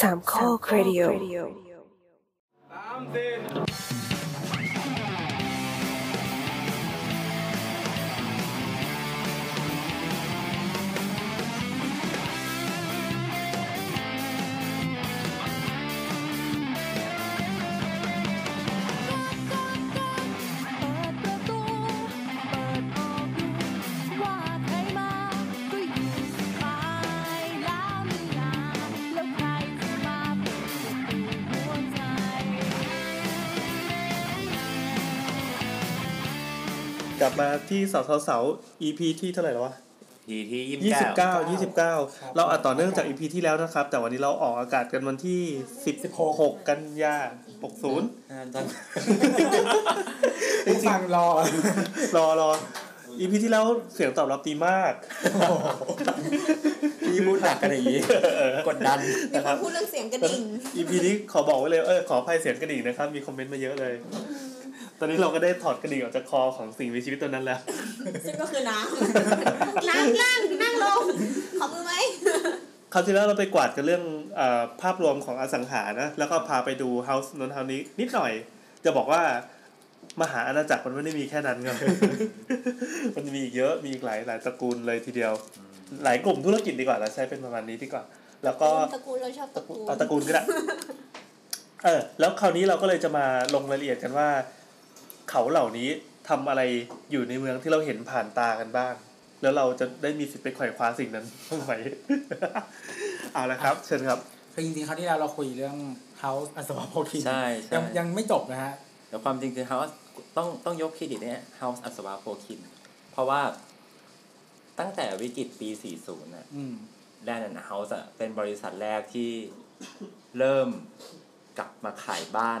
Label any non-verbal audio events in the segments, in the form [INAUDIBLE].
สามข้อครดิโอ สามสี่ เปิดประตู เปิดออกดูว่าใครมาก็อยู่สบายแล้วไม่นานแล้วใครจะมาเปิดประตูหัวใจ กลับมาที่สาวสาวสาว EP ที่เท่าไหร่แล้ววะ ทีที่ยี่ ยี่ สิ สิ บบ เก้า เก้ายี่สิบเก้าเราอัดต่อเนื่องจาก EP ที่แล้วนะครับ แต่วันนี้เราออกอากาศกันวันที่สิบหกกันยาหกศูนย์ [LAUGHS] ตอน ผู้ฟังรอ รอรอ EP ที่แล้วเสียงตอบรับดีมาก พี่พูดหนักกันอย่างนี้ กดดัน มีคนพูดเรื่องเสียงกระดิ่ง EP นี้ขอบอกไว้เลยเออขออภัยเสียงกระดิ่งนะครับ มีคอมเมนต์มาเยอะเลย ตอนนี้เราก็ได้ถอดกระดิ่งออกจากคอของสิ่งมีชีวิตตัวนั้นแล้ว ซึ่งก็คือน้ำ น้ำนั่งนั่งลง ขอมือไหม คราวที่แล้วเราไปกวาดกันเรื่องเออภาพรวมของอสังหานะ แล้วก็พาไปดู House นนท์เฮานี้นิดหน่อย จะบอกว่ามหาอาณาจักรมันไม่ได้มีแค่นั้นครับ มันมีอีกเยอะมีอีกหลายหลายตระกูลเลยทีเดียว หลายกลุ่มธุรกิจดีกว่าเราใช้เป็นประมาณนี้ดีกว่า แล้วก็ ตระกูลเราชอบตระกูล เอาตระกูลก็ได้ เออ แล้วคราวนี้เราก็เลยจะมาลงรายละเอียดกันว่า เขาเหล่านี้ทำอะไรอยู่ในเมืองที่เราเห็นผ่านตากันบ้าง แล้วเราจะได้มีสิทธิ์ไปไขว่คว้าสิ่งนั้นไหม เอาละครับ เชิญครับ คือจริงๆคราวที่แล้วเราคุยเรื่อง House อัศวโพธิน ใช่ใช่ ยังยังไม่จบนะฮะ แล้วความจริงคือ House ต้องต้องยกเครดิตเนี่ย House อัศวาโพคิน เพราะว่าตั้งแต่วิกฤตปี 40น่ะ อืม แดนน d เฮาส์อ่ะเป็นบริษัทแรกที่เริ่มกลับมาขายบ้าน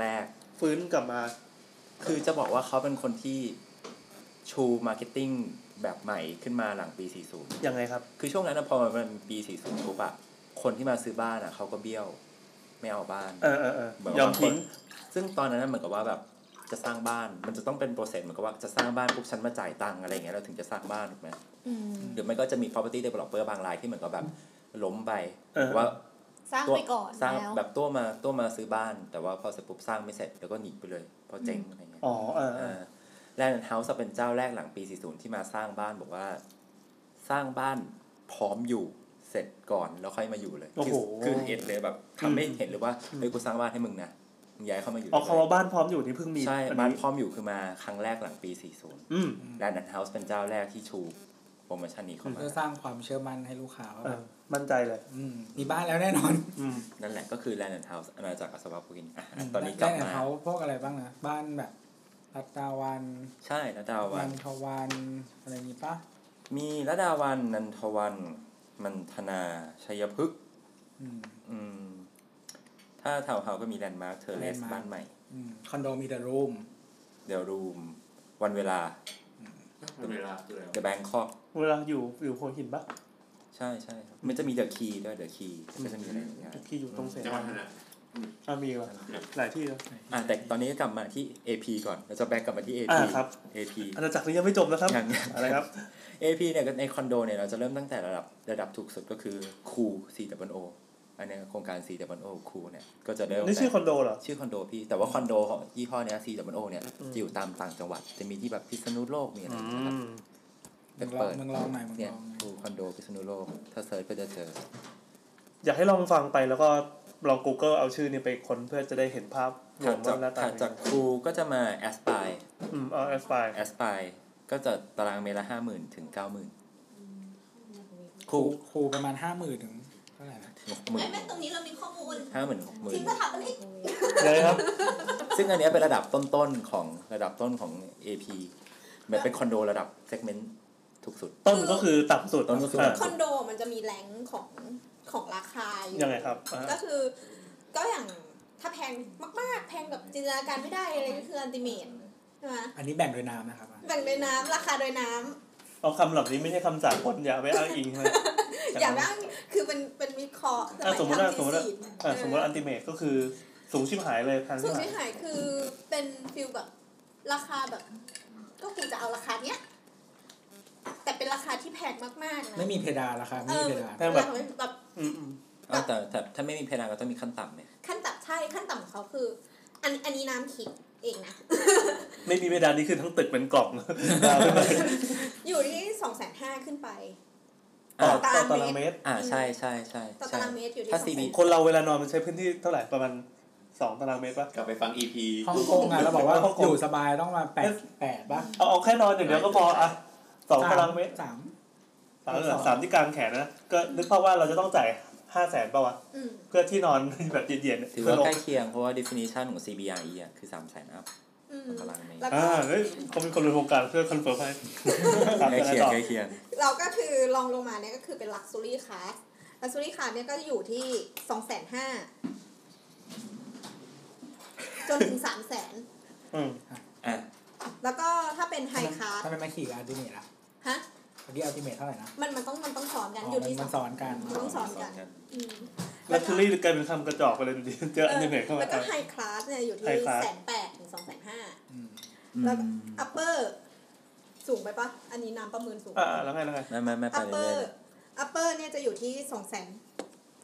แรก ฟื้นกลับมา ๆ คือจะบอกว่าเขาเป็นคนที่ชูมาร์เก็ตติ้งแบบใหม่ขึ้นมาหลังปี 40 ยังไงครับ คือช่วงนั้นนะพอมันปี 40ปุ๊บอะคนที่มาซื้อบ้านอะเขาก็เบี้ยว ไม่เอาบ้าน เออเออเออ เหน ยอม ว่า ทิ้ง ซึ่งตอนนั้นนะเหมือนกับว่าแบบจะสร้างบ้าน มันจะต้องเป็นโปรเซสเหมือนกับว่าจะสร้างบ้านปุ๊บฉันมาจ่ายตังค์อะไรอย่างเงี้ยเราถึงจะสร้างบ้านถูกไหม อืม หรือไม่ก็จะมี property developer บางรายที่เหมือนกับแบบล้มไป เออ หรือว่า สร้าง ตัว ไปก่อน สร้าง แล้ว แบบตัวมาตัวมาซื้อบ้าน แต่ว่าพอเสร็จปุ๊บสร้างไม่เสร็จแล้วก็หนีไปเลยเพราะเจ๊งอะไรเงี้ย อ๋อเออเออ แลนด์เฮาส์เป็นเจ้าแรกหลังปี 40 ที่มาสร้างบ้านบอกว่า สร้างบ้านพร้อมอยู่เสร็จก่อนแล้วค่อยมาอยู่เลย โอ้ คื โห คือเห็นเลยแบบ อืม ทำให้เห็นเลยว่าเฮ้ยกูสร้างบ้านให้มึงนะมึงย้ายเข้ามาอยู่ เอา ด้วย คำว่าบ้านพร้อมอยู่นี่เพิ่งมี ใช่ อัน บ้าน นี้ พร้อมอยู่คือมาครั้งแรกหลังปี 40 อืม แลนด์เฮาส์เป็นเจ้าแรกที่ชูโปรโมชั่นนี้เข้ามา เพื่อสร้างความเชื่อมั่นให้ลูกค้าว่า เอ แบ อบ มั่นใจเลย อืมมีบ้านแล้วแน่นอน อืม นั่นแหละก็คือแลนด์เฮาส์อาณาจักรอัศวะพูกินอ่ะตอนนี้กลับ ได้แต่ มา เขาพวกอะไรบ้างนะ บ้านแบบรัตดาวัน ใช่ระดาวัน นทวันอะไรนี้ปะ มีระดาวันนันทวันมันธนาชัยพฤกษ์ อืม อืม ถ้าทาวน์เฮาส์ก็มีแลนด์มาร์คเทอร์เรส Landmark บ้านใหม่ อืมคอนโดมีแต่รูม เดลรูม วันเวลา เวลาคืออะไรวะ The Bangkok เวลาอยู่อยู่หัวหินปะ ใช่ใช่ครับมันจะมี The Key ด้วย The Key ก็จะมีอะไรอย่างเงี้ย ที่อยู่ตรงเส จังนาหวัดนั้นนะ อ่ะมีเหรอหลายที่แล้ว อ่ะแต่ตอนนี้กลับมาที่ AP ก่อน เราจะแบกกลับมาที่ AP อ่าครับ AP อาณาจักรนี้ยังไม่จบนะครับ ยัง อะไรครับ AP เนี่ยในคอนโดเนี่ยเราจะเริ่มตั้งแต่ระดับระดับถูกสุดก็คือคูซีดับเบิลโออันเนี้ยโครงการซีดับเบิลโอคูเนี่ยก็จะเริ่ม นี่ชื่อคอนโดเหรอ ชื่อคอนโดพี่ แต่ว่าคอนโดของยี่ห้อเนี้ยซีดับเบิลโอเนี่ยจะอยู่ตามต่างจังหวัด จะมีที่แบบพิษณุโลกมีอะไรอย่างเงี้ยครับ มึงล เปิ อง ด มึงลองหน่อยมึง เนี่ยลองหน่อย ดูคอนโดพิษณุโลก ถ้าเซิร์ชก็จะเจอ อยากให้ลองฟังไปแล้วก็ลอง Google เอาชื่อเนี่ยไปค้นเพื่อจะได้เห็นภาพรว ถั ม ดจา ว่าก หน้าตา ถัด เป็น จากครูก็จะมาแอส i r ย อืมเอาแอสไฟ แอส i r ยก็จะตารางเมตรละห้าหมื่นถึงเก้าหมื่นครู ครูประมาณห้าหมื่นถึงเท่าไหร่นะ หกหมื่ ไม่ น แม่ตรงนี้เรามีข้อมูล ห้าหมื่นหกหมื่น ทิ้ [LAUGHS] งสถาปนิก เลยครับ ซึ่งอันเนี้ยเป็นระดับต้นๆของระดับต้นของ AP เหมือนเป็นคอนโดระดับเซกเมนต์ถูกสุด ต้นก็คือต่ำสุด ต้นก็คือ อ่ะ คอนโดมันจะมีแรงของของราคาอยู่ ยังไงครับอ่า ก็คือ ก็อย่างถ้าแพงมาก ๆ แพงแบบจินตนาการไม่ได้อะไรก็คืออันติเมตใช่ไหม อันนี้แบ่งโดยนามนะครับ แบ่งโดยน้ำราคาโดยน้ำ เอาคำเหล่านี้ไม่ใช่คำสากลอย่าไปอ้างอิงเลย อย่านั่งคือมันเป็นวิเคราะห์ อ่ะสมมติว่าสมมติว่าอ่ะสมมติ อั อันติเมตก็คือสูงชิบหายเลยแพง สูงชิบหาย ที่หายคือเป็นฟิลแบบราคาแบบ ก็คงจะเอาราคาเนี้ย แต่เป็นราคาที่แพงมากๆนะ ไม่มีเพดานราคา เอ ไม่มี อ เพดาน แบบแบบ อืมอืม เอาแต่แต่ถ้าไม่มีเพดานก็ต้องมีขั้นต่ำเนี่ย ขั้นต่ำใช่ขั้นต่ำของเขาคือ อันอันนี้น้ำคิดเองนะ ไม่มีเพดานนี่คือทั้งตึกเป็นก [LAUGHS] ล่อง ดาวขึ้นไป อยู่ที่สองแสนห้าขึ้นไป ต่อ อ่า ต่อตารางเมตร อ่าใช่ใช่ใช่ ต่อ ใช่ ตารางเมตรอยู่ที่ ถ้า สอง CB คนเราเวลานอนมันใช้พื้นที่เท่าไหร่ประมาณสองตารางเมตรปะ กลับไปฟัง EP ฮ่องกงอ่ะเราบอกว่า ฮ่องกง อยู่สบายต้องมาแปดแปดป่ะ เอาเอาแค่นอนอย่างเดียวก็พออะสอง ส ตารางเมตร สาม สามเหรอ สอง สามที่กลางแขนนะก็นึกภาพว่าเราจะต้องจ่ายห้าแสนป่าวะ อืม เพื่อที่นอน [LAUGHS] แบบเย็นๆ ถือ เพื่อ ว่า ลง ใกล้เคียงเพราะว่า definition ของ CBRE อ่ะคือสามแสนอัพ อืม ต่อตารางเมตร แล้วก็ อ่าเฮ้ยเขาเป็นคนรู้โครงการเพื่อคอนเฟิร์ม [LAUGHS] ให้ตาม ใกล้ กัน เคียง ต่อ ใกล้เคียง เราก็คือลองลงมาเนี่ยก็คือเป็นลักซ์ซูรี่คลาสลักซ์ซูรี่คลาสเนี่ยก็อยู่ที่สองแสนห้าจนถึงสามแสน อืม อ่ะ แล้วก็ถ้าเป็นไฮคลาส ถ้าเป็นไม่ขี่กับอัลติเมทล่ะ ฮะ เมื่อกี้อัลติเมทเท่าไหร่นะ มันมันต้องมันต้องสอนกัน อ๋อ อยู่ที่ มัน ส ส อ อง นกัน มันต้องสอนกัน อืม ลักชัวรี่กลายเป็นคำกระจอกไปเลยจริงๆเจออันนี้เหนื่อยเข้ามา แล้วก็ อ่ะ ไฮคลาสเนี่ยอยู่ที่ High แส class นแปดถึงสองแสนห้า อืม แล้วอัปเปอร์สูงไปปะอันนี้น้ำประเมินสูง อ่าแล้วไงแล้วไง ไม่ไม่ไม่ไป อัปเปอ เรื่อยๆเล ร์ ย อัปเปอร์เนี่ยจะอยู่ที่สองแสน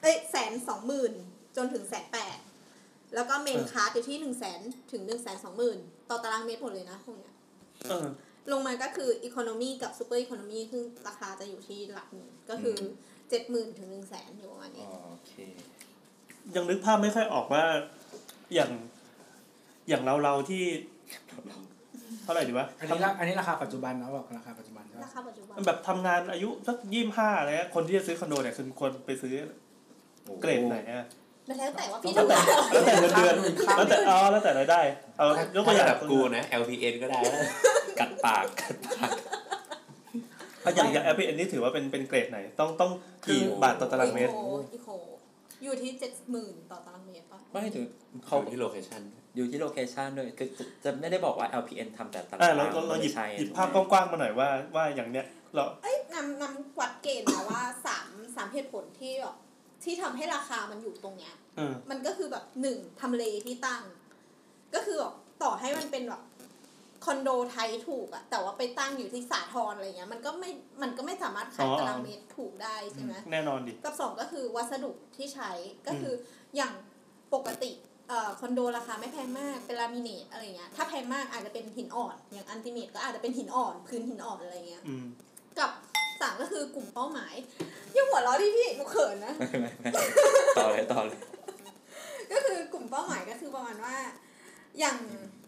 เอ้ยแสนสองหมื่นจนถึงแสนแปดแล้วก็เมนคลาสอยู่ที่หนึ่งแสนถึงหนึ่งแสนสองหมื่นต่อตารางเมตรหมดเลยนะพวกเนี้ย เออ ลงมาก็คืออีโคโนมีกับซูเปอร์อีโคโนมีซึ่งราคาจะอยู่ที่หลักหมื่นก็คือเจ็ดหมื่นถึงหนึ่งแสนอยู่ประมาณนี้ โอเค ยังนึกภาพไม่ค่อยออกว่า อย่างอย่างเราเราๆที่เท่าไหร่ดีวะ อันนี้ราอันนี้ราคาปัจจุบันนะบอกราคาปัจจุบันใช่ปะ ราคาปัจจุบัน แบบทำงานอายุสักยี่ห้าอะไรเงี้ยคนที่จะซื้อคอนโดเนี่ยคือควรไปซื้อเกรดไหนอะ มันแล้วแต่ว่าพี่ แล้ว ทำงานแต่อะไร แล้วแต่เงินเดือนแล้วแต่อ๋อแล้วแต่รายได้ เอายกตัวอย่อา ย่าง แบบกูนะ LPN ก็ได้นะกัดปากกัดปาก เอาอย่างอย่างแอปเปิลนี่ถือว่าเป็นเป็นเกรดไหน ต้องต้องกี่บาทต่อตารางเมตร อีโคอีโคอยู่ที่เจ็ดหมื่นต่อตารางเมตรปะ ไม่ถึง เขา เขา ที่โลเคชั่น อยู่ที่โลเคชันด้วยคือจะไม่ได้บอกว่า LPN ทำแต่ตาราง อ่าเราเราเราหยิบ ไม่ใช่ หยิบภาพกว้างๆมาหน่อยว่าว่าอย่างเนี้ยเรา เอ้ยนำนำวัดเกณฑ์มาว่าสามสามเหตุผลที่แบบที่ทำให้ราคามันอยู่ตรงเนี้ย เออ มันก็คือแบบหนึ่งทำเลที่ตั้ง ก็คือแบบต่อให้มันเป็นแบบคอนโดไทยถูกอะแต่ว่าไปตั้งอยู่ที่สาทรอะไรเงี้ยมันก็ไม่มันก็ไม่สามารถขายตารางเมตรถูกได้ใช่ไหม แน่นอนดิ กับสองก็คือวัสดุที่ใช้ก็คืออย่างปกติเอ่อคอนโดราคาไม่แพงมากเป็นลามิเนตอะไรเงี้ยถ้าแพงมากอาจจะเป็นหินอ่อน อย่างอันติเมตก็อาจจะเป็นหินอ่อนพื้นหินอ่อนอะไรเงี้ย อืม กับสามก็คือกลุ่มเป้าหมายอย่าหัวเราะดิพี่หนูเขินนะ ไม่ไม่ไม่ต่อเลยต่อเลย ก็คือกลุ่มเป้าหมายก็คือประมาณว่า อย่าง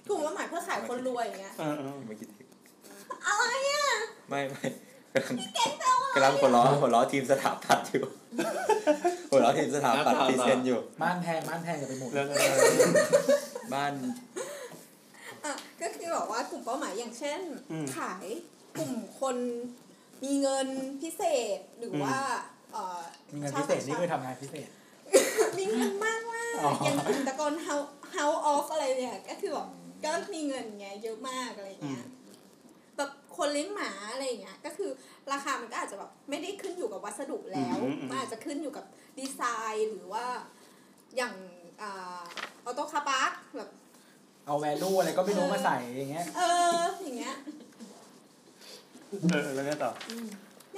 กลุ่มเป้าหมายเพื่อขายคนรวยอย่างเงี้ย เออเออ ไม่คิดถึง อะไรอ่ะ ไม่ไม่กำลังหัวล้อหัวล้อทีมสถาปัตย์อยู่หัวล้อทีมสถาปัตย์พรีเซนต์อยู่ ม่านแพงม่านแพงอย่าไปหมุน แล้วไง บ้าน อ่ะก็คือบอกว่ากลุ่มเป้าหมายอย่างเช่น ขายกลุ่มคนมีเงินพิเศษหรือว่าเอ่อ มีเงิน ชาว พิเศษนี่คือ ต่างชาติ ทำงานพิเศษ มีเงินมากมาก อ๋ออ อย่างกลุ่มตะกอนเฮาเฮาออฟอะไรเนี่ยก็คือแบบก็มีเงินไงเยอะมากอะไรเงี้ยแบบคนเลี้ยงหมาอะไรอย่างเงี้ยก็คือราคามันก็อาจจะแบบไม่ได้ขึ้นอยู่กับวัสดุแล้วมันอาจจะขึ้นอยู่กับดีไซน์หรือว่าอย่างออโต้คาปาร์แบบ เอาแวลูอะไรก็ไม่รู้มาใส่อย่างเงี้ย เอออย่างเงี้ย เออแล้วไงต่อ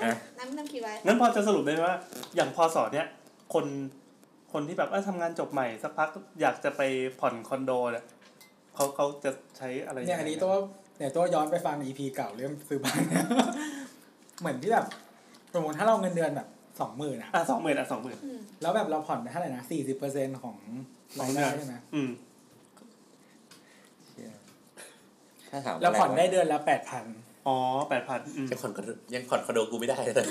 อ่ะ น้ำน้ำคิดไว้ งั้นพอจะสรุปได้ไหมว่า อย่างพอสอนเนี้ยคนคนที่แบบเออทำงานจบใหม่สักพักอยากจะไปผ่อนคอนโดเนี่ยเขาเขาจะใช้อะไร เนี่ยอันนี้ตัวเนี่ยตัวย้อนไปฟังอีพีเก่าเรื่องซื้อบ้าน [LAUGHS] เหมือนที่แบบสมมติถ้าเราเงินเดือนแบบสองหมื่นอะ อ่ะสองหมื่นอ่ะสองหมื่น แล้วแบบเราผ่อนไปเท่าไหร่นะสี่สิบเปอร์เซ็นของรายได้ใช่ไหม อืม เชี่ยถ้าถาม เราผ่อน แง ได้เดือนละแปดพัน อ๋อแปดพันอืม ยังผ่อนคอนโดยังผ่อนคอนโดกูไม่ได้เลย [LAUGHS]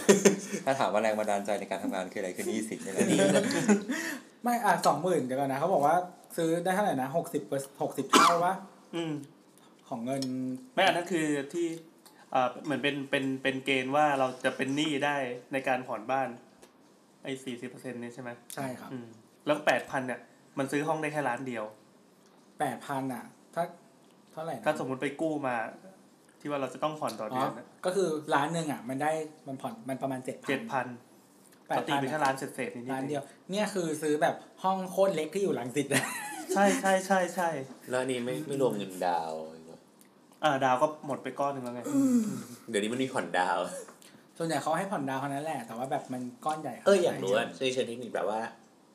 ถ้าถามว่าแรงบันดาลใจในการทำงานคืออะไรคือหนี้สินนี่แหละ [LAUGHS] ไม่อ่ะสองหมื่นเดี๋ยวก่อนนะเขาบอกว่าซื้อได้เท่าไหร่นะหกสิบหกสิบเท่าวะ อืม ของเงิน ไม่อันนั้นคือที่เอ่อเหมือนเป็นเป็นเป็นเกณฑ์ว่าเราจะเป็นหนี้ได้ในการผ่อนบ้าน ไอ้สี่สิบเปอร์เซ็นต์เนี่ยใช่ไหม ใช่ครับ อืม แล้วแปดพันเนี่ย มันซื้อห้องได้แค่ล้านเดียว แปดพันอ่ะ ถ้าเท่าไหร่นะ ถ้าสมมุติไปกู้มา ที่ว่าเราจะต้องผ่อนต่อ อ๋ เดื อ อน ก็คือร้านหนึ่งอ่ะ มันได้มันผ่อนมันประมาณเจ็ดพัน เจ็ดพัน แป ก็ ด ตี พัน ไปแค่ล้านเศษเศษๆนิด ร้าน ๆ เดียว เนี่ยคือซื้อแบบห้องโคตรเล็กที่อยู่หลังสิทธิ์นะ [LAUGHS] ใช่ใช่ใช่ใช่ แล้วอันนี่ไม่ไม่รวมเงินดาวอีกเหรอ อ่าดาวก็หมดไปก้อนหนึ่งแล้วไง เดี๋ยวนี้มันมีผ่อนดาว ส่วนใหญ่เขาให้ผ่อนดาวน์เท่านั้นแหละ แต่ว่าแบบมันก้อนใหญ่ เอออยากรู้ว่าในเชิงเทคนิคแบบว่า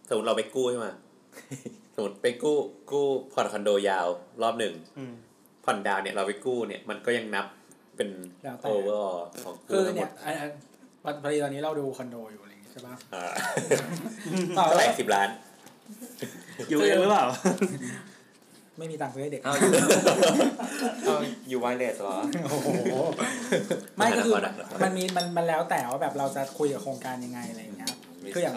สมมติเราไปกู้ใช่ไหม สมมติไปกู้กู้ผ่อนคอนโดยาวรอบหนึ่ง อืม ผ่อนดาวเนี่ยเราไปกู้เนี่ยมันก็ยังนับเป็น แล้วแต่ โอเวอร์ของ คื กู้ อ ทั้งหม เนี่ย ด อันอันพอพอดีตอนนี้เราดูคอนโดอยู่อะไรอย่างเงี้ยใช่ปะ อ่า ต่อ เท่าไห แล้ ร่ ว สิบล้าน อยู่เองหรือเปล่า ไม่มีตังค์ซื้อให้เด็ก เอาเอาอยู่ไวเลสเหรอ โอ้โห ไม่ก็คือมันมีมันมันแล้วแต่ว่าแบบเราจะคุยกับโครงการยังไงอะไรอย่างเงี้ย คืออย่าง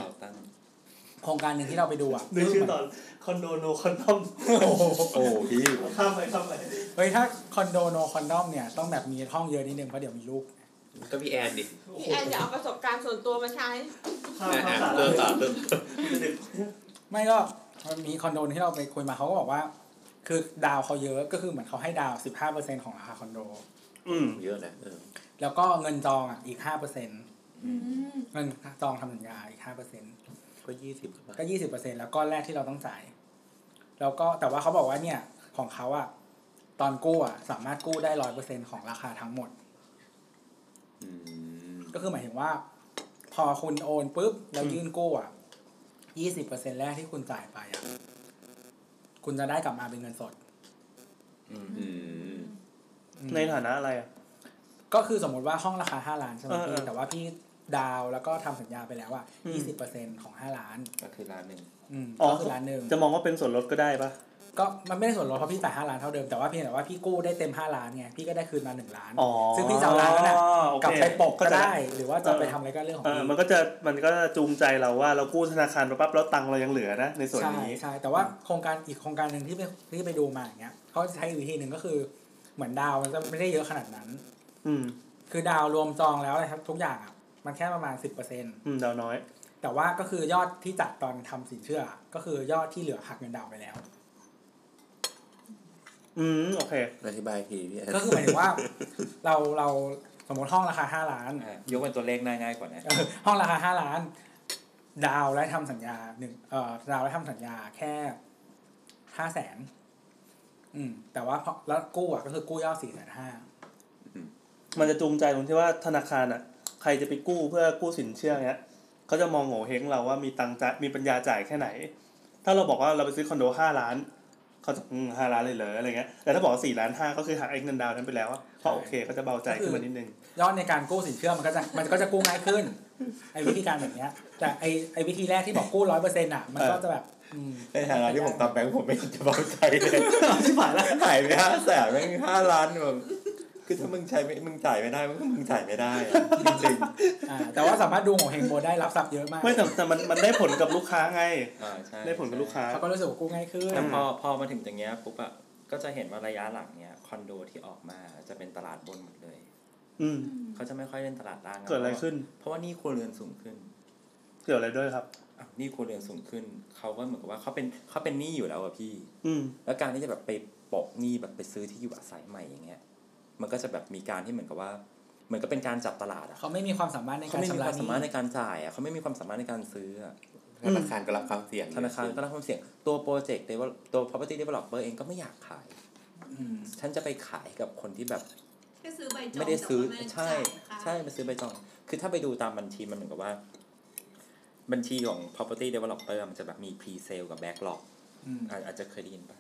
โครงการหนึ่งที่เราไปดูอ่ะ ดูชื่อตอนคอนโดโนคอนดอม โอ้โห โอ้พี่ ข้ามไปข้ามไป เฮ้ยถ้าคอนโดโนคอนดอมเนี่ยต้องแบบมีห้องเยอะนิดนึงเพราะเดี๋ยวมีลูก ก็พี่แอนดิ พี่แอนอย่าเอาประสบการณ์ส่วนตัวมาใช้ ข้าม อ่ะ ข้าม อ่ะ สา เริ่มต่ ระ อเริ่ม ดึก ไม่ก็มันมีคอนโดที่เราไปคุยมาเขาก็บอกว่า คือดาวเขาเยอะก็คือเหมือนเขาให้ดาวสิบห้าเปอร์เซ็นของราคาคอนโด อืม เยอะนะเออ แล้วก็เงินจองอ่ะอีกห้าเปอร์เซ็น อืม เงินจองทำสัญญาอีกห้าเปอร์เซ็น ก็ยี่สิบประมาณ ก็ยี่สิบเปอร์เซ็นแล้วก็แรกที่เราต้องจ่าย แล้วก็แต่ว่าเขาบอกว่าเนี่ยของเขาอ่ะตอนกู้อ่ะสามารถกู้ได้ร้อยเปอร์เซ็นของราคาทั้งหมด อืม ก็คือหมายถึงว่า พอคุณโอนปุ๊บแล้วยื่นกู้อ่ะยี่สิบเปอร์เซ็นแรกที่คุณจ่ายไปอ่ะคุณจะได้กลับมาเป็นเงินสด อืม อืม ในฐานะอะไรอ่ะ ก็คือสมมติว่าห้องราคาห้าล้านใช่ไหม เออเอ พี่ อ แต่ว่าพี่ดาวแล้วก็ทำสัญญาไปแล้วอ่ะยี่สิบเปอร์เซ็นของห้าล้าน ก็คือร้านหนึ่ง อืม อ๋อ ก็คือล้านหนึ่ง จะมองว่าเป็นส่วนลดก็ได้ปะ ก็มันไม่ได้ส่วนลดเพราะพี่จ่ายห้าล้านเท่าเดิมแต่ว่าเพียงแต่ว่าพี่กู้ได้เต็มห้าล้านไงพี่ก็ได้คืนมาหนึ่งล้าน อ๋อ ซึ่งพี่จะเอาล้านนั้นน่ะ โอเค กลับไปโปกก็ เข้าใจ ได้ หรือว่าจะไปทำอะไรก็เรื่องของ เออมัน พี่ ก็จะมันก็จะจูงใจเราว่าเรากู้ธนาคารไปปั๊บแล้วตังค์เรายังเหลือนะในส่วน ใช่ นี้ ใช่แต่ว่าโครงการอีกโครงการหนึ่งที่ไปที่ไปดูมาอย่างเงี้ยเขาจะใช้วิธีหนึ่งก็คือ เหมือนดาวมันจะไม่ได้เยอะขนาดนั้น อืม คือดาวรวมจองแล้วนะครับทุกอย่างอ่ะมันแค่ประมาณสิบเปอร์เซ็น อืมดาวน้อย แต่ว่าก็คือยอดที่จัดตอนทำสินเชื่อ ก็คือยอดที่เหลือหักเงินดาวน์ไปแล้ว อืมโอเค อธิบายทีพี่แอน ก็คือหมายถึงว่า เราเราสมมติห้องราคาห้าล้าน อ่ะยกเป็นตัวเลขง่ายๆก่อนนะ เออห้องราคาห้าล้าน ดาวน์และทำสัญญาหนึ่งเอ่อดาวน์และทำสัญญาแค่ห้าแสนอืม แต่ว่าพอแล้วกู้อ่ะก็คือกู้ยอดสี่แสนห้า มันจะจูงใจตรงที่ว่าธนาคารอ่ะ ใครจะไปกู้เพื่อกู้สินเชื่อเนี้ยเขาจะมองโง่เฮงเราว่ามีตังค์จะมีปัญญาจ่ายแค่ไหน ถ้าเราบอกว่าเราไปซื้อคอนโดห้าล้านเขาจะอืมห้าล้านเลยเหรออะไรเงี้ยแต่ถ้าบอกสี่ล้านห้าก็คือหักไอ้เงินดาวน์นั้นไปแล้วอะก็โอเคก็จะเบาใจขึ้นมานิดนึง ยอดในการกู้สินเชื่อมันก็จะมันก็จะกู้ง่ายขึ้นไอ้วิธีการแบบเนี้ย แต่ไอ้ไอ้วิธีแรกที่บอกกู้ร้อยเปอร์เซ็นต์อ่ะมันก็จะแบบอืม ในฐานะที่ผมตามแบงค์ผมไม่จะเบาใจเลย ที่ผ่านแล้ว หายไปห้าแสนแม่งห้าล้านแบบคือถ้ามึงใช้ไม่มึงจ่ายไม่ได้มึงก็มึงจ่ายไม่ได้อะจริง อ่าแต่ว่าสามารถดูของเฮงโบได้รับทรัพย์เยอะมาก ไม่แต่แต่มันมันได้ผลกับลูกค้าไง ๆอ่าใช่ ได้ผลกับลูกค้า เขาก็รู้สึกว่ากู้ง่ายขึ้น แต่พอพอมาถึงตรงเนี้ยปุ๊บอะก็จะเห็นว่าระยะหลังเนี้ยคอนโดที่ออกมาจะเป็นตลาดบนหมดเลย อืม เขาจะไม่ค่อยเล่นตลาดล่าง เกิดอะไรขึ้น เพราะว่าหนี่ครัวเรือนสูงขึ้น เกี่ยวอะไรด้วยครับ อ่ะหนี่ครัวเรือนสูงขึ้น เขาก็เหมือนกับว่าเขาเป็นเขาเป็นหนี้อยู่แล้วอะพี่ อืม แล้วการที่จะแบบไปโปะหนี้แบบไปซื้อที่อยู่อาศัยใหม่อย่างเงี้ย มันก็จะแบบมีการที่เหมือนกับว่าเหมือนกับเป็นการจับตลาดอะ เขาไม่มีความสามารถใน เขา การ ไม่มีคชำระ วาม ห สา นี้ มารถในการจ่ายอะเขาไม่มีความสามารถในการซื้ออะ ธนาคารก็รับความเสี่ยง ธนาคารก็รับความเสี่ยงตัวโปรเจกต์ตัว property developer เองก็ไม่อยากขาย อืม ฉันจะไปขายกับคนที่แบบ แค่ซื้อใบจอง ไม่ได้ซื้อ แต่ว่า ใช่ จ่ายค่ะ ใช่ไปซื้อใบจอง คือถ้าไปดูตามบัญชีมันเหมือนกับว่า บัญชีของ property developer มันจะแบบมี pre sale กับ backlog อืม อาอาจจะเคยได้ยินปะ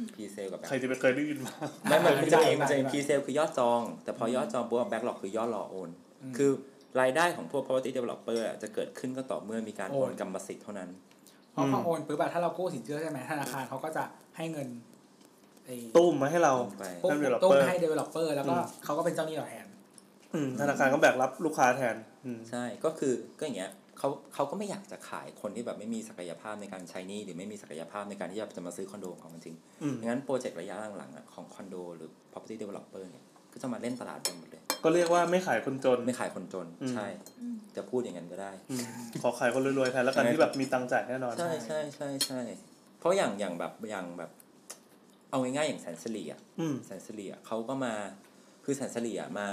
มี pre sale กับ ใคร backlog จะไปเคยได้ยินมา ไม่มัน ไม่ มัน ได้ จะมีมันจะมี ไม่ได้ pre sale คือยอดจอง แต่พอยอดจองปุ๊บ backlog คือยอดรอโอน อืม คือรายได้ของพวก property developer อะจะเกิดขึ้นก็ต่อเมื่อมีการ โอน โอนกรรมสิทธิ์เท่านั้น เพราะพอ ม โอนปุ๊บอะถ้าเรากู้สินเชื่อใช่ไหมธนาคารเขาก็จะให้เงินไอ้ ตุ้มมาให้เรา ลงไป พวก developer ต้นให้ developer แล้วก็ อืม เขาก็เป็นเจ้าหนี้ต่อแทน อืมธนาคารก็แบกรับลูกค้าแทน อืม ใช่ ก็คือก็อย่างเงี้ยเขาเขาก็ไม่อยากจะขายคนที่แบบไม่มีศักยภาพในการใช้หนี้หรือไม่มีศักยภาพในการที่จะมาซื้อคอนโดของเขาจริง อืม งั้นโปรเจกต์ระยะหลังๆอะของคอนโดหรือ property developer เนี่ยก็จะมาเล่นตลาดกันหมดเลย ก็เรียกว่าไม่ขายคนจน ไม่ขายคนจน อืม ใช่ จะพูดอย่างนั้นก็ได้ อืมขอขายคนรวยๆแทนแล้วกันที่แบบมีตังค์จ่ายแน่นอน ใช่ใช่ใช่ใช่เพราะอย่างอย่างแบบอย่างแบบ เอาง่ายๆอย่างแสนสิริอ่ะ อืม แสนสิริอ่ะเขาก็มาคือแสนสิริอ่ะมา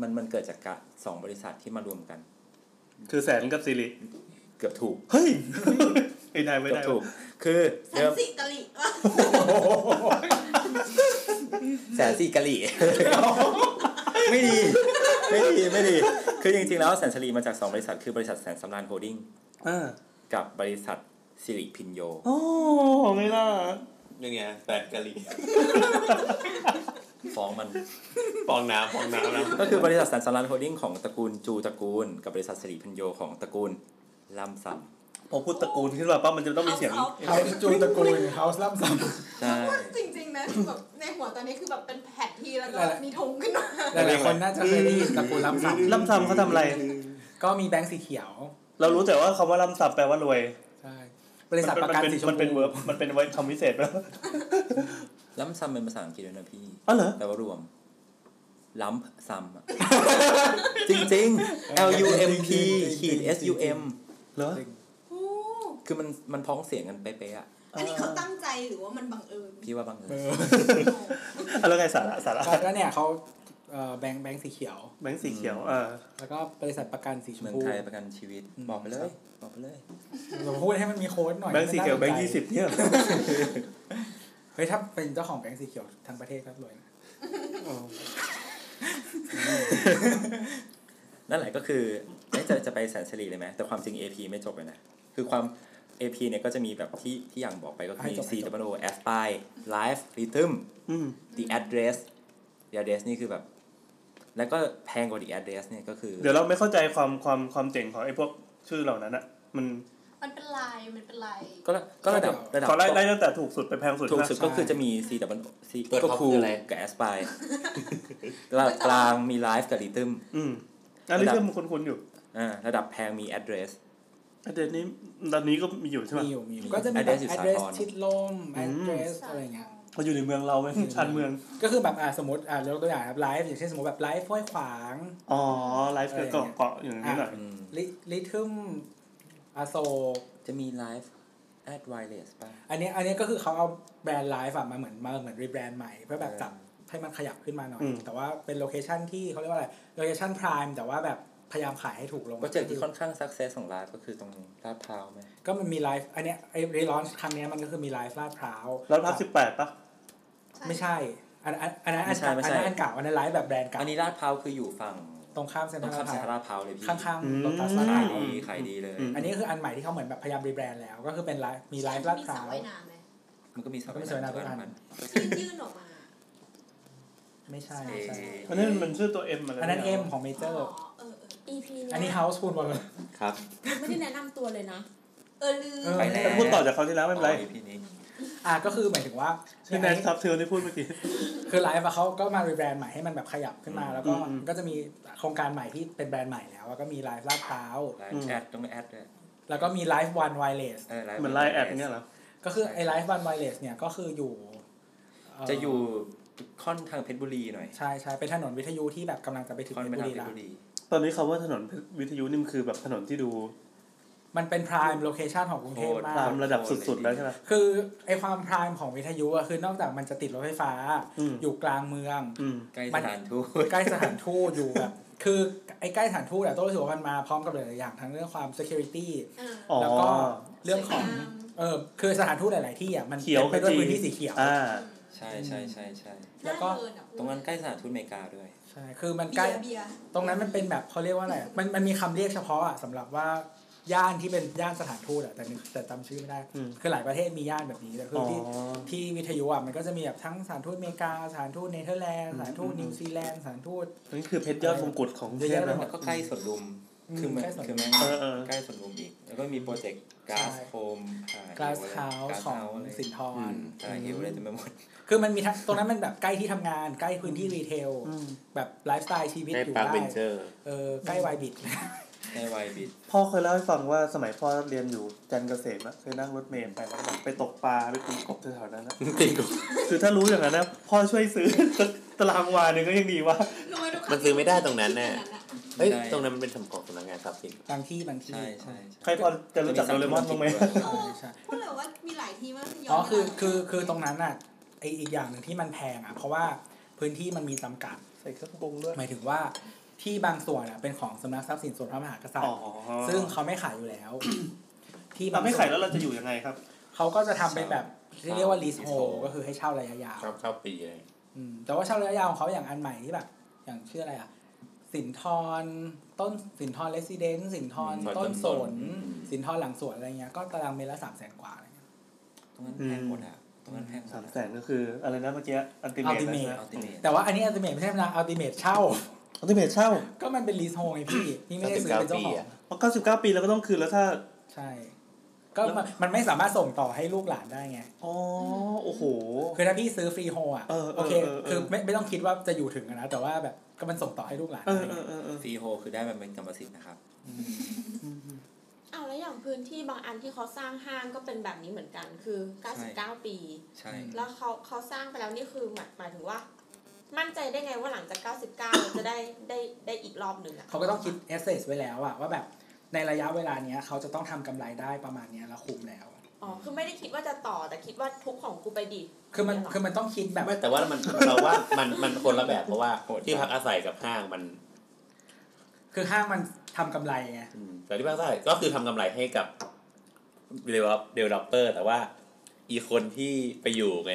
มันมันเกิดจากกะสองบริษัทที่มารวมกัน คือแสนกับสิริ เกือบถูก เฮ้ย ไอ้นายไม่ เกือ ได้ บถูก คือ แสน เริ่ม สิกะลิว่า แสนสี่กะหรี่ [LAUGHS] ไม่ดี ไม่ดีไม่ดี คือจริงๆแล้วแสนสิริมาจากสองบริษัทคือบริษัทแสนสำรานโฮลดิ้ง อ่า กับบริษัท สิริพินโย โอ้ไงล่ะ ยังไงแปดกะหรี่ ฟ้องมัน ฟองน้ำฟองน้ำนะ ก็คือบริษัทสันสลันโฮดดิ้งของตระกูลจูตระกูล กับบริษัทสิริพินโยของตระกูลลำซัม พอพูดตระกูลขึ้นมาปั๊บมันจะต้องมีเสียง House of เฮาจูตระกูลเฮาส์ล่ำซ้ ใช่ จริงๆนะคือแบบในหัวตอนนี้คือแบบเป็นแผนที่แล้วก็ อะไร มีธงขึ้นมา ำหลายๆคนน่าจะเคยได้ยินตระกูลล่ำซ้ ล่ำซำเขาทำอะไร ำก็มีแบงค์สีเขียว เรารู้แต่ว่าคำว่าล่ำซำแปลว่ารวย ใช่ บริษัทประกัน มัน สี เป็น ชม มันพูเป็นเวิร์บมันเป็นไว้คำพิเศษแล้ว ลำซัมเป็นภาษาอังกฤษด้วยนะพี่ อ๋อเหรอ แปลว่ารวมล้ำซัมอะ [LAUGHS] จริงๆ L U M P ขีด S U M เหรอ โอ้ คือมันมันพ้องเสียงกันเป๊ะๆอ่ะ อันนี้เขาตั้งใจหรือว่ามันบังเอิญ พี่ว่าบ้างเอ เอ อ อ เอาแล้วไงสาระสาระ ก็เนี่ยเขาเอ่อแบงค์แบงค์สีเขียว แบงค์สีเขียวอ่า แล้วก็บริษัทประกันสีชม เมือง พู ไทยประกันชีวิต อืม บอกไปเลยบอกไปเลย เราพูดให้มันมีโค้ดหน่อย แบงค์สีเขียวแบงค์ยี่สิบเนี่ย เฮ้ยถ้าเป็นเจ้าของแบงค์สีเขียวทั้งประเทศก็รวยนะ นั่นแหละก็คือเอ๊ะจะจะไปแสนสิริเลยไหมแต่ความจริง AP ไม่จบเลยนะ คือความ AP เนี่ยก็จะมีแบบที่ที่อย่างบอกไปก็คือ ให้จ มี บให้ C จบ W Aspire Life Rhythm อื [LAUGHS] ม The Address The Address นี่คือแบบ แล้วก็แพงกว่า The Address เนี่ยก็คือ เดี๋ยวเราไม่เข้าใจความความความเจ๋งของไอ้พวกชื่อเหล่านั้นอะมัน มันเป็นลายมันเป็นลาย ก็ระก็ระดับระดับ ขอไล่ไล่ตั้งแต่ถูกสุดไปแพงสุด ถูกสุด นะ ก็คือจะมี C W C ตัว ก็ top คู คืออะไร กับ Aspire ระดับกลางมี Life กับ Rhythm อืมอันนี้ชื่อมันคุ้นๆอยู่ อ่าระดับแพงมี Address อันเดนนี้ตอนนี้ก็มีอยู่ใช่ไหม มีอยู่มีอยู่ก็จะมีแบบ Address อยู่สาธร address ณ์ ชิดลม อืม address อะไรเงี้ย มันอยู่ในเมืองเราไหมชันเมือง ก็คือแบบอ่าสมมติอ่ายกตัวอย่างครับไลฟ์อย่างเช่นสมมติแบบไลฟ์ห้วยขวาง อ๋อ ไลฟ์เกาะเกาะอยู่ในนี้หน่อย อืม ลิลิทึมอโศก จะมี Life at Wireless ป่ะ อันเนี้ยอันเนี้ยก็คือเขาเอาแบรนด์ไลฟ์อะมาเหมือนมาเหมือนรีแบรนด์ใหม่ เพื่อแบบจับให้มันขยับขึ้นมาหน่อย แต่ว่าเป็นโลเคชันที่เขาเรียกว่าอะไรโลเคชันพรายแต่ว่าแบบพยายามขายให้ถูกลง โปรเจกต์ที่ค่อนข้างสักเซสของร้านก็คือตรงลาดพร้าวไหม ก็มันมีไลฟ์อันเนี้ยไอ้รีลอนครั้งเนี้ยมันก็คือมีไลฟ์ลาดพร้าว แล้วพักสิบแปดปะ ไม่ใช่อันอันอันนั้นอันเก่าอันนั้นอันเก่าอันนั้นไลฟ์แบบแบรนด์เก่า อันนี้ลาดพร้าวคืออยู่ฝั่ง ตรงข้ามเซ็น ต ท ร รั ง ล ข้าเซ็ลาม ดนทรัล พร้าว ลาดพร้าวเลยพี่ ข้างๆรถตัดส ขาย าย ยดีขายดีเลย อันนี้ก็คืออันใหม่ที่เขาเหมือนแบบพยายามรีแบรนด์แล้ว ก็คือเป็นไลฟ์มีไลฟ์ลาด มี พ สา ร้าว ว ว่ายน้ำไหม มันก็มีสระ มันก็มีสระ ว่ายน้ำ ว่ายด้น้ำวยมัน ที่ยื่นออกมา ไม่ใช่ เอ๊ะ ใช่ อันนี้มันชื่อตัวเอ็มอะไร อันนั้นเอ็มของเมเจอร์ เออเออ EP เนี้ย อันนี้เฮาส์พูดหมดเลย ครับ ไม่ได้แนะนำตัวเลยนะ เออลืม ไปแล้ว พูดต่อจากเขาวที่แล้วไม่เป็นไร อ๋อ EP นี้ อ่ะก็คือหมายถึงว่า ชื่อแนนครับเธอที่พูดเมื่อกี้ คือไลฟ์อะเขาก็มารีแบรนด์ใหม่ให้มันแบบขยับขึ้นมา แล้วก็ อืมอืม ก็จะมีโครงการใหม่ที่เป็นแบรนด์ใหม่แล้วแล้วก็มีไลฟ์ลาดพร้าว ไลฟ์แอดต้องแอดด้วย แล้วก็มีไลฟ์วันไวเลส เออไลฟ์ เหมือนไลน์แอดเนี่ยเหรอ ก็คือไอไลฟ์วันไวเลสเนี่ยก็คืออยู่เ จะอยู่ค่อนทางเพชรบุรีหน่อย ใช่ใช่เป็นถนนวิทยุที่แบบกำลังจะไปถึง ค่อน เพช ไป รทางบุรี เพช ละ รบุรี ตอนนี้คาว่าถนนวิทยุนี่มันคือแบบถนนที่ดู มันเป็นพรายโลเคชันของกรุงเทพมา ตาก มระดับสุดๆแล้วใช่ไหม คือไอความพรายของวิทยุอะคือนอกจากมันจะติดรถไฟฟ้า อืม อยู่กลางเมือง อืม ใกล้ มั ส น ถานทูต ใกล้สถานทูตอยู่แบบ คือไอ้ใกล้สถานทูตอะต้องรู้สึกว่ามันมาพร้อมกับหลายๆอย่างทั้งเรื่องความ security เออ อ๋อ แล้วก็เรื่องของเออคือสถานทูตหลาย ๆ ที่อะมัน เขียว เต็มไปด้วยพื้นที่สีเขียว อ่า ใช่ใช่ใช่ใช่ แล้ แล้ว ว ก็ ก็ ตรงนั้นใกล้สถานทูตอเมริกาด้วย ใช่คือมัน เบี ใกล้ ยร์เบียร์ ตรงนั้นมันเป็นแบบเขาเรียกว่าอะไรมันมันมีคำเรียกเฉพาะอะสำหรับว่าย่านที่เป็นย่านสถานทูตอะแต่นึกแต่จำชื่อไม่ได้ อืม คือหลายประเทศมีย่านแบบนี้แต่คือ อ๋อ ที่ ที่วิทยุอ่ะมันก็จะมีแบบทั้งสถานทูตอเมริกาสถานทูตเนเธอร์แลนด์สถานทูต อืม นิวซีแลนด์สถานทูต นั่นคือเพชรยอดมงกุฎของกรุงเทพนะ แล้วก็ใกล้สวนลุม คือมัน ใกล้สวนลุคือมแม่ง เออเออ ใกล้สวนลุมอีก แล้วก็มีโปรเจกต์ก๊าซ ใช่ โฮม กลาสเฮาส์ของสินท อื ร มอะไรเฮลอะไรเต็มไปหมด คือมันมีทั้งตรงนั้นมันแบบใกล้ที่ทำงานใกล้พื้นที่รีเทล อืม แบบไลฟ์สไตล์ชีวิต ได้ อยู่ ปาร์ค ได้ เวนเจอร์ เออใกล้วายบิด ในวัยบิด พ่อเคยเล่าให้ฟังว่าสมัยพ่อเรียนอยู่จันทร์เกษมอะเคยนั่งรถเมล์ไปแล้วแบบไปตกปลาไปตีกบแถวๆนั้นนะ ติงกบ คือถ้ารู้อย่างนั้นนะพ่อช่วยซื้อ ตารางวาหนึ่งก็ยังดีว่า รู้ไหทุกค มันซื้อไม่ได้ตรงนั้นแน่เฮ้ย ได้ ตรงนั้นมันเป็นสำของสำนักงานทรัพย์สิน บางที่บางที่ ใช่ใช่ ใครพอจะรู้จักโดเรมอนบ้างไหม เออใช่ พูดเลยว่ามีหลายที่มากที่ย้น อ๋อคือ เวลา คือคือตรงนั้นอ่ะไออีกอย่างหนึ่งที่มันแพงอ่ะเพราะว่าพื้นที่มันมีจำกัด ใส่เครื่องปรุงด้วย หมายถึงว่าที่บางส่วนอ่ะเป็นของสำนักทรัพย์สินส่วนพระมหากษัตริย์ซึ่งเขาไม่ขายอยู่แล้ว [COUGHS] ที่บา เรา ง ไม่ ส่ว ขาย น แล้วเราจะอยู่ยังไงครับ เขาก็จะทำเป็นแบบที่เรียกว่าลีสโฮ leasehold ก็คือให้เช่าระยะยาว ครับเข้าปีเลย อืมแต่ว่าเช่าระยะยาวของเขาอย่างอันใหม่ที่แบบ อย่างชื่ออะไรอ่ะ สินทรต้นสินทรเลสซิเดนสินทร อืม ต้นส ต้นส น น สินทรหลังสวนอะไรเงี้ยก็ตารางเมตรละสามแสนกว่าอะไรเงี้ย ตรงนั้นแพงหมดอ่ะตรงนั้นแพงหมด สาม อะ แสนก็คืออะไรนะเมื่อกี้อันติเมท Ultimate นะ Ultimate แต่ว่าอันนี้อัลติเมทไม่ใช่นะอัลติเมทเช่า [LAUGHS] อันติเมทเช่า ก็มันเป็นลีสโฮไงพี่ พี่ไม่ได้ซื้อเป็นเจ้าข 99อปีง อะ พอเก้าสิบเก้าปีแล้วก็ต้องคืนแล้วถ้า ใช่ ก็มันมันไม่สามารถส่งต่อให้ลูกหลานได้ไง อ๋อ โอ้โห คือถ้าพี่ซื้อฟรีโฮอ่ะ เออเออ โอเค เออเออ คือไม่ไม่ต้องคิดว่าจะอยู่ถึงอะนะแต่ว่าแบบก็มันส่งต่อให้ลูกหลาน เอ ได้ อ ไง เออเออเออ ฟรีโฮคือได้มันเป็นกรรมสิทธิ์นะครับ อ้าวแล้วอย่างพื้นที่บางอันที่เขาสร้างห้างก็เป็นแบบนี้เหมือนกันคือ 99 ปี ใช่ แล้วเขาเขาสร้างไปแล้วนี่คือหมายหมายถึงว่า มั่นใจได้ไงว่าหลังจาก 99เราจะได้ได้ได้อีกรอบหนึ่งอะ เขาก็ต้องคิดแอสเซสไว้แล้วอะว่าแบบในระยะเวลาเนี้ยเขาจะต้องทำกำไรได้ประมาณเนี้ยแล้วคุ้มแล้วอะ อ๋อคือไม่ได้คิดว่าจะต่อแต่คิดว่าทุกของกูไปดิ คือมันคือมันต้องคิดแบบ ไม่แต่ว่ามันเราว่ามันมันคนละแบบเพราะว่าที่พักอาศัยกับห้างมัน คือห้างมันทำกำไรไง อืมแต่ที่พักอาศัยก็คือทำกำไรให้กับเดเวลเดเวลอปเปอร์แต่ว่า อีคนที่ไปอยู่ไง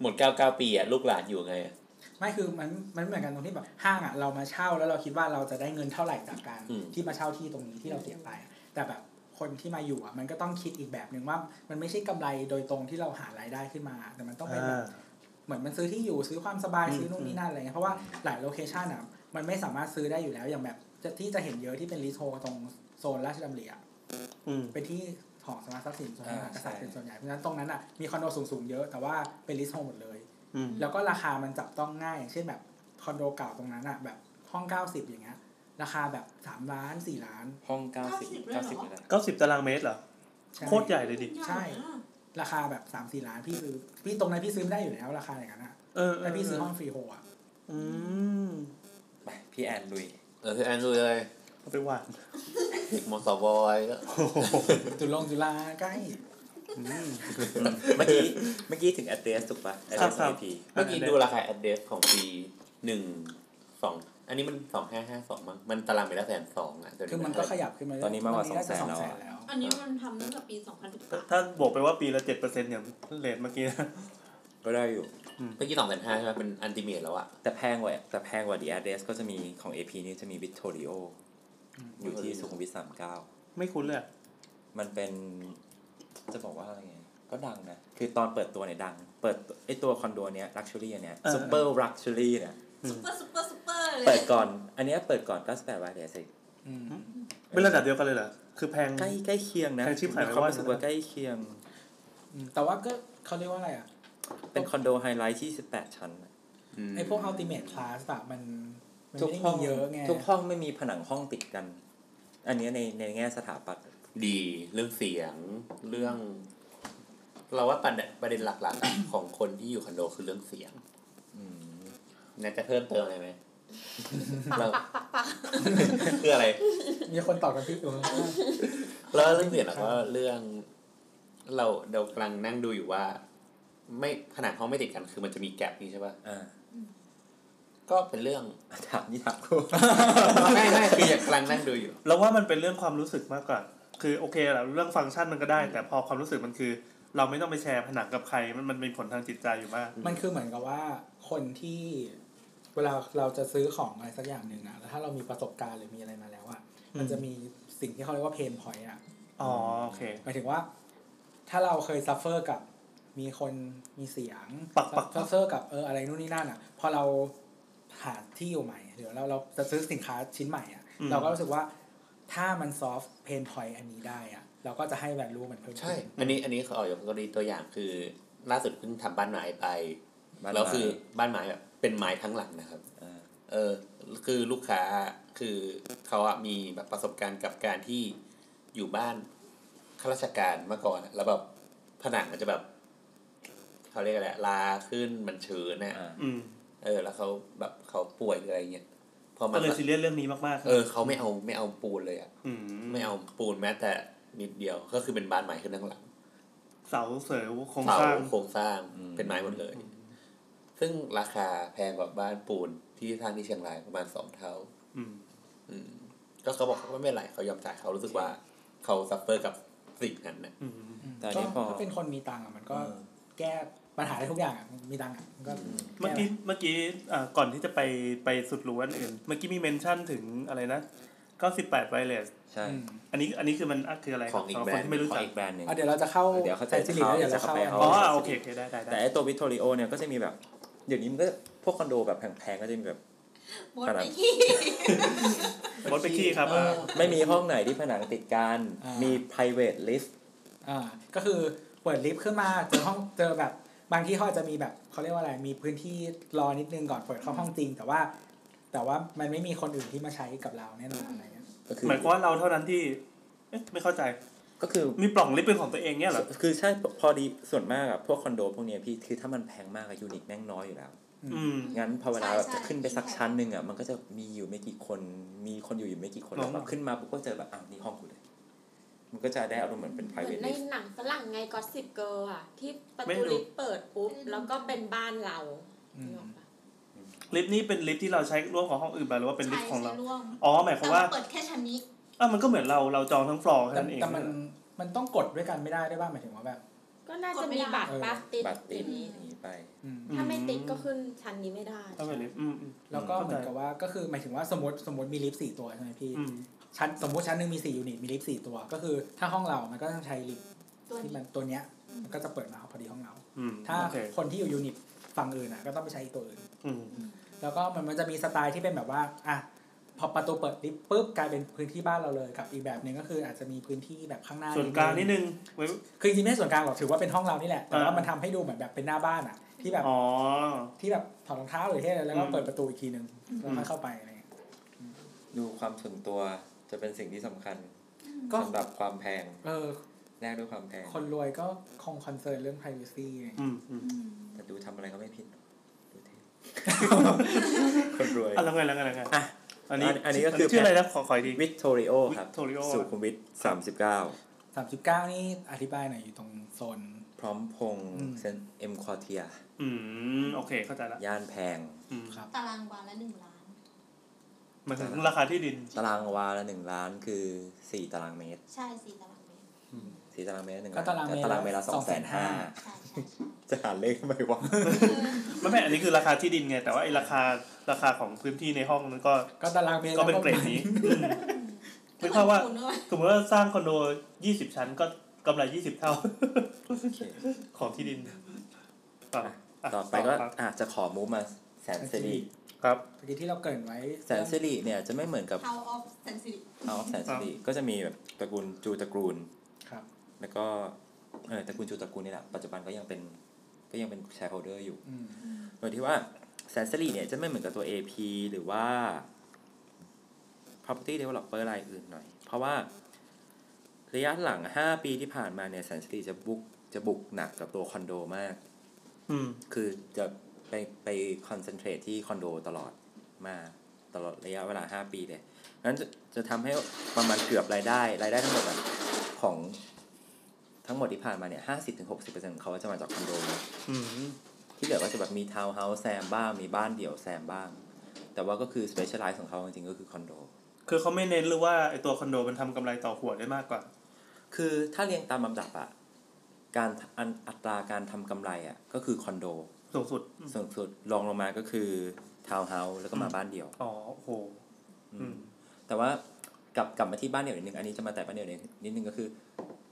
หมดเก้าเก้าปีอะลูกหลานอยู่ไงอะ ไม่คือมันมันเหมือนกันตรงที่แบบห้างอะเรามาเช่าแล้วเราคิดว่าเราจะได้เงินเท่าไหร่จากการที่มาเช่าที่ตรงนี้ที่เราเสียไป แต่แบบคนที่มาอยู่อะมันก็ต้องคิดอีกแบบหนึ่งว่า มันไม่ใช่กำไรโดยตรงที่เราหารายได้ขึ้นมา แต่มันต้องเป็นแบบ เหมือนมันซื้อที่อยู่ซื้อความสบาย อืม ซื้อนู่นนี่นั่นอะไรเงี้ยเพราะว่าหลายโลเคชันอ่ะมันไม่สามารถซื้อได้อยู่แล้วอย่างแบบจะที่จะเห็นเยอะที่เป็นรีโทตรงโซนราชดำเนิน อืม เป็นที่ของสำนักทรัพย์สินส่วนมหากษัตริย์ อ่าใช่ เป็นส่วนใหญ่เพราะฉะนั้นตรงนั้นอ่ะมีคอนโดสูงๆเยอะแต่ว่าเป็นรีโทหมดเลย อืม แล้วก็ราคามันจับต้องง่ายอย่างเช่นแบบคอนโดเก่าตรงนั้นอ่ะแบบห้อง 90 อย่างเงี้ยราคาแบบ 3 ล้าน 4 ล้าน ห้อง 90 90เลยนะ เก้าสิบตารางเมตรเหรอ ช่ โคตรใหญ่เลยดิ ใช่ ราคาแบบ 3 4 ล้านพี่ซื้อพี่ตรงนั้นพี่ซื้อไม่ได้อยู่แล้วราคาอย่างนั้นอ่ะ เออเ แต่พี่ซื้อห้องฟรีโฮอ่ะ อืม ไปพี่แอนลุย เออคือแอนดูเลย เอาไปวาด เด็กมอสบอยก็ โอ้โห จุลงจุฬาใกล้ อืม เมื่อกี้ เมื่อกี้ถึง address ถูกปะ address ครับ IP เมื่อกี้ดูราคา address ของปีหนึ่งสองอันนี้มันสองห้าห้าสองมั้งมันตารางเมตรละแสนสองอ่ะเดี๋ยว คือมันก็ขยับขึ้นมาเรื่ยๆ ตอนนี้มากกว่า ตจะ 200,000แล้วอะ แล้ว อันนี้มันทำตั้งแต่ปี 2013 ถ้าบอกไปว่าปีละเจ็ดเปอร์เซ็นต์อย่างเลทเมื่อกี้นะ ก็ได้อยู่ เมื่อกี้สองแสนห้าใช่ไหมเป็นอันติเมตแล้วอ่ะ แต่แพงกว่าแต่แพงกว่า the address ก็จะมีของ AP นี่จะมี Vittorio อยู่ที่สุขุมวิท39 ไม่คุ้นเลยอะ มันเป็นจะบอกว่าอะไรไง ก็ดังนะ คือตอนเปิดตัวเนี่ยดัง เปิดไอตัวคอนโดเนี้ย luxury อันเนี้ย super luxury เนี่ย อืซุมปเปอร์ซุปเปอร์ซุปเปอร์เล เปิ ย ดก่อน อันเนี้ยเปิดก่อน98วันเดียวสิ อืม เป็นระดับเดียวกันเลยเหรอ คือแพง ใกล้ใกล้เคียงนะ ใครชิบหาย มี ไป ความ ว่า รู้สึกว่าใกล้เคียง อืมแต่ว่าก็เขาเรียกว่าอะไรอ่ะ เป็นคอนโดไฮไลท์ที่18 ชั้นน่ะ ไอพวก ultimate class อะมันมัน ทุก ไม่ได้ ห้อง มีเยอะไง ทุกห้องไม่มีผนังห้องติดกัน อันเนี้ยในในแง่สถาปัตย์ ดีเรื่องเสียงเรื่อง เราว่าประเด็นประเด็นหลักๆอะ ของคนที่อยู่คอนโดคือเรื่องเสียง อืม แนทจะเพิ่มเติมอะไรไห [LAUGHS] ม ปัก เรา [LAUGHS] ปักปักปัก คืออะไร มีคนตอบกันพี่อยู่ข้างล่าง แล้วเรื่องเสียงอะก็เรื่อง เราเดากำลังนั่งดูอยู่ว่า ไม่ผนังห้องไม่ติดกันคือมันจะมีแกลบนี้ใช่ป่ะ อ่า ก็เป็นเรื่อง [LAUGHS] ถามนี่ถามกู ไม่ไม่คืออยากกำลังนั่งดูอยู่ เราว่ามันเป็นเรื่องความรู้สึกมากกว่า คือโอเคแหละเรื่องฟังก์ชันมันก็ได้ แต่พอความรู้สึกมันคือ เราไม่ต้องไปแชร์ผนังกับใคร มันมันมีผลทางจิตใจอยู่มาก มันคือเหมือนกับว่าคนที่เวลาเราจะซื้อของอะไรสักอย่างหนึ่งอะแล้วถ้าเรามีประสบการณ์หรือมีอะไรมาแล้วอะมันจะมีสิ่งที่เขาเรียกว่า pain point อะ อ๋อโอเค หมายถึงว่าถ้าเราเคยซัฟเฟอร์กับมีคนมีเสียง ปักปัก ซัฟเฟอร์กับเอออะไรนู่นนี่นั่นอ่ะ พอเราหาที่อยู่ใหม่หรือเราเราจะซื้อสินค้าชิ้นใหม่อ่ะ เราก็รู้สึกว่าถ้ามันซอฟเพนพอยอันนี้ได้อ่ะ เราก็จะให้แวลูมันเพิ่มขึ้น ใช่ อันนี้อันนี้ขออยกกรณีตัวอย่างคือล่าสุดเพิ่งทำบ้านไม้ไป แล้วคือบ้านไม้แบบเป็นไม้ทั้งหลังนะครับ า เออ คือลูกค้าคือเขาอะมีแบบประสบการณ์กับการที่อยู่บ้านข้าราชการมาก่อนอะแล้วแบบผนังมันจะแบบเขาเรียกอะไรอะลาขึ้นมันชื้นน่ะ อ่า อืม เออ แล้วเขาแบบเขาป่วยหรืออะไรเงี้ยพอมั ก็ น เลยซีเรียสเรื่องนี้มากๆ เออเขาไม่เอาไม่เอาปูนเลยอะ ม ไม่เอาปูนแม้แต่นิดเดียวก็คือเป็นบ้านไม้ขึ้นทั้งหลัง เสาเสริมโครง เสา สร้าง โครงสร้างเป็นไม้หมดเลย ซึ่งราคาแพงกว่าบ้านปูนที่สร้างที่เชียงรายประมาณสองเท่า อืม อืมก็เขาบอกว่าไม่เป็นไรเขายอมจ่ายเขารู้สึกว่าเขาซัฟเฟอร์กับสิ่งนั้นนะ อืม แต่อันนี้พอ ก็ถ้าเป็นคนมีตังค์อ่ะมันก็ เออ แก้ ปัญหาได้ทุกอย่างอะมีตังค์อะมันก็ เมื่อกี้เมื่อกี้อ่าก่อนที่จะไปไปสุดรู้อันอื่น เมื่อกี้มีเมนชั่นถึงอะไรนะ 98 wireless ใช่ อืม อันนี้อันนี้คือมันคืออะไรค ข รั องอีก สำห แบร คน น ด์ ที่ไม่รู้ ขอ จัก อีกแบรนด์หนึ่ง อ่ะเดี๋ยวเราจะเข้า เดี๋ยวเข้าใจ ซิลิแล้วเดี๋ยวเราเข้า เดี๋ยวจะเข้า อ๋อ ไป อ่ะโอเคโอเคได้ได้ได้ แต่ไอตัววิทอริโอเนี่ยก็จะมีแบบเดี๋ยวนี้มันก็พวกคอนโดแบบแพงๆก็จะมีแบบ หมดไปขี้ มดไปขี้ครับอ่า ไม่มีห้องไหนที่ผนังติดกันมี private lift อ่าก็คือเปิดลิฟต์ขึ้นมาเจอห้องเจอแบบบางที่เขาอาจจะมีแบบเขาเรียกว่าอะไรมีพื้นที่รอนิดนึงก่อนเปิดเข้าห้องจริง แต่ว่า แต่ว่ามันไม่มีคนอื่นที่มาใช้กับเราแน่นอนอะไรเงี้ย ก็คือ หมายความว่าเราเท่านั้นที่เอ๊ะไม่เข้าใจ ก็คือ มีปล่องลิฟต์เป็นของตัวเองเนี่ยเหรอ คือใช่พอดีส่วนมากอะพวกคอนโดพวกเนี้ยพี่คือถ้ามันแพงมากอะยูนิตแม่งน้อยอยู่แล้ว อืม งั้นพอเวลา ใช่ แบบ ใช่ จะขึ้นไปสักชั้นหนึ่งอะมันก็จะมีอยู่ไม่กี่คนมีคนอยู่อยู่ไม่กี่คน น้ แล้ อ ว ง แบบขึ้นมาปุ๊บก็เจอแบบอ้าวนี่ห้องกูเลย มันก็จะได้อารมณ์เหมือนเป็น เหมือน private ใน lift หนังฝรั่งไงก็สิบเกิร์อะที่ประ ไม่ ตู รู้ ลิฟต์เปิดปุ๊บแล้วก็เป็นบ้านเรา อืม นึกออกปะ ลิฟต์นี่เป็นลิฟต์ที่เราใช้ร่วมกับห้องอื่นไปหรือว่าเป็นลิฟต์ของเรา ใช่ร่วม อ๋อ หมายความว่า เปิดแค่ชั้นนี้ อ่ะมันก็เหมือนเราเราจองทั้งฟลอร์แค่ แต่ นั้นเอง แต่มันมันต้องกดด้วยกันไม่ได้ด้วยบ้างหมายถึงว่าแบบ ก็น่า ก็ จะ ไม่ มี ได้ บัตรปาติด บัตรติด อย่างนี้ อย่างนี้ไป อืม อืม ถ้าไม่ติดก็ขึ้นชั้นนี้ไม่ได้ ถ้าเป็นลิฟต์อืมอืม แล้วก็ อืม เหมือนกับว่าก็คือหมายถึงว่าสมมติสมมติมีลิฟต์สี่ตัวใช่ไหมพี่ อืม ชั้นสมมติชั้นหนึ่งมีสี่ยูนิตมีลิฟต์สี่ตัว ก็คือถ้าห้องเรามันก็ต้องใช้ลิฟต์ ตัว ที่ นี้ มันตัวเนี้ยมันก็จะเปิดมาพอดีห้องเรา อืม ถ้า โอเค คนที่อยู่ยูนิตฝั่งอื่นอ่ะก็ต้องไปใช้อีกตัวอื่น อืม แล้วก็มันมันจะมีสไตล์ที่เป็นแบบว่าอ่ะพอประตูเปิดลิฟต์ปุ๊บกลายเป็นพื้นที่บ้านเราเลยกับอีกแบบหนึ่งก็คืออาจจะมีพื้นที่แบบข้างหน้า ส่วนกลางนิดนึงไว้ คือจริงๆไม่ใช่ส่วนกลางหรอกถือว่าเป็นห้องเรานี่แหละแต่ว่า อ่ามั มันทำให้ดูเหมือนแบบเป็นหน้าบ้านอ่ะที่แบบ อ๋อ ที่แบบถอดรองเท้าหรือที่อะไรแล้วก็ อืม เปิดประตูอีกทีหนึ่งแล้วค่อยเข้าไปอะไรอย่างเงี้ย ดูความส่วนตัวจะเป็นสิ่งที่สำคัญ ก็ สำหรับความแพง เออ แลกด้วยความแพง คนรวยก็คงคอนเซิร์นเรื่อง privacy ไง อืมอืม แต่ดูทำอะไรก็ไม่ผิดดูเท่ คนรวย อ่ะแล้วไงแล้วไงแล้วไง อ่ะ อันนี้ อันนี้ก็คือ ชื่ออะไรนะขอขออีกที วิกตอริโอครับ Victorio สุขุมวิทสามสิบเก้า สามสิบเก้านี่อธิบายหน่อยอยู่ตรงโซน พร้อมพงษ์ อืม เซนเอ็มคอเทีย อืมโอเคเข้าใจละ ย่านแพง อืม ครับ ตารางวาละหนึ่งล้าน หมันถึงราคาที่ดิน ตารางวาละหนึ่งล้านคือสี่ตารางเมตร ใช่สี่ตารางเมตร สี่ตารางเมตรหนึ่ง ก็ตารางเมตรละ ตารางเมตรละสองแสนห้า 250,000 ใช่ใช่ใช่ จะหารเลขทำไมวะ ไม่แม่อันนี้คือราคาที่ดินไง แต่ว่าไอ้ราคาราคาของพื้นที่ในห้องนั้นก็ ก็ตารางเมตร ก็เป็นเกรดนี้อืมนึกภาพว่า คุณว่า สมมติว่าสร้างคอนโด 20 ชั้นก็กำไร 20 เท่า ของที่ดินต่ออ่ะ ต่อไปก็ ครับ อาจจะขอมูฟมาแสนสิริ ครับ เมื่อกี้ที่เราเกรินไว้ แสนสิริเนี่ยจะไม่เหมือนกับ เท้าออฟเซนซิลิ เอาแสนสิริก็จะมีแบบตระกูลจูตระกูล ครับ แล้วก็เออตระกูลจูตระกูลนี่แหละปัจจุบันก็ยังเป็นก็ยังเป็นแชร์โฮเดอร์อยู่ อืม โดยที่ว่าแสนสิริเนี่ยจะไม่เหมือนกับตัว AP หรือว่า property developer รายอื่นหน่อย เพราะว่าระยะหลัง 5 ปีที่ผ่านมาเนี่ยแสนสิริจะบุกจะบุกหนักกับตัวคอนโดมาก อืม คือจะไปไปคอนเซนเทรตที่คอนโดตลอดมาตลอดระยะเวลา 5 ปีเลยนั้นจะจะทำให้ประมาณเกือบรายได้ รายได้ทั้งหมดอะของทั้งหมดที่ผ่านมาเนี่ยห้าสิบถึงหกสิบเปอร์เซ็นต์ของเขาจะมาจากคอนโด อืม ที่เหลือก็จะแบบมีทาวน์เฮาส์แซมบ้าง มีบ้านเดี่ยวแซมบ้าง แต่ว่าก็คือสเปเชียลไลซ์ของเขาจริงๆก็คือคอนโด คือเขาไม่เน้นหรือว่าไอตัวคอนโดมันทำกำไรต่อหัวได้มากกว่า คือถ้าเรียงตามลำดับอะการอันอัตราการทำกำไรอะก็คือคอนโด สูงสุดอืม ส่วนสุดรองลงมาก็คือทาวน์เฮาส์แล้วก็มาบ้านเดี่ยว อ๋อโอ้โห อืม แต่ว่ากลับกลับมาที่บ้านเดี่ยวนิดนึง อันนี้จะมาแต่บ้านเดี่ยวนิดนึงก็คือ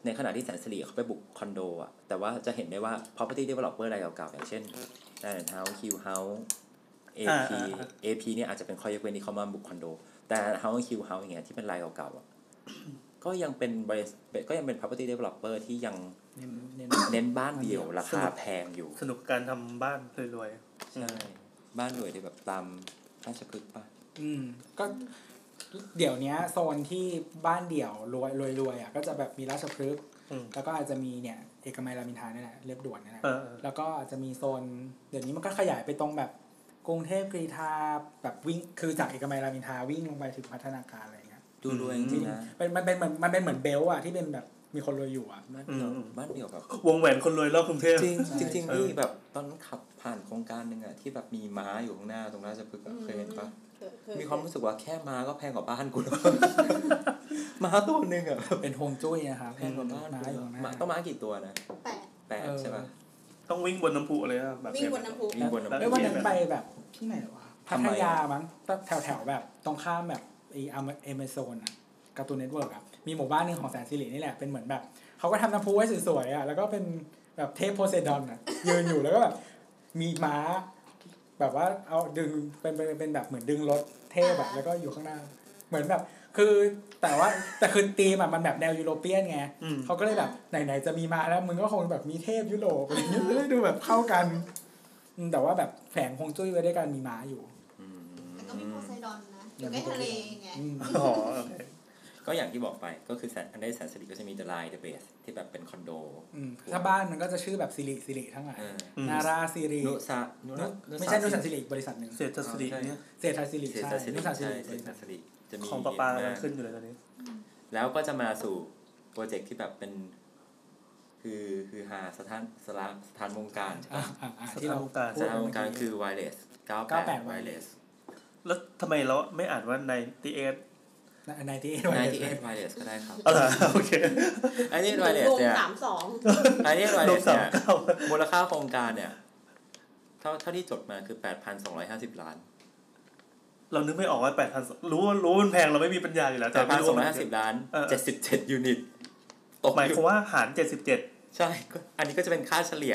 ในขณะที่แสนสิริเขาไปบุกคอนโดอะแต่ว่าจะเห็นได้ว่า property developer รายเก่าๆ อย่างเช่น d a n h o u s e Q House AP อ่าอ่า AP เนี่ยอาจจะเป็นข้อยกเว้นที่เขามาบุกคอนโด แต่ d a n House Q House อย่างเงี้ยที่เป็นรายเก่าๆอะก็ยังเป็นบริษัทก็ยังเป็น property developer ที่ยัง เน้นเน้น เน้นบ้านเดี่ยวราคาแพงอยู่ สนุกการทำบ้านรวย ใช่บ้านรวยที่แบบตามราชพฤกษ์ป่ะ อืมก็เดี๋ยวเนี้ยโซนที่บ้านเดี่ยวรวยรวยรวยอ่ะก็จะแบบมีราชพฤกษ์ ๆอืม แล้วก็อาจจะมีเนี่ยเอกมัยรามอินทราเนี่ยแหละเรียบด่วนเนี่ยแหละ เออเออ แล้วก็อาจจะมีโซน เดี๋ยวนี้มันก็ขยายไปตรงแบบกรุงเทพกรีฑาแบบวิ่งคือจากเอกมัยรามอินทราวิ่งลงไปถึงพัฒนาการอะไรอย่างเงี้ย ดูรวยจริงๆนะ เป็นมันเป็นเหมือนมันเป็นเหมือนเบลต์อะที่เป็นแบบมีคนรวยอยู่อะ บ้านเดี่ยวบ้านเดี่ยวแบบ วงแหวนคนรวยรอบกรุงเทพ จริง ใช่ จริง เออ พี่แบบตอนนั้นขับผ่านโครงการหนึ่งอะที่แบบมีม้าอยู่ข้างหน้าตรงราชพฤกษ์อะเคยเห็นปะมีความรู้สึกว่าแค่ม้าก็แพงกว่าบ้านกู [LAUGHS] แล้ว ม้าตัวหนึ่งอะ เป็นฮวงจุ้ยนะครับ แพงกว่าบ้าน ม้า กู อยู่ แล้วม้าต้ข้างหน้าองม้ากี่ตัวนะ แปด แปดใช่ปะ เ ต้องวิ่งบนน้ำพุเลยอะแบบ วิ่ง เย บนน้ำพุ วิ่งบนน้ำ แล้ เอ้ยวันนั้นไปแบบที่ไหนวะพั ทำไม ทยามั้งแถวแถวๆแบบตรงข้ามแบบไอเอเมซอนอะการ์ตูนเน็ตเวิร์กอะมีหมู่บ้านหนึ่งของแสนสิรินี่แหละ เป็นเหมือนแบบเขาก็ทำน้ำพุไว้สวยๆอะแล้วก็เป็นแบบเทพโพไซดอนอะยืนอยู่แล้วก็แบบมีม้า แบบว่าเอาดึงเป็นเป็นเป็นแบบเหมือนดึงรถเทพแบบ อ่า แล้วก็อยู่ข้างหน้า เหมือนแบบ คือแต่ว่าแต่คือธีมอะมันแบบแนวยุโรเปียนไง อืม เขาก็เลยแบบไหนๆจะมีมาแล้วมึงก็คงแบบมีเทพยุโรปอะไรอย่างเงี้ยเลยดูแบบเข้ากัน อืมแต่ว่าแบบแฝงคงจุ้ยไว้ด้วยกันมีม้าอยู่ แต่ก็มีโพไซดอนนะ อยู่ใกล้ทะเลไง อืม อ๋อโอเค ก็อย่างที่บอกไปก็คือแสนอันได้แสนสิริก็จะมี The Line The Base ที่แบบเป็นคอนโด อืมถ้าบ้านมันก็จะชื่อแบบสิริสิริทั้งหลาย เออ นาราสิริ นุสานุ นุ นะ ไม่ใช่นุสันสิริอีกบริษัทหนึ่ง เศรษฐศรีเนี่ย เศรษฐาสิริ เศรษ ใช่ ฐสิริ นุสันสิ ใช่ ริ เศรษฐสิริจะมี ของปลาปลากำลัง ก ขึ้นอยู่เลยตอนนี้ แล้วก็จะมาสู่โปรเจกต์ที่แบบเป็น คือคือหาสถานสถานสถานวงการใช่ อ่า ปะ อ่าอ่าที่เรา สถานวงการ สถานวงการคือ อ wireless 98 98 wireless แล้วทำไมเราไม่อ่านว่าในตีเอส ในที่เอ [LAUGHS] 98 wireless ก็ได้ครับ อะไรอโอเค อันนี้ ถึง wireless วง เนี่ย สามสอง อั [LAUGHS] นนี้ ลบ wireless สาม เนี่ย เก้า มูลค่าโครงการเนี่ย เท่าเท่าที่จดมาคือ 8,250 ล้าน เรานึกไม่ออกว่าแปดพันรู้ว่ารู้ว่ามันแพงเราไม่มีปัญญาอยู่แล้วแต่ไม่รู้ว่ามันเยอะ 8,250 ล้าน เออ 77 ยูนิตตก หมายคอวาม ยู่ ว่าหารเจ็ดสิบเจ็ด ใช่ก็อันนี้ก็จะเป็นค่าเฉลี่ย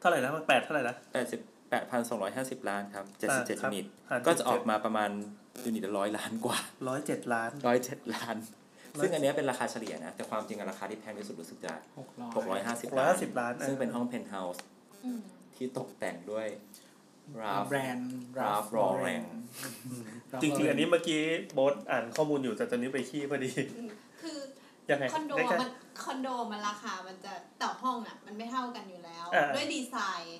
เท่าไหร่นะมันแปดเท่าไหร่นะ 88,250 ล้านครับ 77 ครั ยู บ นิต หาร ก็จะออกมาประมาณยูนิตละร้อยล้านกว่า ร้อยเจ็ดล้าน ร้อยเจ็ดล้าน ซึ่งอันเนี้ยเป็นราคาเฉลี่ยนะ แต่ความจริงอะราคาที่แพงที่สุดรู้สึกจะ หกร้อย หกร้อยห้าสิบ 650ล้านอ่ะ ซึ่งเป็นห้องเพนท์เฮาส์ที่ตกแต่งด้วย ราฟ แบรนด์ Ralph Lauren จริงๆ อันนี้เมื่อกี้โบ๊ทอ่านข้อมูลอยู่แต่ตอนนี้ไปขี้พอดี [LAUGHS] คือ ยังไง คอนโด ได้ อะ แค่ มันคอนโดมันราคา มันจะต่อห้องอ่ะ มันไม่เท่ากันอยู่แล้ว อ่า ด้วยดีไซน์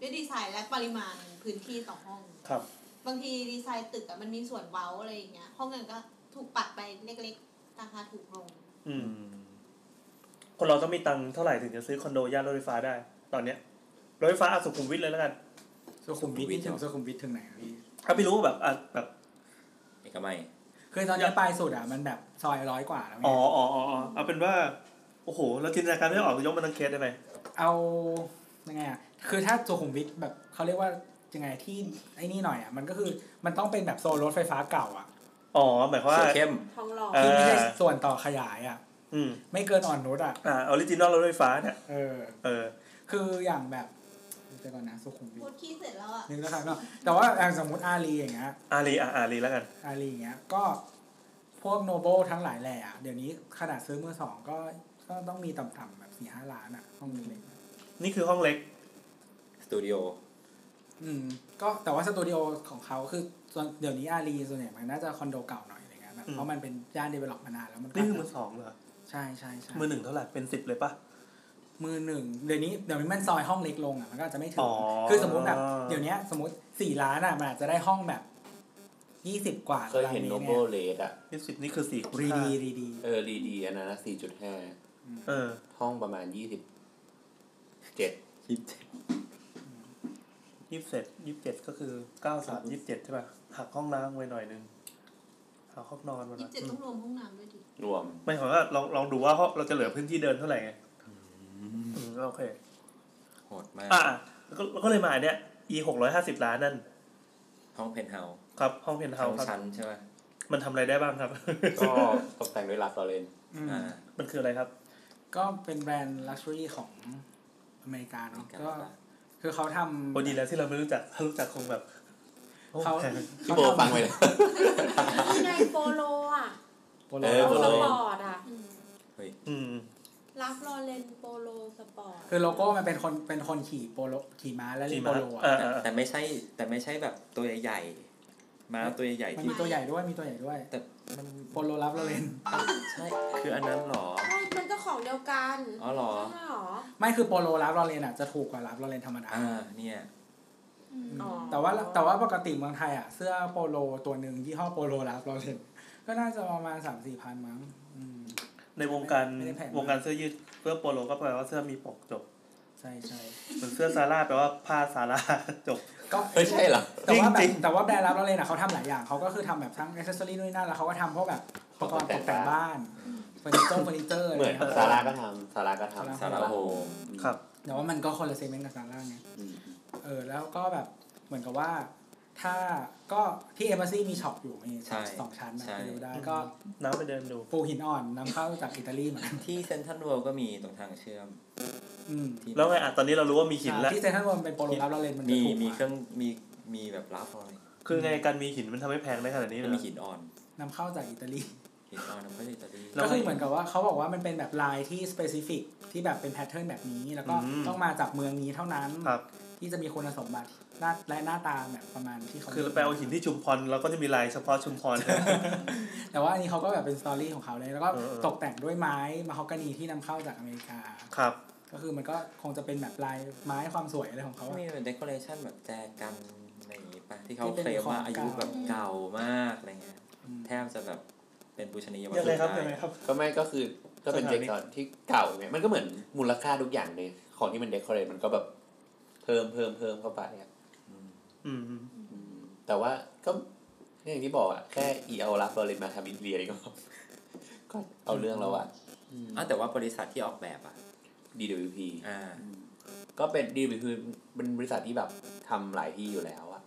ด้วยดีไซน์และปริมาณพื้นที่ต่อห้อง ครับ บางทีดีไซน์ตึกอะมันมีส่วนเว้าอะไรอย่างเงี้ย ห้องเงินก็ถูกปัดไปเล็กๆ ราคาถูกลง อืม คนเราต้องมีตังค์เท่าไหร่ถึงจะซื้อคอนโดย่านรถไฟฟ้าได้ ตอนเนี้ยรถไฟฟ้าอาสุขุมวิทเลยแล้วกัน สุขุมวิทนี่ถึงสุขุมวิทถึงไหนอะพี่ ถ้าพี่รู้แบบอ่ะแบบ เอกมัย คือตอนนี้ปลายสุดอ่ะมันแบบซอยร้อยกว่าแล้วไง อ๋ออ๋ออ๋ออ๋อเอาเป็นว่า โอ้โห เราจินตนาการไม่ออกยกมันทั้งเคสได้ไหม เอายังไงอ่ะคือถ้าสุขุมวิทแบบเขาเรียกว่ายังไงที่ไอ้นี่หน่อยอ่ะมันก็คือมันต้องเป็นแบบโซนรถไฟฟ้าเก่าอ่ะ อ๋อหมายความว่า เสือเข้ม ทองหล่อ เออ ที่ไม่ใช่ส่วนต่อขยายอ่ะ อืม ไม่เกินอ่อนนุชอ่ะ อ่าออริจินอลรถไฟฟ้าเนี่ย เออ เออ คืออย่างแบบเดี๋ยวก่อนนะสุขุมวิ พู ท ดขี้เสร็จแล้วอะ นึกนะครับเนาะแต่ว่าอย่างสมมติอารีอย่างเงี้ย อารีอ่ะอารีแล้วกัน อารีอย่างเงี้ยก็พวกโนโบทั้งหลายแหล่อะเดี๋ยวนี้ขนาดซื้อมือสองก็ก็ต้องมีต่ำๆแบบสี่ห้าล้านอ่ะห้องนึงเลย นี่คือห้องเล็ก สตูดิโอ อืมก็แต่ว่าสตูดิโอของเขาคือส่วนเดี๋ยวนี้อารีส่วนใหญ่มันน่าจะคอนโดเก่าหน่อยอะไรเงี้ยแบบ อืม เพราะมันเป็นย่านเดเวล็อปมานานแล้วมันก็ นี่คือมือสองเหรอ ใช่ใช่ใช่ มือหนึ่งเท่าไหร่เป็นสิบเลยปะ มือหนึ่งเดี๋ยวนี้เดี๋ยวนี้มันซอยห้องเล็กลงอ่ะมันก็อาจจะไม่ถึ อ๋ ง อ คือสมมติแบบเดี๋ยวนี้สมมติสี่ล้านอ่ะมันอาจจะได้ห้องแบบยี่สิบกว่า เคยเห็นโนโบเลดอะ ยี่สิบนี่คือสี่คูณ รี ห้า ดีรีดี เออรีดีอันนั้นสี่จุดห้า เออ ห้องประมาณยี่สิบเจ็ด ยี่สิบเจ็ดยี่สิบเจ็ดก็คือเก้าสามยี่สิบเจ็ดใช่ป่ะหักห้องน้ำไว้หน่อยนึงหักห้องนอนมาหน่ ยี่สิบอเจ็ด ย ต้องรวมห้องน้ำด้วยดิ รวม ไม่ขอว่าลองลองดูว่าห้องเราจะเหลือพื้นที่เดินเท่าไหร่ไงอืมโอเค โหดมาก อ่ะแล้วก็แล้วก็เลยมาอันเนี้ย e หกร้อยห้าสิบล้านนั่น ห้องเพนท์เฮาส์ ครับ ห้องเพนท์เฮา ทั้ง ส์ครับ ชั้นใช่ไหม มันทำอะไรได้บ้างครับ ก็ตกแต่งด้วยลาฟลอเรน อืม อ่า มันคืออะไรครับ ก็เป็นแบรนด์ลักชัวรี่ของอเมริกาเนาะก็คือเขาทำ โอดีแล้วที่เราไม่รู้จักถ้ารู้จักคงแบบโอ้ เขา แพง พี่โบฟังไปเลย นี่ไงโปโลอ่ะ โปโล เออ โป โป โล โล สปอร์ตอ่ะ อืม รักรอเลนโปโลสปอร์ต คือโลโก้มันเป็นคนเป็นคนขี่โปโลขี่ม้าและเล่นโปโล เอ อ่ะ อเออเออ แต่ไม่ใช่แต่ไม่ใช่แบบตัวใหญ่ๆมาตัวใหญ่ๆ มัน ที่ มีตัวใหญ่ด้วยมีตัวใหญ่ด้วย แต่มัน โปโลรับเราเล่น ใช่คืออันนั้นเหรอ ใช่มันก็ของเดียวกัน อ๋อเหรอ ใช่เหรอ ไม่คือโปโลรับเราเล่นอ่ะจะถูกกว่ารับเราเล่นธรรมดา อ่าเนี่ย อ๋อ แต่ว่าแต่ว่าปกติเมืองไทยอ่ะเสื้อโปโลตัวหนึ่งยี่ห้อโปโลรับเราเล่นก็น่าจะประมาณสามสี่พันมั้งอืม ในวงการ ไม่ได้แพงมาก วงการเสื้อยืดเสื้อโปโลก็แปลว่าเสื้อมีปกจบ ใช่ใช่ เหมือนเสื้อซาร่าแปลว่าผ้าซาร่า [LAUGHS] จบ ก็ ไม่ใช่เหรอ แต่ว่าแบ จริ บ งๆ แต่ว่าแบรนด์รับเราเล่นอ่ะเขาทำหลายอย่างเขาก็คือทำแบบทั้งอิเซอรี่นู่นนนั่นแล้วเขาก็ทำพวกแบบอุปกรณ์ตกแต่งบ้านเฟอร์นิเจอร์เฟอร์นิเจอร์ะ เหมื ไร อน งี้ย ซาร่าก็ทำซาร่าก็ทำ ซาร่าโฮม ครับ แต่ว่ามันก็คนละเซกเมนต์กับซาร่าไง อืม เออแล้วก็แบบเหมือนกับว่า ถ้าก็ที่เอมบ s ซีมีช็อปอยู่มี ใช่ ช็อปสองชั้นนะ ใช่ ไปดูได้ก็ น้ำไปเดินดู ปูหินอ่อนนำเข้าจากอิตาลีเหมือนกัน ที่เซนทรัลเวิลด์ก็มีตรงทางเชื่อม อืม ที่ แล้วไงอ่ะตอนนี้เรารู้ว่ามีหินแล้ว ที่เซนทรัลเวอลด์เป็นโปโลรับเราเลนมันจะ มี ถูก มี กว่า เครื่องมีมีแบบรับอะไร คือไงการมีหินมันทำให้แพงได้ขนาดนี้เล มั ย น เหร มี อ หินอ่อน นำเข้าจากอิตาลี หินอ่อนนำเข้าจากอิตาลี แล้ว ก็ ไง คือเหมือนกับว่าเขาบอกว่ามันเป็นแบบลายที่ specific ที่แบบเป็นแพทเทิร์นแบบนี้แล้วก็ อืม ต้องมาจากเมืองนี้เท่านั้น ครับ ที่จะมีคุณสมบัติหน้าและหน้าตาแบบประมาณที่เขา คือเราไปเอาหินที่ชุมพรเราก็จะมีลายเฉพาะชุมพ [LAUGHS] ร แต่ว่าอันนี้เขาก็แบบเป็นสตอรี่ของเขาเลยแล้วก็ เออเออ ตกแต่งด้วยไม้มาฮอกกานีที่นำเข้าจากอเมริกา ครับ ก็คือมันก็คงจะเป็นแบบลายไม้ความสวยอะไรของเขาอะ มีแบบเดคอเรชันแบบแจกันอะไรอย่างงี้ป่ะที่เขา ที่เป็น เคลมว่า ของ อายุแบบ เก่า เก่ามากอะไรเงี้ย อืม แทบจะแบบเป็นบูชนียวัต ยังไงครับ ได้ ยังไงครับ ก็ไม่ก็คือก็เป็น สถา เจ นิ คอนที่เก่าไงมันก็เหมือนมูลค่าทุกอย่างเลยของที่มันเดคอเรทมันก็แบบเพิ่มเพิ่มเพิ่มเข้าไปอะ อืม อืมอืม อืมแต่ว่าก็เนี่ยอย่างที่บอกอะแค่อีเอารับเราเลยมาท [LAUGHS] ำอินเดียนี่ก็ ก็เอาเรื่องแล้วอะอืม อ้าวแต่ว่าบริษัทที่ออกแบบอ่ะ DWP อ่า ก็เป็น DWP เป็นบริษัทที่แบบทำหลายที่อยู่แล้วอะ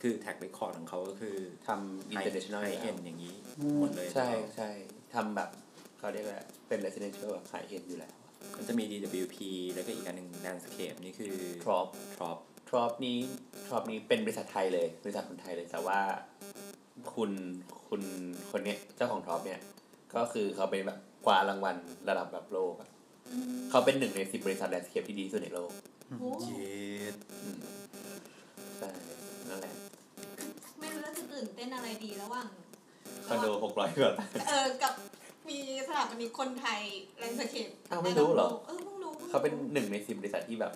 คือแท็กเรคคอร์ดของเขาก็คือ ทำ international ไฮ อยู่แล้ เอ็ วน อย่างนี้หมดเลย ใช่ใช่ทำแบบเขาเรียกว่าเป็น residential แบบ high end อยู่แล้ว มันจะมี DWP แล้วก็อีกอันหนึ่ง Landscape นี่คือ ทรอป Trop ทรอปนี้ทรอปนี้เป็นบริษัทไทยเลย บริษัทคนไทยเลย แต่ว่าคุณคุณคนเนี้ยเจ้าของทรอปเนี่ย ก็คือเขาเป็นแบบคว้ารางวัลระดับแบบโลกอะเขาเป็นหนึ่งในสิบบริษัทแลนด์สเคปที่ดีที่สุดในโลก โอ้ เย็ด อืมใช่นั่นแหละ ไม่รู้แล้วจะตื่นเต้นอะไรดีระหว่าง คอนโดหกร้อยกว่า เออกับมีสถาปนิกคนไทยแลนด์สเคป อ้าวไม่รู้เหรอ เออเพิ่งรู้พิ่งรู้ เขาเป็นหนึ่งในสิบบริษัทที่แบบ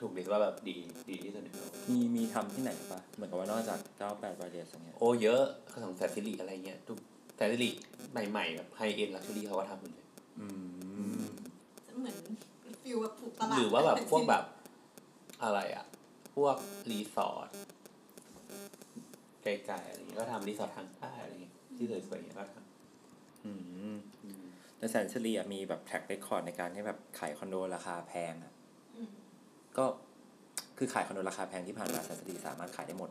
ถูกเรียกว่าแบบดีดีที่สุดในโลก มีมีทำที่ไหนปะเหมือนกับว่านอกจาก 98 b r i d e s อย่างเงี้ย โอ้เยอะของแสนสิริอะไรเงี้ยทุกแสนสิริใหม่ๆแบบไฮเอ็นลักชัวรี่เขาก็ทำหมดเลย อืม เหมือนฟิวแบบถูกตลาด หรือว่าแบบพวกแบบอะไรอ่ะ พวกรีสอร์ทไกลๆอะไรเงี้ยก็ทำรีสอร์ททางใต้อะไรเงี้ยที่สวยๆเงี้ยก็ท อืม ำอืม แต่แสนสิริอะมีแบบแท็กเรคคอร์ดในการที่แบบขายคอนโดราคาแพงอะ อืม ก็คือขายคอนโดราคาแพงที่ผ่านมาแสนสิริสามารถขายได้หมด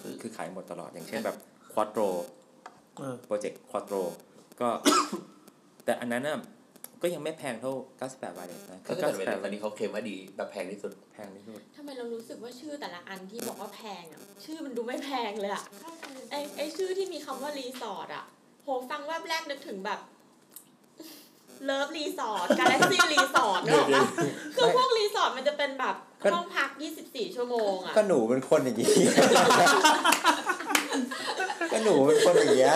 คือคือขายหมดตลอดอย่างเช่นแบบควอตโร เออ โปรเจกต์ควอตโรก็ [COUGHS] แต่อันนั้นน่ะก็ยังไม่แพงเท่า 98 บาทเลยนะคื ก็ อ จะเป็น 98 ต บา อน ท นี้เขาเคลมว่าดีแบบแพงที่สุด แพงที่สุด ทำไมเรารู้สึกว่าชื่อแต่ละอันที่บอกว่าแพงอ่ะ ชื่อมันดูไม่แพงเลยอ่ะ ใช่ใช่ ไอไอชื่อที่มีคำว่ารีสอร์ทอ่ะ โหฟังแวบแรกนึกถึงแบบเลิฟรีสอร์ทกาแล็กซี่รีสอร์ทเนกอะคือพวกรีสอร์ทมันจะเป็นแบบห้องพัก 24 ชั่วโมงอ่ะ ก็หนูเป็นคนอย่างนี้ [LAUGHS] ก็หนูเป็นคนอย่าง [LAUGHS] นี้ย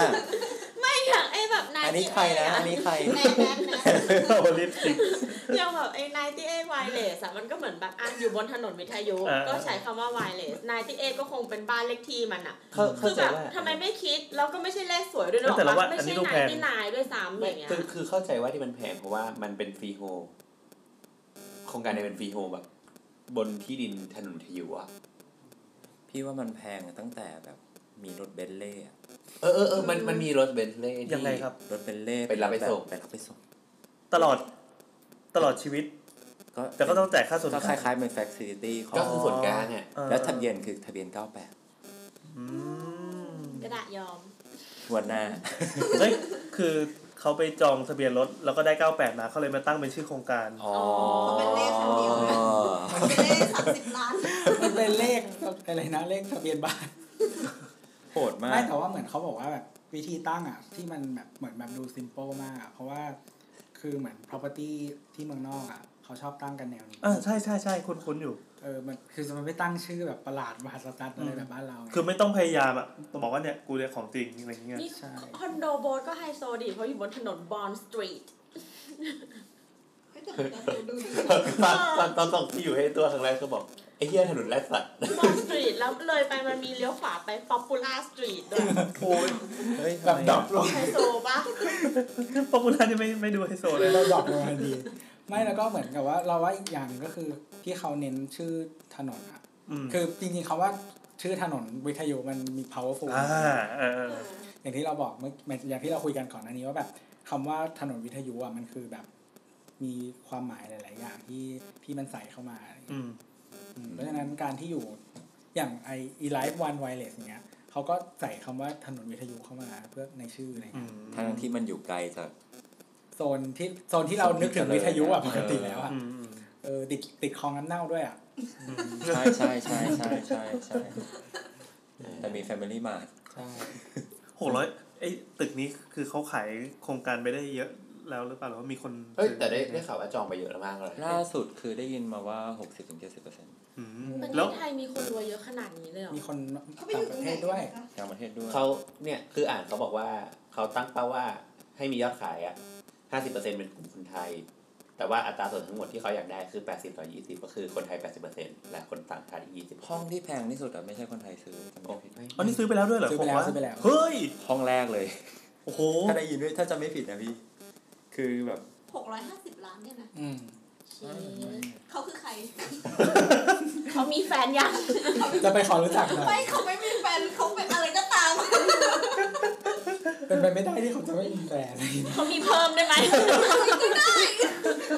ไม่อย่างไอแบบนาย อันนี้ใครนะอันนี้ใคร แม่แม่นะ โอลิมปิก อย่างแบบไอ้นายที่เอไวเลสอะมันก็เหมือนแบบอ่ะอยู่บนถนนวิทยุ อ่า ก็ใช้คำว่าไวเลสนายที่เอก็คงเป็นบ้านเลขที่มันอ่ะ เขา คื เข้า อ ใจ แบบ ว่า ทำไมไม่คิด แล้วก็ไม่ใช่เลขสวยด้วยหรอก แต่เราว่า ปะไม่ อันนี้ ใช่ ดู นา แพ ย ง ที่นายด้วยซ้ำอย่างเงี้ย คือคือเข้าใจว่าที่มันแพงเพราะว่ามันเป็นฟรีโฮมโครงการเนี่ยเป็นฟรีโฮมแบบ บนที่ดินถนนทยุอ่ะ พี่ว่ามันแพงตั้งแต่แบบมีรถเบนเล่อะ เออเออเออมันมันมีรถเบนซ์เล่ที่ ยังไงครับ รถเบนเล่ ไปรับไปส่ง ไปรับไปส่ง ตลอดตลอดชีวิต ก็ แต่ก็ต้องจ่ายค่าส่วน ก็ค กลาง ล้ายๆเป็นแฟคซิลิตี้ของ ก็คือส่วนกลางอ่ะ เออ แล้วทะเบียนคือทะเบียน 98 อืม กระดาษยอม หัวหน้า เฮ้ยคือเขาไปจองทะเบียนรถแล้วก็ได้ 98นะเขาเลยมาตั้งเป็นชื่อโครงการ อ๋อ เป็นเลขคันเดียวนะเป็นเลขสามสิบล้ [LAUGHS] าน มันเป็นเลขอะไรนะเลขทะเบียนบ้าน โหดมา ไม่ ก แต่ว่าเหมือนเขาบอกว่าแบบวิธีตั้งอ่ะที่มันแบบเหมือนแบบดู s ิม p l e มากอ่ะเพราะว่าคือเหมือน property ที่เมืองนอกอ่ะเขาชอบตั้งกันแนวนี้ อ่าใช่ใช่ใช่คุ้นคุ้นๆอยู่ เออมันคือมันไม่ตั้งชื่อแบบประหลาดมหัศจรรย์อะไรแบบบ้านเราไง คือไม่ต้องพยายามอะบอกว่าเนี่ยกูเนี่ยของจริงอะไรอย่างเงี้ย นี่ ใช่ คอนโดโบสก็ไฮโซดีเพราะอยู่บนถนนบอนสตรีท ไม่แต่มันก็ดูดี ตอน [LAUGHS] ตอนตอนส่งที่อยู่ให้ตัวครั้งแรกก็บอก ไอ้เหี้ยถนนแรกสัตว์ บอนสตรีทแล้วเลยไปมันมีเลี้ยวขวาไปป๊อปปูล่าสตรีทด้วย โอ้ย เฮ้ยทำ แบบ ไม ดอะรอปลง ไฮโซปะ ปอกุล่านี่ไม่ไม่ดูไฮโซเลย เราดรอปลงทันทีไม่แล้วก็เหมือนกับว่าเราว่าอีกอย่างหนึ่งก็คือที่เขาเน้นชื่อถนนอ่ะ อืม คือจริงๆคาว่าชื่อถนนวิทยุมันมี powerful อ่าเออเออ อย่างที่เราบอกเมื่ออย่างที่เราคุยกันก่อนอันนี้ว่าแบบคำว่าถนนวิทยุอ่ะมันคือแบบ มีความหมายหลาย ๆ อย่างที่ที่มันใส่เข้ามา อืม อืมเพราะฉะนั้นการที่อยู่อย่างไออีไลฟ์วันไวเลสเนี้ยเขาก็ใส่คำว่าถนนวิทยุเข้ามาเพื่อในชื่ออะไร อื เงี้ย ม ทั้งที่มันอยู่ไกลจาก โซนที่โซนที่เรานึกถึงวิทยุอ่ะ เอ ป อ กติแล้วอ่ะ อืมอืม เออติดติดคลองน้ำเน่าด้วยอ่ะ ใช่ใช่ใช่ใช่ใช่ใช่แต่มี Family Mart ใช่ หกร้อยไอ้ตึกนี้คือเขาขายโครงการไปได้เยอะแล้วหรือเปล่าหรือว่ามีคน เฮ้ยแต่ได้ได้ข่าวว่าจองไปเยอะแล้วมากเลย ล่าสุดคือได้ยินมาว่า 60-70% อืม ประ แล้วเทศไทยมีคนรวยเยอะขนาดนี้เลยเหรอ มีคน เขาไปอ ต่าง ยู่ตรประ งไหนเทศด้วย กันนะคะ ต่างประเทศด้วย เขาเนี่ยคืออ่านเขาบอกว่าเขาตั้งเป้าว่าให้มียอดขายอ่ะห้าสิบเปอร์เซ็นเป็นกลุ่มคนไทย แต่ว่าอัตราส่วนทั้งหมดที่เขาอยากได้คือแปดสิบต่อยี่สิบก็คือคนไทยแปดสิบเปอร์เซ็นและคนต่างชาติอีกยี่สิบ ห้องที่แพงที่สุดอะไม่ใช่คนไทยซื้อจำไม่ผิด อันนี้ซื้อไปแล้วด้วยเหรอ ซื้อไปแล้ว ผมา ซื้อไปแล้ว เฮ้ย ห้องแรกเลย โอ้โห ถ้าได้ยินด้วยถ้าจำไม่ผิดนะพี่ คือแบบ หกร้อยห้าสิบล้านเนี่ยนะ อืม เขาคือใคร เขามีแฟนยัง จะไปขอรู้จักหน่อ ไม่ ย เขาไม่มีแฟนเขาเป็นอะไรก็ตาม [LAUGHS] เป็นไปไม่ได้ที่เขาจะไม่มีแฟนอะไรอย่างเงี้ย เขามีเพิ่มได้ไหม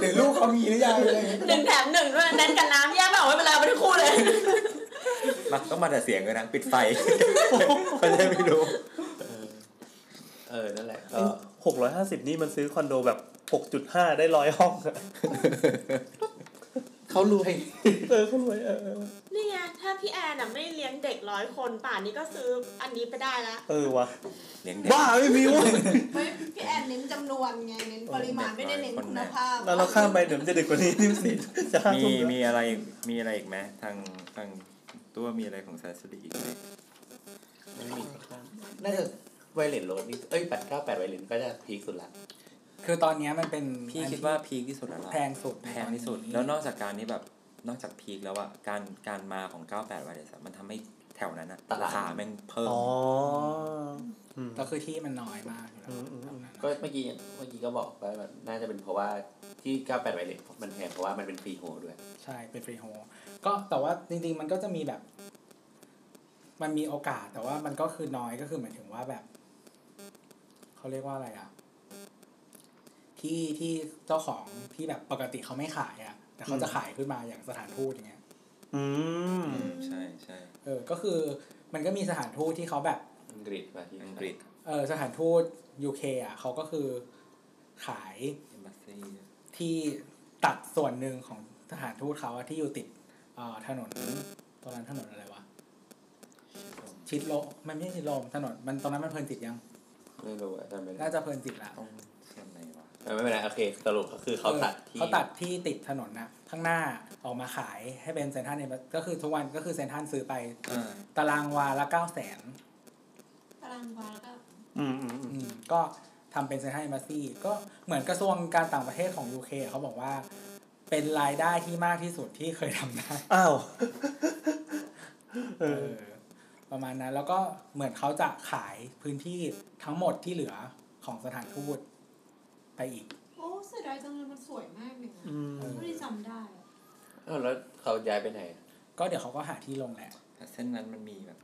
หรือลูกเขามีหรือยังอะไรอย่างเงี้ย หนึ่งแถมหนึ่งด้วยนั้นกับน้ำแยกไม่ออกไม่เป็นไรเอาไปทั้งคู่เลย มาต้องมาแต่เสียงเลยนะ ปิดไฟเขาจะได้ไม่รู้ เออ นั่นแหละก็ หกร้อยห้าสิบนี่มันซื้อคอนโดแบบหกจุดห้าได้ร้อยห้องอะ เขารวย เออคนรวยเออเออ [LAUGHS] นี่ไง ถ้าพี่แอนน่ะไม่เลี้ยงเด็กร้อยคนป่านนี้ก็ซื้ออันนี้ไปได้ละ เออวะ เลี้ยงเด็ก บ้าไม่มีเวะ ไม่พี่แอนเน้นจำนวนไงเน้นปริมาณไม่ได้เน้นคุณภาพ แล้วเราข้ามไปเดี๋ยวมันจะดึกกว่านี้นี่มันสิจะห้า มี ทุ่มแล้ว มีอะไรอีกมีอะไรอีกไหมทางทางตัวมีอะไรของแซนสุดีอีกไหม น่าจะไวเลนโรดนี่เอ้ยแปดเก้าแปดไวเลนก็จะพีคสุดละ คือตอนเนี้ยมันเป็น พี่ อัน คิด ที่ ว่าพีคที่สุดแล้วเหรอ แพงสุด แพงที่สุด แล้วนอกจากการนี้แบบนอกจากพีคแล้วอะการการมาของ 98วันเดสมันทำให้แถวนั้นอะราคาแม่งเพิ่ม อ๋ออืม ก็คือที่มันน้อยมากอยู่แล้ว อืมอืมอืม ก็เมื่อกี้เมื่อกี้ก็บอกว่าแบบน่าจะเป็นเพราะว่าที่เก้าแปดไวเลนมันแพงเพราะว่ามันเป็นฟรีโฮด้วย ใช่เป็นฟรีโฮก็แต่ว่าจริง ๆ มันก็จะมีแบบ มันมีโอกาสแต่ว่ามันก็คือน้อยก็คือหมายถึงว่าแบบเขาเรียกว่าอะไรอ่ะ ที่ที่เจ้าของที่แบบปกติเขาไม่ขายอ่ะ แต่เขาจะขายขึ้นมาอย่างสถานทูตอย่างเงี้ย อืม ใช่ใช่ เออ ก็คือมันก็มีสถานทูตที่เขาแบบ อังกฤษมาที่ อังกฤษ เออสถานทูตยูเคอ่ะเขาก็คือขาย embassy ที่ตัดส่วนหนึ่งของสถานทูตเขาอะที่อยู่ติดเอ่อถนนตรงนั้นถนนอะไรวะ ชิดโลมมันไม่ใช่ชิดโลมถนนมันตรงนั้นมันเพลินจิตยัง ไม่รู้ว่าทำไมได้ น่าจะเพลินจิตละ ต้องส่วนไหนวะ ไม่เป็นไรโอเคสรุปก็คือเขาตัด ออ ที่ เขาตัดที่ติดถนนนะข้างหน้าออกมาขายให้เป็นเซนทรัลเนก็คือทุกวันก็คือเซนทรัลซื้อไป อ่า ตารางวาละเก้าแสน ตารางวาแล้วก็ อืมอืมอืม อืมก็ทำเป็นเซนทรัลเอมบ s ซีก็เหมือนกระทรวงการต่างประเทศของ UK อะเขาบอกว่า เป็นรายได้ที่มากที่สุดที่เคยทำได้ อ้าวเอ เอ อ อประมาณนั้น แล้วก็เหมือนเขาจะขายพื้นที่ทั้งหมดที่เหลือของสถานทูตไปอีก โอ้เสียดายจังเลยมันสวยมากเลยนะ อืม ไม่ได้จำได้อะ อ้าวแล้วเขาย้ายไปไหนอะ ก็เดี๋ยวเขาก็หาที่ลงแหละ แต่เส้นนั้นมันมีแบบ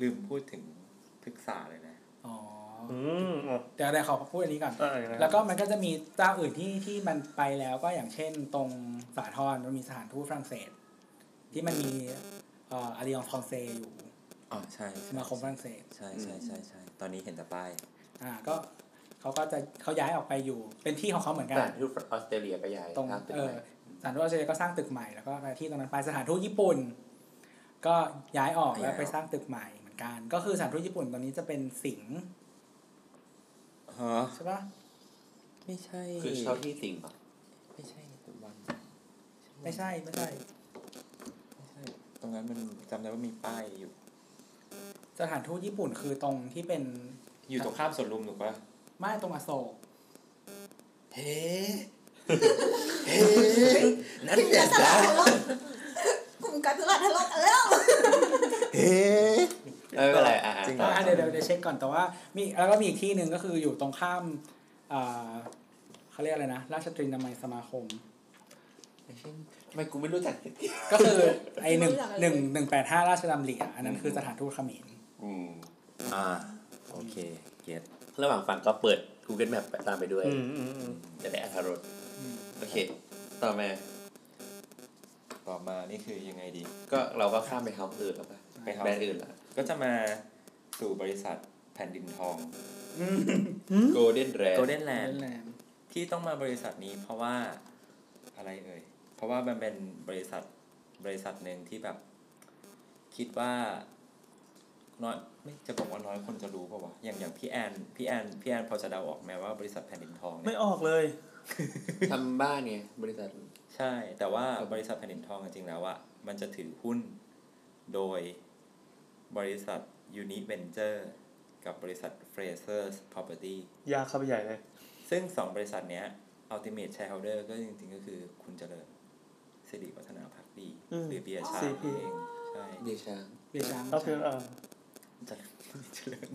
ลืมพูดถึงพึกษาเลยนะ อ๋อ อืมอ่ะ เดี๋ยวเดี๋ยวขอพูดอันนี้ก่อน อ่ะอย่างไร แล้วก็มันก็จะมีเจ้าอื่นที่ที่มันไปแล้วก็อย่างเช่นตรงสาทรมันมีสถานทูตฝรั่งเศส ที่มันมีเอ่ออาริยองฟองเซอยู่ อ๋อ ใช่ สมาคมฝรั่งเศส ใช่ใช่ใช่ใช่ ตอนนี้เห็นแต่ป้าย อ่าก็เขาก็จะเขาย้ายออกไปอยู่เป็นที่ของเขาเหมือนกั ส น ถานทูตออสเตรเลียก็ย้าย ตรง สามตึก เอ ให อ ม่ สถานทูตออสเตรเลียก็สร้างตึกใหม่แล้วก็ไปที่ตรงนั้นไปสถานทูตญี่ปุ่น ก็ย้ายออก ย้ายออก แล้วไปสร้างตึกใหม่เหมือนกัน ก็คือสถานทูตญี่ปุ่นตอนนี้จะเป็นสิงห์ ฮะ ใช่ปะ ไม่ใช่ คือเช่าที่จริงปะ ไม่ใช่ปัจจุบัน ไม่ใช่ไม่ใช่ ไม่ใช่ ตรงนั้นมันจำได้ว่ามีป้ายอยู่ สถานทูตญี่ปุ่นคือตรงที่เป็น อยู่ตรงข้ามสวนลุมถูกปะ ไม่ตรงอโศก เฮ้ เฮ้นั่นแหละจ้ะ กลุ่มการตลาดทะเลาะกันแล้ว เฮ้ ไม่เป็นไรอ่า จริงเหร ก็ อ อ่ะเดี๋ยวเดี๋ยวเดี๋ยวเช็คก่อนแต่ว่ามีแล้วก็มีอีกที่หนึ่งก็คืออยู่ตรงข้ามอ่าเขาเรียกอะไรนะ ราชตรีนามัยสมาคม ทำไมกูไม่รู้จัก ก็คือไอหนึ่ง ไม่รู้จักอะไร ห เล นึ่ง ย หนึ่งแปดห้าราชดำริอ่ะอันนั้นคือสถานทูตเขมร อืม อ่า โอเค เก็ต ระหว่างฟังก็เปิด Google Map ไปตามไปด้วย อืมอืมอืม จะได้อัธรส อ โอเค ต่อมา ต่อมานี่คือยังไงดี ก็เราก็ข้ามไปเฮาส์อื่นแล้วปะ ไปเฮาส์ แบรนด์อื่นละ ก็จะมาสู่บริษัทแผ่นดินทอง โกลเด้นแรด โกลเด้นแลน เล่ ด์ นแรง ที่ต้องมาบริษัทนี้เพราะว่าอะไรเอ่ย เพราะว่ามันเป็นบริษัทบริษัทหนึ่งที่แบบ คิดว่าน้อยไม่จะบอกว่าน้อยคนจะรู้เปล่าวะอย่างอย่างพี่แอนพี่แอนพี่แอนพอจะเดาออกไหมว่าบริษัทแผ่นดินทอง ไม่ เนี่ย ออกเลย [LAUGHS] ทำบ้านไงบริษัท ใช่ แต่ว่าบริษัทแผ่นดินทองจริงๆแล้วอะมันจะถือหุ้นโดยบริษัทยูนิเวนเจอร์กับบริษัทเฟรเซอร์สพ r o p e r t y ยากเข้าไปใหญ่เลย ซึ่งสองบริษัทเนี้ย Ultimate Shareholder ก็จริงๆ ก็คือคุณเจริญสิริวัฒนาพักดี อืม หรือเบียร์ชา อ๋ ง อ เองใช่ เดชา เบียร์ช้าง โอเคเออ เจริญเจริญ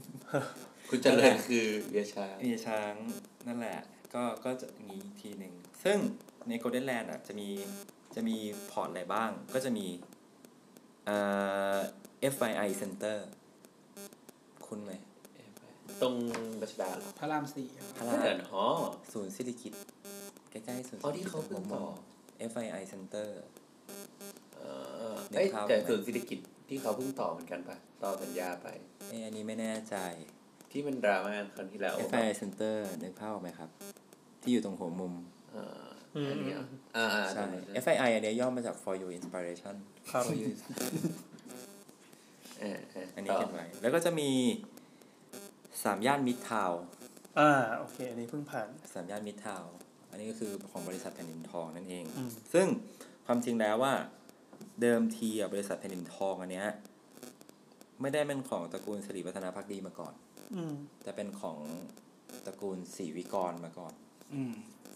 คุณเจริญคือเดชา เบียร์ช้างนั่นแหละ ก็ก็จะอย่างงี้อีกทีหนึ่ง ซึ่งใน Golden Land อ่ะจะมีจะมีพอร์ตอะไรบ้าง ก็จะมีเอ่อ FII Center คุณไหม ตรงรัชดาเหรอ พระรามสี่ครับ พระ ถ้าเกิ รา ด ม อ๋อ ศูนย์เศรษฐกิจใกล้ๆศูนย์ อ๋อที่เขาเพิ่งต่อ ผม FII Center เออเอ้ยแต่ส่วนเศรษฐกิจที่เขาเพิ่งต่อเหมือนกันปะต่อสัญญาไป เอยอันนี้ไม่แน่ใจ ที่มันดราม่าครั้งที่แล้ว FI Center นึกภาพออกไหมครับ ที่อยู่ตรงหัวมุม เอ่ออันเนี้ยอ่าๆ ใช่ ตรงนั้นนะ FII อันเนี้ยย่อมาจาก For Your Inspiration ครับ อ่า [LAUGHS] อัน ๆ นี้ ต่อ เขียนไว้ แล้วก็จะมีสามย่านมิดทาว อ่าโอเค อันนี้เพิ่งผ่าน สามย่านมิดทาวอันนี้ก็คือของบริษัทแผ่นดินทองนั่นเอง อืม ซึ่งความจริงแล้วว่าเดิมทีอะบริษัทแผ่นดินทองอันเนี้ยไม่ได้เป็นของตระกูลสิริวัฒนาพักดีมาก่อน อืม แต่เป็นของตระกูลศรีวิกรมาก่อน อืม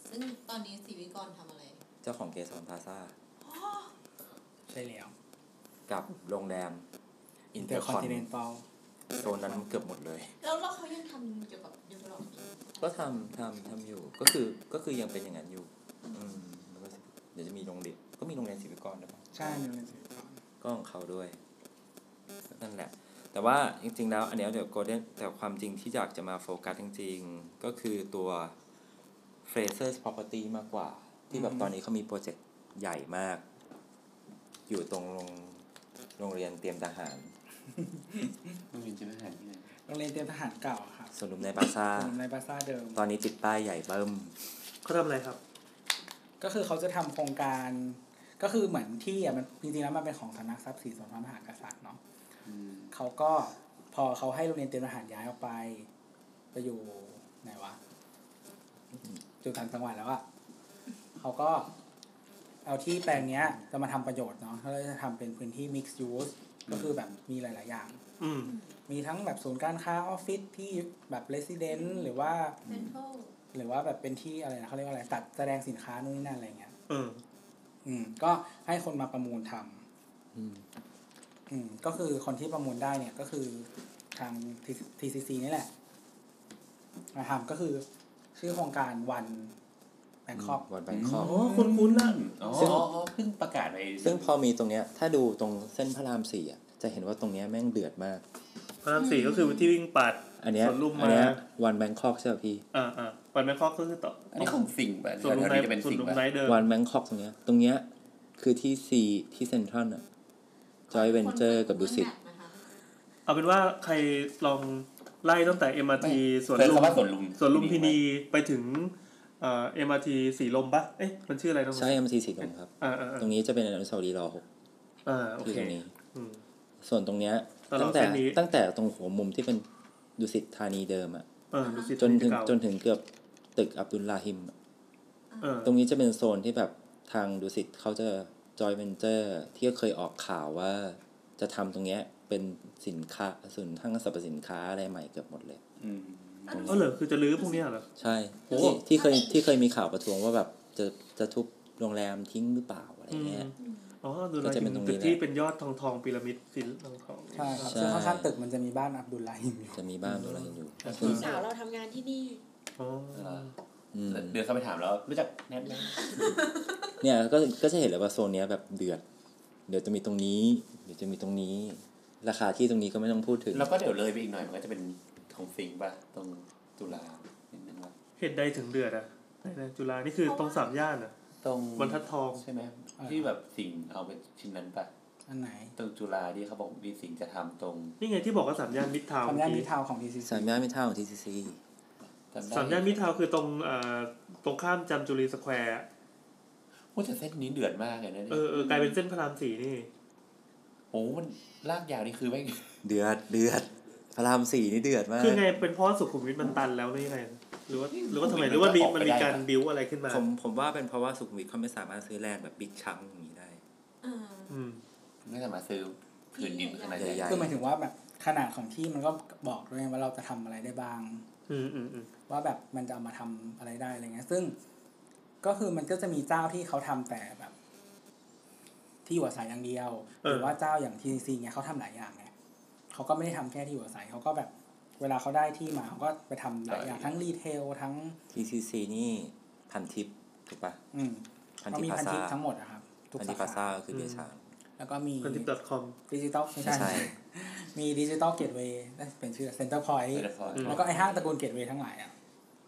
ซึ่งตอนนี้สีวิกรทำอะไร เจ้าของเกสรพลาซ่า ใช่แล้ว กับโรงแรมอินเต เด อ อะ ร์ ค คออนน ติเนนตัล โซนนั้นเกือบหมดเลย แล้วแล้วเขายังทำเกี่ยวกับยูโรปอีก ก็ทำทำทำอยู่ก็คือก็คือยังเป็นอย่างนั้นอยู่ อืมแล้วก็เดี๋ยวจะมีโรงเรียนก็มีโรงเรียนศิลปากรด้วยปะ ใช่มีโรงเรียนศิลปากร ก็ของเขาด้วยนั่นแหละ แต่ว่าจริง ๆ แล้ว อันเนี้ยเดี๋ยวโกลเด้นแต่ความจริงที่อยากจะมาโฟกัสจริง ๆ ก็คือตัว Fraser's Property มากกว่า ที่แบบตอนนี้เขามีโปรเจกต์ใหญ่มาก อยู่ตรงโรงโรงเรียนเตรียมทหาร มันมีจิตวิทยาที่ไหน โรงเรียนเตรียมทหารเก่าครับ สวนลุมในปราซ่า ถนนในบาซ่าเดิม ตอนนี้ติดป้ายใหญ่เบิ่ม เขาทำอะไรครับ ก็คือเขาจะทำโครงการ ก็คือเหมือนที่อ่ะมันจริงๆแล้วมันเป็นของสำนักทรัพย์สินส่วนพระมหากษัตริย์เนาะเขาก็พอเขาให้โรงเรียนเตรียมทหารย้ายออกไป ไปอยู่ไหนวะอยู่ต่างจังหวัดแล้วอะเขาก็ เอาที่แปลงเนี้ยจะมาทำประโยชน์เนาะเขาเลยจะทำเป็นพื้นที่ mixed use ก็คือแบบมีหลาย ๆ อย่าง อืม มีทั้งแบบศูนย์การค้าออฟฟิศที่แบบเลสซิเดนต์หรือว่า เมนทัล หรือว่าแบบเป็นที่อะไรนะเขาเรียกว่าอะไรตัดแสดงสินค้านู่นนี่นั่นอะไรเงี้ย อืม อืมก็ให้คนมาประมูลทำ อืม อืม ก็คือคนที่ประมูลได้เนี่ยก็คือทาง T- TCC นี่แหละมาทำก็คือชื่อโครงการวันแบงคอก วันแบงคอก อ๋อคุณคุณนั่นอ๋ออ๋ออ๋อเพิ่งประกาศไป ซึ่งพอมีตรงเนี้ย ถ้าดูตรงเส้นพระรามสี่อ่ะ จะเห็นว่าตรงเนี้ยแม่งเดือดมาก พระรามสี่ก็คือที่วิ่งปัด อันเนี้ย สวนลุมมา อัเนี้ยวันแบงคอกใช่ป่ะพี่ อ่าอ่าปัดแบงคอกก็คือต่อ อันนี้คงสิ่งป่ะ ส่วนลุ แถ งไนท์วๆนี้จะเป็น ส่วน สิ่ง ลุง ป่ะ ไนท์เดิม วันแบงคอกตรงเนี้ย ตรงเนี้ยคือที่ซีที่เซ็นทรัลอ่ะจอยเวนเจอร์กับดุสิต คนแบบนะคะ เอาเป็นว่าใครลองไล่ตั้งแต่ MRT สวน เป็น ลุม คำว่าสวนลุม สวนลุมพินีไปถึงเอ่อ MRT สีลมปะเอ๊ะมันชื่ออะไรตรง ใช่ นั้น เอ็มซีสีลมครับ อ่าอ่า ตรงนี้จะเป็นอนุสาวรีย์รอหก อ่าโอ ที่ เค ตรงนี้ อืม ส่วนตรงเนี้ย ตลอด ตั้งแต่ เส้นนี้ ตั้งแต่ตรงหัวมุมที่เป็นดุสิตธานีเดิมอ่ะ เออดูสิ จนถึง เก่า จนถึงเกือบตึกอับดุลลาฮิมอะ เออ ตรงนี้จะเป็นโซนที่แบบทางดุสิตเขาจะจอยเวนเจอร์ที่เคยออกข่าวว่าจะทำตรงเนี้ยเป็นสินค้าศูนย์ห้างสรรพสินค้าอะไรใหม่เกือบหมดเลย อืม เออเหรอคือจะรื้อพวกเนี้ยเหรอ ใช่ โอ้ ที่ที่เคยที่เคยมีข่าวประท้วงว่าแบบจะจะทุบโรงแรมทิ้งหรือเปล่าอะไร อืม เงี้ย อ๋อดูแล ก็จะเป็นตรงนี้ ตึกที่ แหละ เป็นยอดทองทองๆพีระมิดสีทองทองๆ ใช่ครับ ใช่ ซึ่งข้างๆตึกมันจะมีบ้านอับดุลลาฮิมอยู่ จะมีบ้านหรืออะไรอยู่ พี่สาวเราทำงานที่นี่ อ๋อ อืม เดินเข้าไปถามแล้วรู้จักแนทไหม เนี่ยก็ก็จะเห็นเลยว่าโซนเนี้ยแบบเดือด เดี๋ยวจะมีตรงนี้ เดี๋ยวจะมีตรงนี้ ราคาที่ตรงนี้ก็ไม่ต้องพูดถึง แล้วก็เดี๋ยวเลยไปอีกหน่อยมันก็จะเป็นของสิงป่ะตรงตุลาเห็นไหมว่า เหตุใดถึงเดือดอ่ะไหนๆจุฬานี่คือตรงสามย่านอ่ะ ตรง บรรทัดทอง ใช่ไหมที่แบบสิ่งเอาไปชิ้นนั้นปะ อันไหน ตรงจุฬาที่เขาบอกมีสิ่งจะทำตรง นี่ไงที่บอกว่าสามย่านมิตรทาวน์ ทำ เมื่ ย่า อน มิ กี้ ตรทาวน์ของดีซี สามย่านไม่เท่าของทีซีซี จำได้ สามย่านมิตรทาวน์คือตรงเอ่อตรงข้ามจามจุรีสแควร์ โอ้แต่เส้นนี้เดือดมากเลยนะเนี่ เอย อเออกลายเป็นเส้นพระรามสี่นี่ โอ้มันลากยาวนี่คือไม่ง เดือดเดือดพระรามสี่นี่เดือดมาก คือไงเป็นเพราะสุขุมวิทมันตันแล้วหรือยังไงหรือว่าหรือว่าทำไม มัน หรือว่ามี ออกไป มันมี ได้ การบิวอะไรขึ้นมา ผมผมว่าเป็นเพราะว่าสุขุมวิทเขาไม่สามารถซื้อแลนด์แบบบิ๊กชังอย่างนี้ได้ อ่า อืม ไม่สามารถซื้อผืนดินขนาด ให ให ญ่ ญ่ คือหมายถึงว่าแบบขนาดของที่มันก็บอกด้วยว่าเราจะทำอะไรได้บ้าง อืมอืมอืม ว่าแบบมันจะเอามาทำอะไรได้อะไรเงี้ย ซึ่งก็คือมันก็จะมีเจ้าที่เขาทำแต่แบบ ที่อยู่อาศัยอย่างเดียว หรือว่าเจ้าอย่างทีซีเนี่ยเขาทำหลายอย่างไงเขาก็ไม่ได้ทำแค่ที่อยู่อาศัยเขาก็แบบ เวลาเขาได้ที่มาเขาก็ไปทำหลายอย่างทั้งรีเทลทั้ง ทีซีซีนี่พันทิปถูกปะ อืม พัน เขา ทิป มี พา พัน ซา ทิปทั้งหมดอะครับ ทุก พันทิปพา สา ซา ขา ก็คือเบียร์ช้าง แล้วก็มี พันทิป .com ดิจิตอลไม่ ไม่ใช่ ใช่ มีดิจิตอลเกตเวย์เป็นชื่อเซ็นเตอร์พอย ๆ ต์ เป็นละคร อืม แล้วก็ไอห้างตระกูลเกตเวย์ทั้งหลายอ่ะ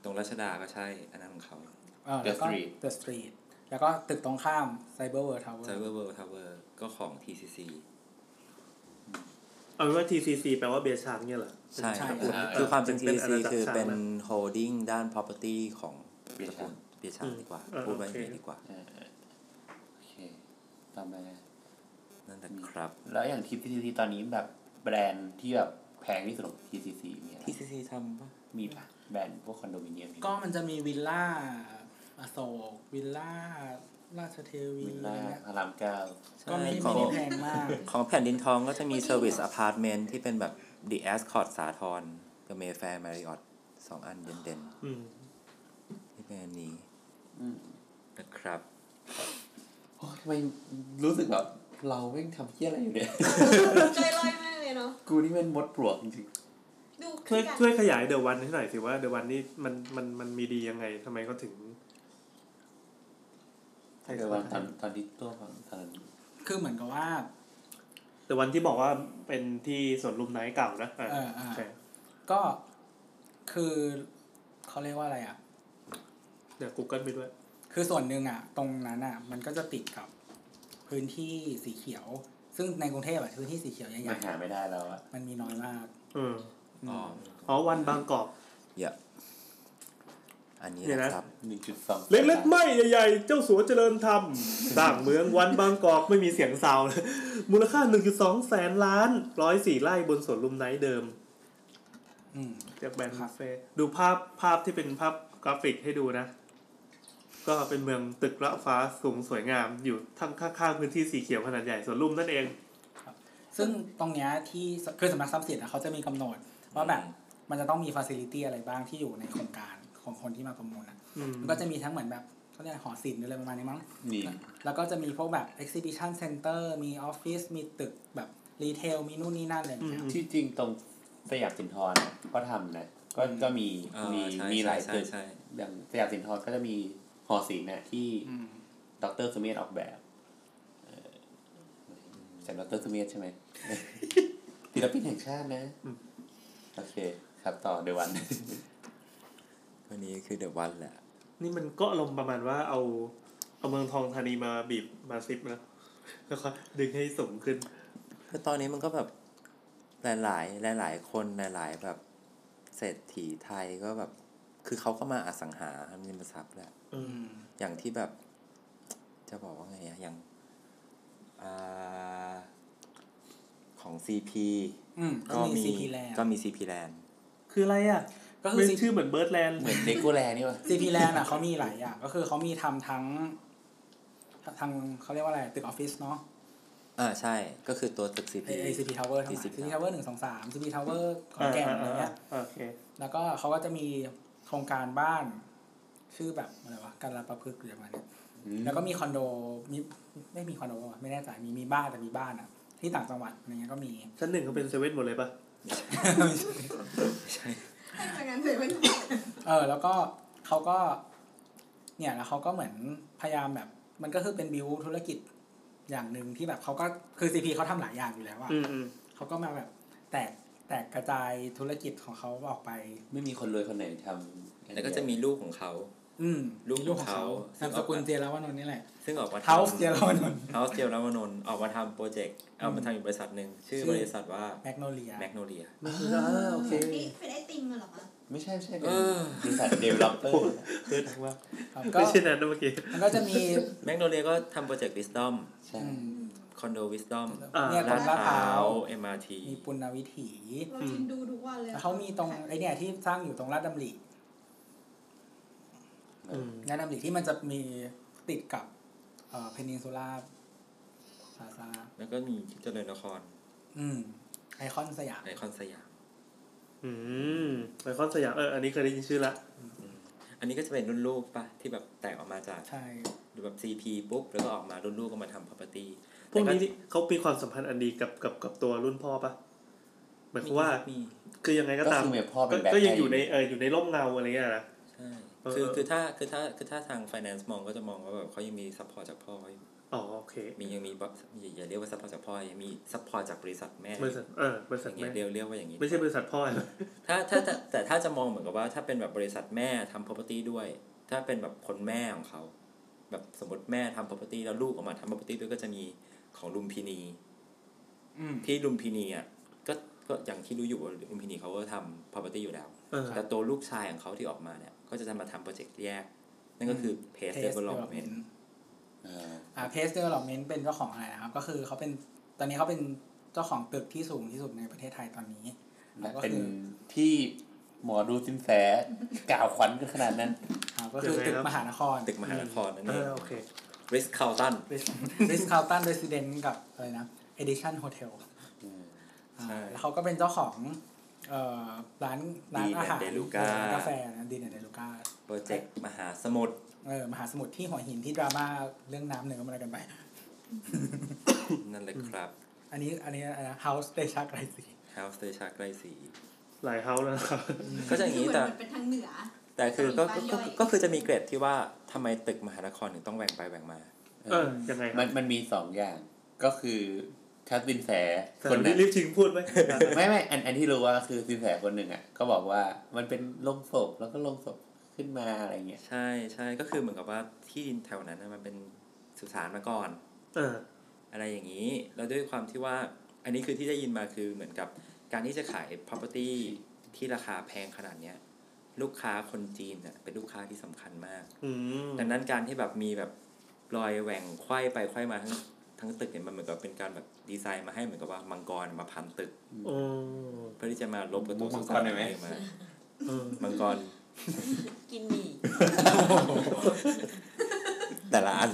ตรงรัชดาก็ใช่ อันนั้นของเขา เออ The แล้วก็ Street The Street แล้วก็ตึกตรงข้ามไซเบอร์เวิร์ทาวเวอ c y ร์ b e r w o r l d Tower ก็ของ TCC เอาเป็นว่า TCC แปลว่าเบียร์ช้างเนี่ยเหรอ ใช่ ใช่ ตระกูล อ่า คือความจริง เป็น TCC เป็นอาณาจักร คือเป็น ช้าง holding ด้าน property ของ เบีย ตระร์กูลช้างเบียร์ช้างดีกว่า อืม พูดไว้ โอเค อย่างนี้ดีกว่า อ่าๆโอเคตามมา นั่นแหละครับ แล้วอย่างที TCC ตอนนี้แบบแบรนด์ที่แบบแพงที่สุดของ TCC มีอะไร TCC ทำปะ มีปะแบรนด์พวกคอนโดมิเนียมมีปะ ก็มันจะมีวิลล่าอโศกวิลล่าราชเทวี วิล อะไร ล่า เงี้ย พระรามเก้า ก็ไม่ ขอ ไม่ ง ได้แพงมาก ของแผ่นดินทองก็จะมี Service Apartment ที่เป็นแบบ The Ascot สาทรกับ Mayfair Marriott สองอันเด่น อืม ๆที่เป็นอันนี้นะครับ โอ้ยทำไมรู้สึกแบบเราแม่งทำเพี้ยอะไรอยู่ [LAUGHS] เนี่ย ใจลอยมากเลยเนาะ กูนี่เป็นมดปลวกจริง ดูค ช่วย ดกัน ช่วยขยายเดอะวันให้หน่อยสิว่าเดอะวันนี่มันมันมันมีดียังไงทำไมเขาถึง ๆแต่ว่าตอนตอนที่ตัวตอนนั้น คือเหมือนกับว่า เดอะวันที่บอกว่าเป็นที่สวนลุมไนท์เก่านะอ่า เอออ่า โอเค ก็คือเขาเรียกว่าอะไรอ่ะ เดี๋ยวกูเกิลไปด้วย คือส่วนหนึ่งอ่ะ ตรงนั้นอ่ะ มันก็จะติดกับพื้นที่สีเขียว ซึ่งในกรุงเทพอ่ะพื้นที่สีเขียวให มั ญ่ น ๆ หา อะ ไม่ได้แล้วอะ มันมีน้อยมาก เออ อ๋อ อ๋อวันบางกอก เยอะอันนี้ เดี๋ยวนะ นะครับ หนึ่งจุดสอง เล็กๆไม่ใหญ่ๆ เจ้าสัวเจริญธรรมสร้างเมืองวันบางกอกไม่มีเสียงซาวด์ [LAUGHS] เลยมูลค่า 1.2 แสนล้าน 104ไร่บนสวนลุมไนท์เดิม อืม จากแบรนด์ คคารับ เฟ่ดูภาพภาพที่เป็นภาพกราฟิกให้ดูนะ ก็เป็นเมืองตึกระฟ้าสูงสวยงามอยู่ทั้งข้างๆพื้นที่สีเขียวขนาดใหญ่สวนลุมนั่นเอง ซึ่งตรงเนี้ยที่คือสำนักทรัพย์สินอะเขาจะมีกำหนด ว่าแบบ อืม มันจะต้องมีฟ a ซิลิตี้อะไรบ้างที่อยู่ในโครงการของคนที่มาประมูลอ่ะ อืม มันก็จะมีทั้งเหมือนแบบเขาเรียกอะไรหอศิลป์หรืออะไรประมาณนี้มั้ง นี่ แล้วก็จะมีพวกแบบ exhibition center มีออฟฟิศ มีตึกแบบรีเทล มีนู่นนี่นั่นอะไรอย่างเงี้ย ที่จริงตรงสยามสินทรก็ทำนะก็ก็มี เออ มี ใช่ มีหลาย ใช่ ตึก ใช่ อย่างสยามสินทรก็จะมีหอศิลป์เนี่ยที่ อืม ดรสเมียนออกแบบเอ่อใช่ดรสเมียนใช่ไหม ศิลปินแห่งชาตินะ โอเค ครับต่อเดวัน วันนี้คือเดอะวันแหละ นี่มันก็อารมณ์ประมาณว่าเอาเอาเมืองทองธานีมาบีบมาซิปนะ [LAUGHS] แล้วก็ดึงให้สูงขึ้น คือตอนนี้มันก็แบบหลายๆ หลาย ๆ คนหลาย ๆ แบบเศรษฐีไทยก็แบบ คือเขาก็มาอสังหาริมทรัพย์แหละ อืม อย่างที่แบบ จะบอกว่าไงอะอย่างอ่าของ CP อืมก็ ก็มีมี CP Land ก็มี CP Land คืออะไรอ่ะ ก็คื เป็ อ นชื่อเหมือนเบิร์ดแลนด์ [LAUGHS] เหมือนเดโกแลนี่วะ CP Land อ่ะเขามีหลายอย่าง ก็คือเขามีทำทั้งทางเขาเรียกว่าอะไร ตึกออฟฟิศเนาะ อ่าใช่ ก็คือตัวตึก CP ไอ้ไอ้ CP Tower ทั้งหลาย CP CP Tower หนึ่งสองสาม CP Tower ขอนแก่นอะไรเงี้ย อ่าๆๆโอเค แล้วก็เขาก็จะมีโครงการบ้าน ชื่อแบบอะไรวะการรับประพฤกษ์หรืออะไรเนี่ยแล้วก็มีคอนโดมีไม่มีคอนโดวะไม่แน่ใจมีมีบ้านแต่มีบ้านอ่ะ ที่ต่างจังหวัดอะไรเงี้ยก็มี ชั้นหนึ่งเขาเป็นเซเว่นหมดเลยปะ ให้ทำงานเสร็จมัน เออ แล้วก็เขาก็ เนี่ยแล้วเขาก็เหมือนพยายามแบบ มันก็คือเป็นบิวธุรกิจอย่างหนึ่งที่แบบเขาก็คือซีพีเขาทำหลายอย่างอยู่แล้วอ่ะ อืมอืม เขาก็มาแบบ แตกแตกกระจายธุรกิจของเขาออกไป ไม่มีคนรวยคนไหนทำ แล้วก็จะมีลูกของเขา อืม ลูก มีลูกของเขา ซึ่ นาง ม อ ส อก กุล มา เจรวนนท์นี่แหละ ซึ่งออกมาทำ House เจรวน [LAUGHS] นท์ เฮาส์เจลนวนนท์ออกมาทำโปรเจกต์เอามาทำอยู่บริษัทหนึ่งชื่อ ชื่อ บริษัทว่า แมกโนเลีย แมกโนเลีย ไม่คืออ่าโอเค นี่เป็นไอติมเหรอคะ ไม่ใช่ไม่ใช่ เออ เป็นสัตว์เดเวลลอปเปอร์ เจอทักว่า ครับก็ ไม่ใช่แนนนะเมื่อกี้ มันก็จะมี แมกโนเลียก็ทำโปรเจกต์วิสตอม ใช่ อืม คอนโดวิสตอม เนี่ยตร ลาง ด ลาด พ พร้า ร้าว ว MRT มีปุณณวิถี เราจินดูทุกวันเลย แล้วเขามีตรงไอเนี่ยที่สร้างอยู่ตรงลาดดำริ อืม ลาดดำริที่มันจะมีติดกับเอ่อเพนินซูล่าพาซา แล้วก็มีเจริญนคร อืมไอคอนสยาม ไอคอนสยาม อืมไอคอนสยามเอออันนี้เคยได้ยินชื่อละ อืมอันนี้ก็จะเป็นรุ่นลูกปะที่แบบแตกออกมาจาก ใช่ แบบ CP ปุ๊บ แล้วก็ออกมารุ่นลูกก็มาทำ property พวกนี้นี่เขามีความสัมพันธ์อันดีกับกับกับตัวรุ่นพ่อปะหมายความว่า มี คือยังไงก็ ก็ ตาม คือเมียพ่อเป็นแบ ก็ บ ก็ยังอยู่ในเอออยู่ในร่มเงาอะไรเงี้ยนะ ใช่ เออ คือ เออ คือถ้าคือถ้าคือถ้าทาง finance มองก็จะมองว่าแบบเขายังมี support จากพ่ออยู่ อ๋อโอเค มียังมีแบบอย่าอย่าเรียกว่า support จากพ่อยังมี support จากบริษัทแม่อบ ย่ ริษัทเออบริษัท าง แม่ เงี้ยเรียกเรียกว่าอย่างงี้ ไม่ใช่บริษัทพ่อใช่ไหม ถ้าถ้าถ้าแต่ถ้าจะมองเหมือนกับว่าถ้าเป็นแบบบริษัทแม่ทำ property ด้วย ถ้าเป็นแบบคนแม่ของเขาแบบสมมติแม่ทำ property แล้วลูกออกมาทำ property ด้วยก็จะมีของลุมพินี อืม ที่ลุมพินีอ่ะก็ก็อย่างที่รู้อยู่ว่าลุมพินีเขาก็ทำ property อยู่แล้ว เออ แต่ตัวลูกชายของเขาที่ออกมาเนี่ย ก็จะทำมาทำโปรเจกต์แยก นั่นก็คือ Pace Pace Development Development เออ อ่าเพสเดเวลลอปเมนต์เป็นเจ้าของอะไรนะครับ ก็คือเขาเป็นตอนนี้เขาเป็นเจ้าของตึกที่สูงที่สุดในประเทศไทยตอนนี้ และ ก็ เป็น คือ ที่หมอดูสินแสกล่าวขวัญกันขนาดนั้น อ่าก็คือตึกมหานคร ตึกมหานครนั่น เอ เอง อโอเค Ritz Carlton ริสคาลตันเรสซิเดนกับอะไรนะเอดิชันโฮเทล ใช่ แล้วเขาก็เป็นเจ้าของเอ่อร้านร้าน Dean and อาหาร DeLuca ร้นกาแฟนะดีเนเดลูกา โปรเจกต์มหาสมุทร เออมหาสมุทรที่หัวหินที่ดราม่าเรื่องน้ำเหนือมันอะไรกันไป นั่นแหละครับ อันนี้อันนี้อะไรนะเฮาส์เตชะไกรศรี House เตชาใกล้สี หลายเฮาส์แล้วนะครับ ก็จะอย่าง คือ นี้ เหมือน แต่ มันเป็นทางเหนือ แต่คือก็ บ้านย่ ก็ อย ก็คือจะมีเกรดที่ว่าทำไมตึกมหานครถึงต้องแหว่งไปแหว่งมา เออยังไงค มั รับ นมันมีสองอย่างก็คือชัดสินแสคน แต่ นั้ รี น บรีบชิงพูดไหม ไม่ไม่อันอันที่รู้ว่าคือสินแสคนหนึ่งอ่ะก็บอกว่ามันเป็นลงศพแล้วก็ลงศพขึ้นมาอะไรเงี้ย ใช่ใช่ก็คือเหมือนกับว่าที่ดินแถวนั้นน่ะมันเป็นสุสานมาก่อน เออ อะไรอย่างนี้ แล้วด้วยความที่ว่า อันนี้คือที่ได้ยินมาคือเหมือนกับการที่จะขาย property ที่ราคาแพงขนาดเนี้ย ลูกค้าคนจีนน่ะเป็นลูกค้าที่สำคัญมาก อืม ดังนั้นการที่แบบมีแบบรอยแหว่งไขว้ไปไขว้มาทั้งทั้งตึกเนี่ยมันเหมือนกับเป็นการแบบดีไซน์มาให้เหมือนกับว่ามังกรมาพันตึก โอ้ เพื่อที่จะมาลบกับตัว มัง สุ ก สาร น หน่อยไหม เองมา เออ มังกร กินหมี่ แต่ละอัน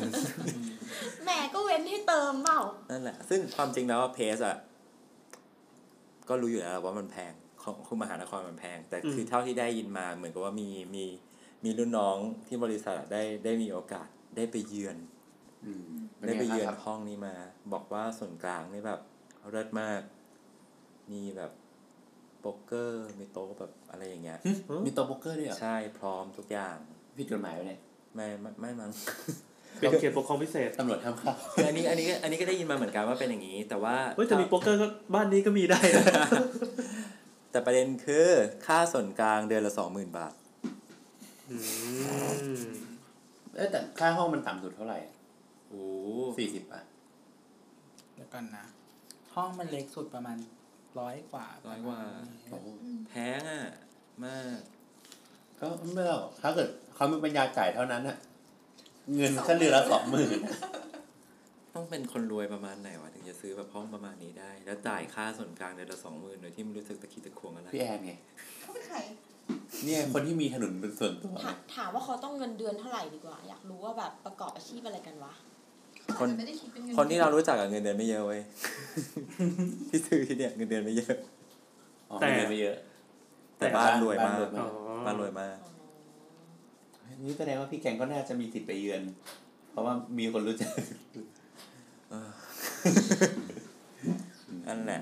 แหมก็เว้นให้เติมเปล่า นั่นแหละ ซึ่งความจริงแล้วเพสอะก็รู้อยู่แล้วว่ามันแพง ของคุณมหานครมันแพง แต่คือเท่าที่ได้ยินมาเหมือนกับว่ามีมีมีรุ่นน้องที่บริษัทอะได้ได้มีโอกาสได้ไปเยือน อืม ได้ไปเยือน ครับ ห้องนี้มา บอกว่าส่วนกลางนี่แบบเลิศมาก มีแบบโป๊กเกอร์มีโต๊ะแบบอะไรอย่างเงี้ย มีโต๊ะโป๊กเกอร์ด้วยเหรอ ใช่พร้อมทุกอย่าง ผิดกฎหมายไปเนี่ย ไม่ไม่ไม่มั้ง [LAUGHS] เป็นเขตปกครองพิเศษ ตำรวจทำข้าว คืออันนี้อันนี้ก็อันนี้ก็ได้ยินมาเหมือนกันว่าเป็นอย่างนี้ แต่ว่า เฮ้ยแต่มีโป๊กเกอร์ก็บ้านนี้ก็มีได้นะ แต่ประเด็นคือค่าส่วนกลางเดือนละสองหมื่นบาท อืม เอ้ยแต่ค่าห้องมันต่ำสุดเท่าไหร่ โอ้ สี่สิบป่ะ เดี๋ยวกันนะ ห้องมันเล็กสุดประมาณร้อยกว่า ร้อยกว่า โอ้โห แพงอ่ะ มาก ก็ไม่หรอกถ้าเกิดเขามีปัญญาจ่ายเท่านั้นอะเงินขั้นเดือนละสองหมื่น ต้องเป็นคนรวยประมาณไหนวะ ถึงจะซื้อแบบห้องประมาณนี้ได้ แล้วจ่ายค่าส่วนกลางเดือนละสองหมื่นโดยที่ไม่รู้สึกตะคิดตะควงอะไร พี่แอนไง เขาเป็นใคร เนี่ยคนที่มีถนนเป็นส่วนตัว ถาถามว่าเขาต้องเงินเดือนเท่าไหร่ดีกว่า อยากรู้ว่าแบบประกอบอาชีพอะไรกันวะ เขาอาจจะไม่ได้คิดเป็นเงิน คนที่เรารู้จักอะเงินเดือนไม่เยอะเว้ย [LAUGHS] ที่ซื้อที่เนี่ยเงินเดือนไม่เยอะ อ๋อเงินไม่เยอะ แต่บ้านรวยมาก อ๋อ บ้านรวยมาก นี่แสดงว่าพี่แกงก็น่าจะมีสิทธิ์ไปเยือน เพราะว่ามีคนรู้จัก นั่นแหละ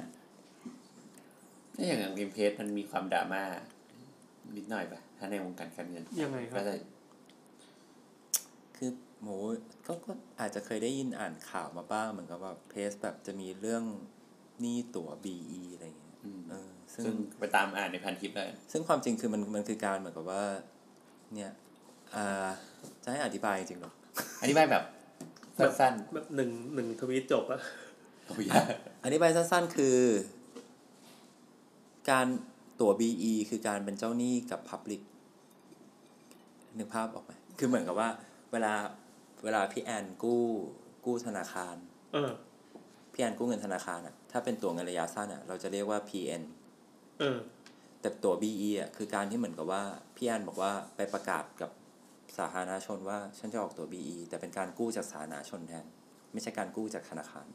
ถ้าอย่างอย่างริมเพจมันมีความดราม่านิดหน่อยปะถ้าในวงการการเงิน ยังไงครั ก็ บ จะ คือโหก็ก็อาจจะเคยได้ยินอ่านข่าวมาบ้างเหมือนกับว่าเพสแบบจะมีเรื่องหนี้ตั๋ว BE อะไรอย่างเงี้ย อืม เออซึ่ง ซึ่งไปตามอ่านในพันทิปเลย ซึ่งความจริงคือมันมันคือการเหมือนกับว่า เนี่ย อ่าจะให้อธิบายจริงเหรอ อันนี้ไม่แบบ สั้น แบบหนึ่งหนึ่งทวีตจบอะ ๆโอ้ยอ่ะ อธิบายสั้นๆคือ การตัว BE คือการเป็นเจ้าหนี้กับ Public นึกภาพออกไหมคือเหมือนกับว่า เวลาเวลาพี่แอนกู้กู้ธนาคาร เออ พี่แอนกู้เงินธนาคารอะถ้าเป็นตัวเงินระยะสั้นอะเราจะเรียกว่า PN เออ แต่ตัว BE อ่ะคือการที่เหมือนกับว่าพี่แอนบอกว่าไปประกาศกับสาธารณชนว่าฉันจะออกตัว BE แต่เป็นการกู้จากสาธารณชนแทน ไม่ใช่การกู้จากธนาคาร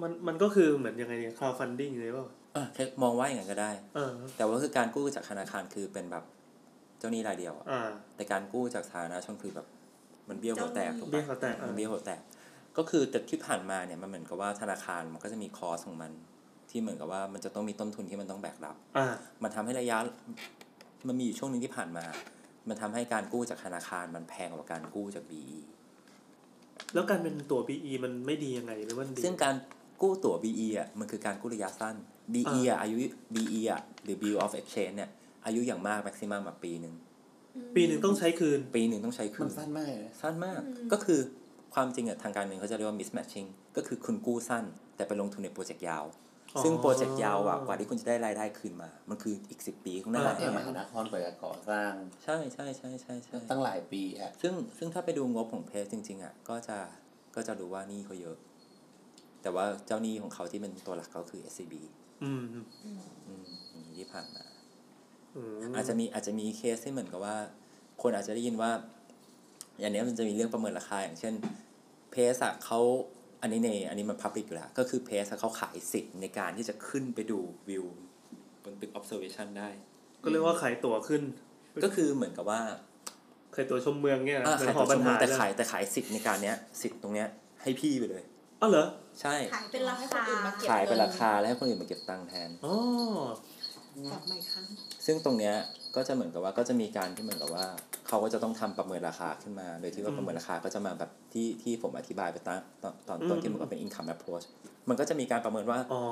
มันมันก็คือเหมือนยังไงเนี่ย crowdfunding เลยเปล่า เออแค่มองว่าอย่างนั้นก็ได้ เออ แต่ว่าคือการกู้จากธนาคารคือเป็นแบบเจ้าหนี้รายเดียวอะ อ่า แต่การกู้จากสาธารณชนคือแบบ มันเบี้ยวหัวแตกถูก เบี้ยปะหัวแตกอ่ะ มันเบี้ยวหัวแตก ก็คือแต่ที่ผ่านมาเนี่ยมันเหมือนกับว่าธนาคารมันก็จะมีคอสของมัน ที่เหมือนกับว่ามันจะต้องมีต้นทุนที่มันต้องแบกรับ อ่า มันทำให้ระยะ มันมีอยู่ช่วงหนึ่งที่ผ่านมา มันทำให้การกู้จากธนาคารมันแพงกว่าการกู้จาก BE แล้วการเป็นตัว BE มันไม่ดียังไงหรือมันดี ซึ่งการกู้ตั๋ว BE อ่ะ มันคือการกู้ระยะสั้น BE อ่ะอายุ BE อ่ะหรือ Bill of Exchange เนี่ย อายุอย่างมาก maximum มาปีหนึ่ง ปีหนึ่งต้องใช้คืน ปีหนึ่งต้องใช้คื มัน นสั้นมากเลยนะ สั้นมาก อืม ก็คือความจริงอ่ะทางการเงินเขาจะเรียกว่า mismatching ก็คือคุณกู้สั้น แต่ไปลงทุนในโปรเจกต์ยาว อ๋อ ซึ่งโปรเจกต์ยาวอ่ะ กว่าที่คุณจะได้รายได้คืนมา มันคืออีก 10 ปีข้างหน้า เนี่ยมหานครกว่าจะก่อสร้าง ใช่ใช่ใช่ใช่ใช่ ตั้งหลายปีอ่ะ ซึ่งซึ่งถ้าไปดูงบของเพจจริง ๆ อ่ะ ก็จะก็จะรู้ว่าหนี่เขาเยอะ แต่ว่าเจ้าหนี้ของเขาที่เป็นตัวหลักเขาคือ SCB อืม อืมอย่างนี้ที่ผ่านมา อืม อาจจะมีอาจจะมีเคสที่เหมือนกับว่า คนอาจจะได้ยินว่า อย่างเนี้ยมันจะมีเรื่องประเมินราคาอย่างเช่น เพสอะเขาอันนี้ในอันนี้มันพับลิกอยู่แล้ว ก็คือเพสเขาขายสิทธิ์ในการที่จะขึ้นไปดูวิวบนตึก observation ได้ ก็เรียกว่าขายตั๋วขึ้น ก็คือเหมือนกับว่า ขายตั๋วชมเมืองเนี่ย อ่ะ เหมือนขายห ตั อ ว บ ช รร มเมือ หาง ร แต่ เลย ขายแต่ขายสิทธิ์ในการเนี้ยสิทธิ์ตรงเนี้ยให้พี่ไปเลย อ๋อเหรอ ใช่ ขายเป็นราคา ขายเป็นราคาแล้วให้คนอื่นมาเก็บตังค์แทน อ๋อ กลับมาอีกครั้ง ซึ่งตรงเนี้ยก็จะเหมือนกับว่าก็จะมีการที่เหมือนกับว่าเขาก็จะต้องทำประเมินราคาขึ้นมา โดยที่ว่า อืม ประเมินราคาก็จะมาแบบที่ที่ผมอธิบายไปตอนตอนตอนต้น อืม ที่มันก็เป็น income approach มันก็จะมีการประเมินว่า อ๋อ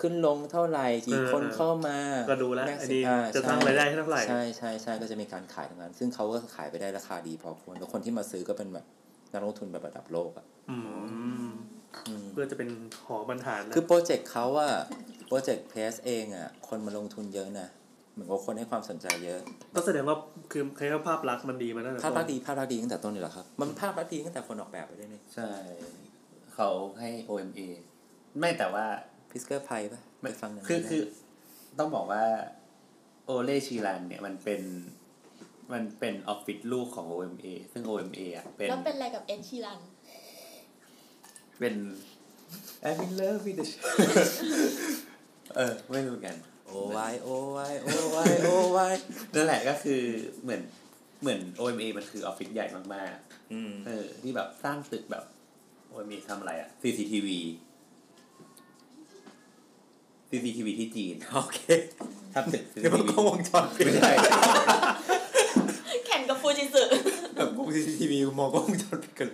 ขึ้นลงเท่าไหร่กี่คน เออ เข้ามา ก็ดูแล้ว ม็ก อัน ซิ นี้ อ่ จะสร้างรายได้ให้เท่าไหร่ ใช่ใช่ใช่ก็จะมีการขายตรงนั้น ซึ่งเขาก็ขายไปได้ราคาดีพอควรแล้วคนที่มาซื้อก็เป็นแบบนักลงทุนแบบระดับโลกอ่ะ อืม อืม เพื่อจะเป็นหอบรรหารนะ คือโปรเจกต์เขาอะโปรเจกต์เพสเองอะคนมาลงทุนเยอะนะเหมือนกับคนให้ความสนใจเยอะ ก็แสดงว่าคือใครว่าภาพลักษณ์มันดีมาตั้งแต่ ภาพ ต้ ลันกษณ์ดีภาพลักษณ์ดีตั้งแต่ต้นอยู่แล้วครับ มันภาพลักษณ์ดีตั้งแต่คนออกแบบไปด้วยนี่ ใช่ เขาให้ OMA ไม่แต่ว่า พิสเกอร์ไพป่ะไปฟังหนัง คือ ได้ คือต้องบอกว่าโอเลชีรันเนี่ยมันเป็นมันเป็นออฟฟิศลูกของ OMA ซึ่ง OMA อ่ะเป็น แล้วเป็นอะไรกับเอ็นชีรัน เป็น I'm in love with the show [LAUGHS] เออ ไม่รู้เหมือนกัน โอ้ยโอ้ยโอ้ยโอ้ย นั่นแหละก็คือเหมือนเหมือน OMA มันคือออฟฟิศใหญ่มาก [LAUGHS] อืม ๆ เออ ที่แบบสร้างตึกแบบ OMA ทำอะไรอ่ะ CCTV CCTV ที่จีน [LAUGHS] โอเค ทำตึก นี่มันก CCTV ล้องวงจรปิด ไม่ใช่ แข่งกับฟูจิสึ แบบกล้องซีซีทีวีมองกล้องวงจรปิดกัน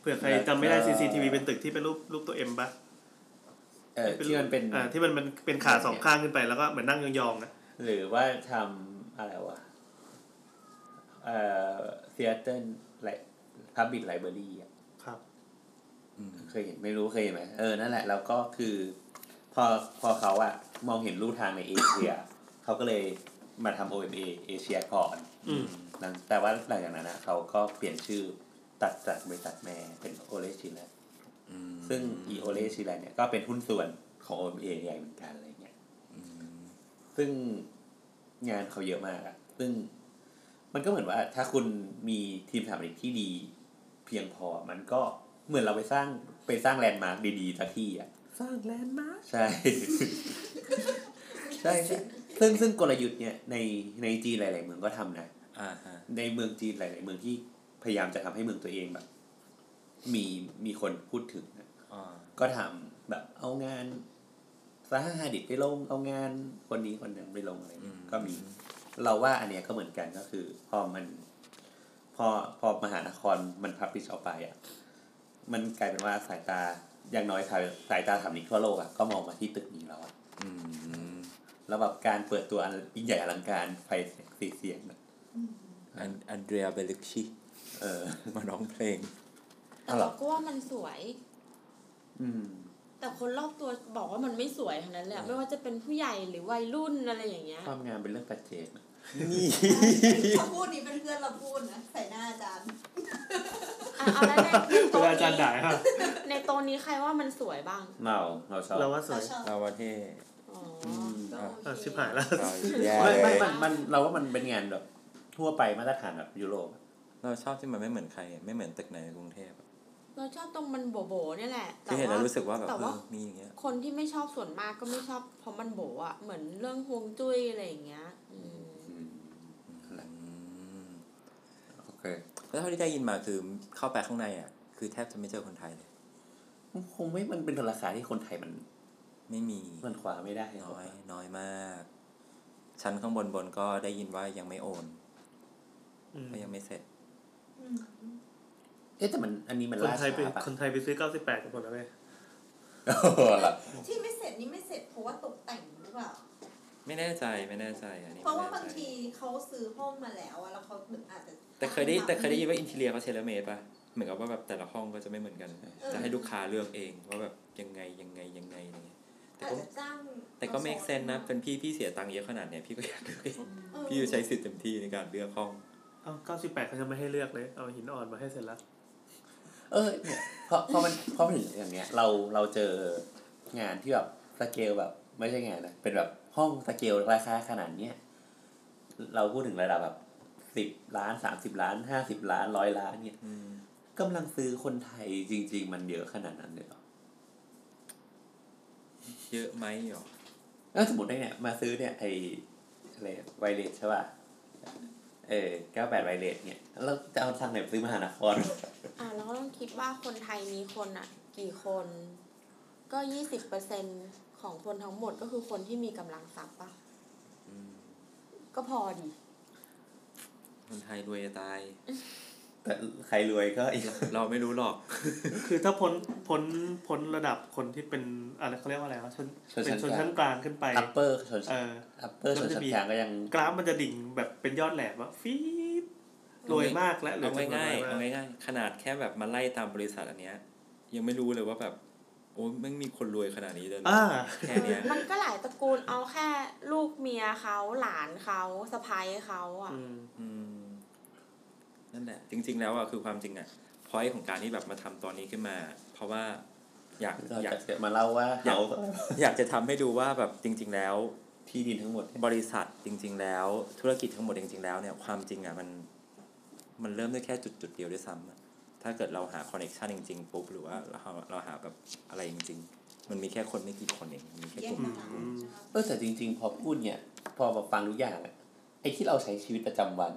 เผื่อใครจำไม่ได้ CCTV เป็นตึกที่เป็นรูปรูปตัวเอ็มปะ เออที่มันเป็น อ่าที่มันมันเป็นขาสองข้างขึ้นไปแล้วก็เหมือนนั่งยองๆอ่ะ หรือว่าทำอะไรวะ เอ่อ Seattle ไลพับบิทไลบรารีอ่ะ ครับ อืม เคยเห็นไม่รู้เคยเห็นไหมเออ นั่นแหละ แล้วก็คือ พอพอเขาอะมองเห็นลู่ทางในเอเชีย เขาก็เลยมาทำ OMA เอเชียก่อน อืม หลังแต่ว่าหลังจากนั้นนะเขาก็เปลี่ยนชื่อตัดจากบริษัทแม่เป็นโอเลชิแลน อืม ซึ่งอีโอเลชิแลนเนี่ยก็เป็นหุ้นส่วนของ OMA ใหญ่เหมือนกันอะไรเงี้ย อืม ซึ่งงานเขาเยอะมากอะซึ่งมันก็เหมือนว่าถ้าคุณมีทีมสถาปนิกที่ดี เพียงพอ มันก็เหมือนเราไปสร้างไปสร้างแลนด์มาร์คดีๆสักที่อ่ะ สร้างแลนด์มาร์ค ใช่ ใช่ใช่ซึ่งซึ่งกลยุทธ์เนี่ยในในจีนหลาย ๆ เมืองก็ทำนะ อ่าฮะ ในเมืองจีนหลาย ๆ เมืองที่พยายามจะทำให้เมืองตัวเองแบบ มีมีคนพูดถึงอะ อ่า ก็ทำแบบเอางานสาหาดิตไปลงเอางานคนนี้คนนั้นไปลงอะไร อื เงี้ยก็มีเราว่าอันเนี้ยก็เหมือนกันก็คือ พอมัน พอพอมหานครมันพับพิชออกไปอ่ะมันกลายเป็นว่าสายตาอย่างน้อยสายสายตาสามนิกทั่วโลกอ่ะก็มองมาที่ตึกนี้แล้วอะ อืม แล้วแบบการเปิดตัวอันยิ่งใหญ่อลังการไฟเสียงสีเสียงอะเอ อันอันเดรียเบลิกชี เออ มาร้องเพลง แต่เราก็ว่ามันสวย อืม แต่คนรอบตัวบอกว่ามันไม่สวยทั้งนั้นแหละไม่ว่าจะเป็นผู้ใหญ่หรือวัยรุ่นอะไรอย่างเงี้ย ความงามเป็นเรื่องปัจเจกนะ นี่ คำพูดนี้เป็นเพื่อนเราพูดนะใส่หน้าอาจารย์ อ่ะเอาแล้ว [LAUGHS] ในใน เว โต๊ะ ลาอาจารย์ นี้ ด่าฮะ ในโต๊ะนี้ใครว่ามันสวยบ้าง เราเราชอบ เราว่าสว เรา ย ชอบ เราว่าเท่ อ๋อ ก็โอเค อ่ะชิบหายแล้ว เราแย่ ไม่ เล ไม่ ย มันมันเราว่ามันเป็นงานแบบ ทั่วไปมาตรฐานแบบยุโรป เราชอบที่มันไม่เหมือนใครอะไม่เหมือนตึกไหนในกรุงเทพอะ เราชอบตรงมันโบโบๆเนี่ยแหละแต่ ที่เห็นแล้ว ว่า รู้สึกว่าแบบ แต่ เอ ว่า อมีอย่างเงี้ย คนที่ไม่ชอบส่วนมากก็ไม่ชอบเพราะมันโบอ่ะเหมือนเรื่องฮวงจุ้ยอะไรอย่างเงี้ยอืม โอเค แล้วเท่าที่ได้ยินมาคือเข้าไปข้างในอ่ะ คือแทบจะไม่เจอคนไทยเลย คงไม่มันเป็นราคาที่คนไทยมัน ไม่มี มันคว้าไม่ได้ น้อยน้อยมาก ชั้นข้างบนบนก็ได้ยินว่ายังไม่โอน อืม ก็ยังไม่เสร็จ อืม เอ๊ะแต่มันอันนี้มัน คน ล่า ไท ช้าย ไป ปะ คนไทยไปซื้อ 98กันหมดแล้วเว้ย ที่ไม่เสร็จนี่ไม่เสร็จเพราะว่าตกแต่งหรือเปล่า ไม่แน่ใจไม่แน่ใจอันนี้ เพราะว่า ไม่แน่ใจ บางทีเขาซื้อห้องมาแล้วอะแล้วเขาอาจจะ แต่เคยได้แต่เคยได้ยินว่าอินเทเลียเขาเทเลเมดป่ะเหมือนกับว่าแบบแต่ละห้องก็จะไม่เหมือนกันจะให้ลูกค้าเลือกเองว่าแบบยังไงยังไงยังไงอะไรเงี้ยแต่ อาจ ก็ จะจ้าง แต่ก็เมคเซนนะเป็นพี่พี่เสียตังค์เยอะขนาดเนี้ยพี่ก็อยากเลือก [LAUGHS] เอง เออ พี่จะใช้สิทธิ์เต็มที่ในการเลือกห้อง เอ้า98เขาจะไม่ให้เลือกเลย เอาหินอ่อนมาให้เสร็จแล้ว เออ [LAUGHS] เนี่ยเพราะเพราะมันเพราะมันถึงอย่างเงี้ย เราเราเจองานที่แบบสเกลแบบ ไม่ใช่งานนะเป็นแบบห้องสเกลราคาขนาดเนี้ยเราพูดถึงระดับแบบสิบล้านสามสิบล้านห้าสิบล้านร้อยล้านเนี่ย อืม กำลังซื้อคนไทยจริง ๆ มันเยอะขนาดนั้นเลยเหรอ เยอะไหมหรอ แล้วสมมติได้เนี่ยมาซื้อเนี่ยไออะไรไวเลสใช่ป่ะเออเก้าแปดไวเลสเนี่ยแล้วจะเอาทางไหนไปซื้อมหานคร [LAUGHS] อ่ะเราก็ต้องคิดว่าคนไทยมีคนอ่ะ กี่คน ก็ยี่สิบเปอร์เซ็นของคนทั้งหมดก็คือคนที่มีกำลังทรัพย์ปะ อืม ก็พอดี คนไทยรวยจะ [LAUGHS] ตาย แต่ใครรวยก็อีก เราไม่รู้หรอก คือถ้าพ้นพ้นพ้นระดับคนที่เป็นอะไรเขาเรียกว่าอะไรวะชน ชนชั้น เป็นชนชั้นกลางขึ้นไป อัปเปอร์ชน เออ อัปเปอร์ช มันนจะชั้น มี กลางก็ยัง กราฟมันจะดิ่งแบบเป็นยอดแหลมว่าฟีดรวยมากและ [LAUGHS] เหลือ เอา จำนวนน้ ง่าย อย ๆ มา เอา ก ง่ายๆขนาดแค่แบบมาไล่ตามบริษัทอันเนี้ย ยังไม่รู้เลยว่าแบบ โอ้ไม่งมีคนรวยขนาดนี้เลยเหรออ อ่า แค่เนี้ย มันก็หลายตระกูลเอาแค่ลูกเมียเขาหลานเขาสะพ้ายเขาอ่ะ อืม อืมนั่นแหละ จริง ๆ แล้วอ่ะคือความจริงอ่ะพอยของการที่แบบมาทำตอนนี้ขึ้นมา เพราะว่าอยาก เรา อ [LAUGHS] ยาก จะมาเล่าว่า อยาก เขา อยากจะทำให้ดูว่าแบบจริง ๆ แล้ว ที่ดินทั้งหมดเนี่ย บริษัทจริง ๆ แล้ว ธุรกิจทั้งหมดจริง ๆ แล้วเนี่ยความจริงอ่ะมัน มันเริ่มได้แค่จุดจุดๆเดียวด้วยซ้ำอะถ้าเกิดเราหาคอนเน t ชันจริง ๆ ปุ๊บ หรือว่าเราเราหาแบบอะไรจริง ๆ มันมีแค่คนไม่กี่คนเองมีแค่ แย ก ก ลุ่ม ตลาด อืม ใช่ไหม เออแต่จริง ๆ พอพูดเนี่ย พอมาฟังทุกอย่างอะไอ้ที่เราใช้ชีวิตประจำวัน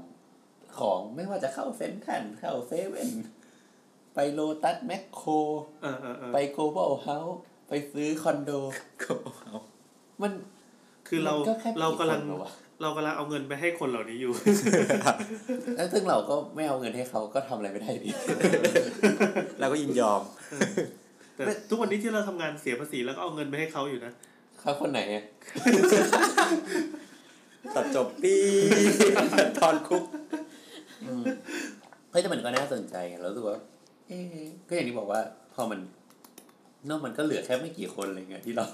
ของไม่ว่าจะเข้าเซ็นทรัลเข้าเซเว่นไปโลตัสแมคโคร เออเออเออ ไปโกลบอลเฮาส์ไปซื้อคอนโด ก็เอา มัน คือเรา มันก็แค่ เรากำลัง คนหอวะ เรากำลังเอาเงินไปให้คนเหล่านี้อยู่ [LAUGHS] แล้วซึ่งเราก็ไม่เอาเงินให้เขาก็ทำอะไร [LAUGHS] ไม่ได้ดี เราก็ยินยอม แต่ทุกวันนี้ที่เราทำงานเสียภาษีแล้วก็เอาเงินไปให้เขาอยู่นะ เขาคนไหนอะ ตัดจบปี [LAUGHS] ทอนคุก อืมเฮ้ยแต่มันก็น่าสนใจไงเรารู้สึกว่า เอ๊ะก็อย่างที่บอกว่า พอมันเนอกมันก็เหลือแค่ไม่กี่คนอะไรเงี้ยที่เรา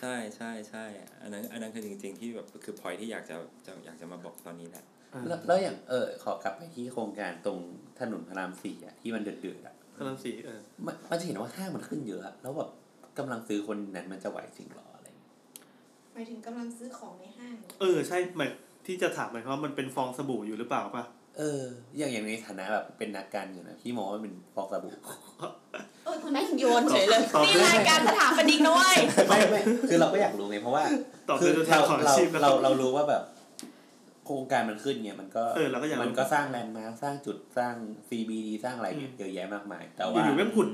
ใช่ใช่ใช่อันนั้นอันนั้นคือจริง ๆ ที่แบบคือพอยที่อยากจะจะอยากจะมาบอกตอนนี้แหละ แล้วแล้วอย่างเออขอกลับไปที่โครงการตรงถนนพระรามสี่อะที่มันเดือดเดือดๆอะ พลังสีเออ มันมันจะเห็นว่าห้างมันขึ้นเยอะอะแล้วแบบกำลังซื้อคนนั้นมันจะไหวจริงหรออะไรอย่างเงี้ย หมายถึงกำลังซื้อของในห้างเหรอ เออ ใช่หมายที่จะถามหมายความว่ามันเป็นฟองสบู่อยู่หรือเปล่าปะ เออ อย่างอย่างในฐานะแบบเป็นนักการเงินอะพี่มองว่ามันเป็นฟอกสบู่ เออคน แม่ นี้ งโยนเฉยเลย ตอบ นี่ ด้วย รายการสถาปนิกนะเว้ย ไม่ไม่คือเราก็อยากรู้ไงเพราะว่า ตอบ คื ด้วยตัวแทน เรา ของอา เรา ชีพนะค เรา รับ เรารู้ว่าแบบ โครงการมันขึ้นไงมันก็ เออเราก็อยากรู้ มันก็สร้างแลนด์มาร์คสร้างจุดสร้าง CBD สร้างอะไรเงี้ยเยอะแยะมากมาย แต่ว่า อยู่ๆแม่งผุด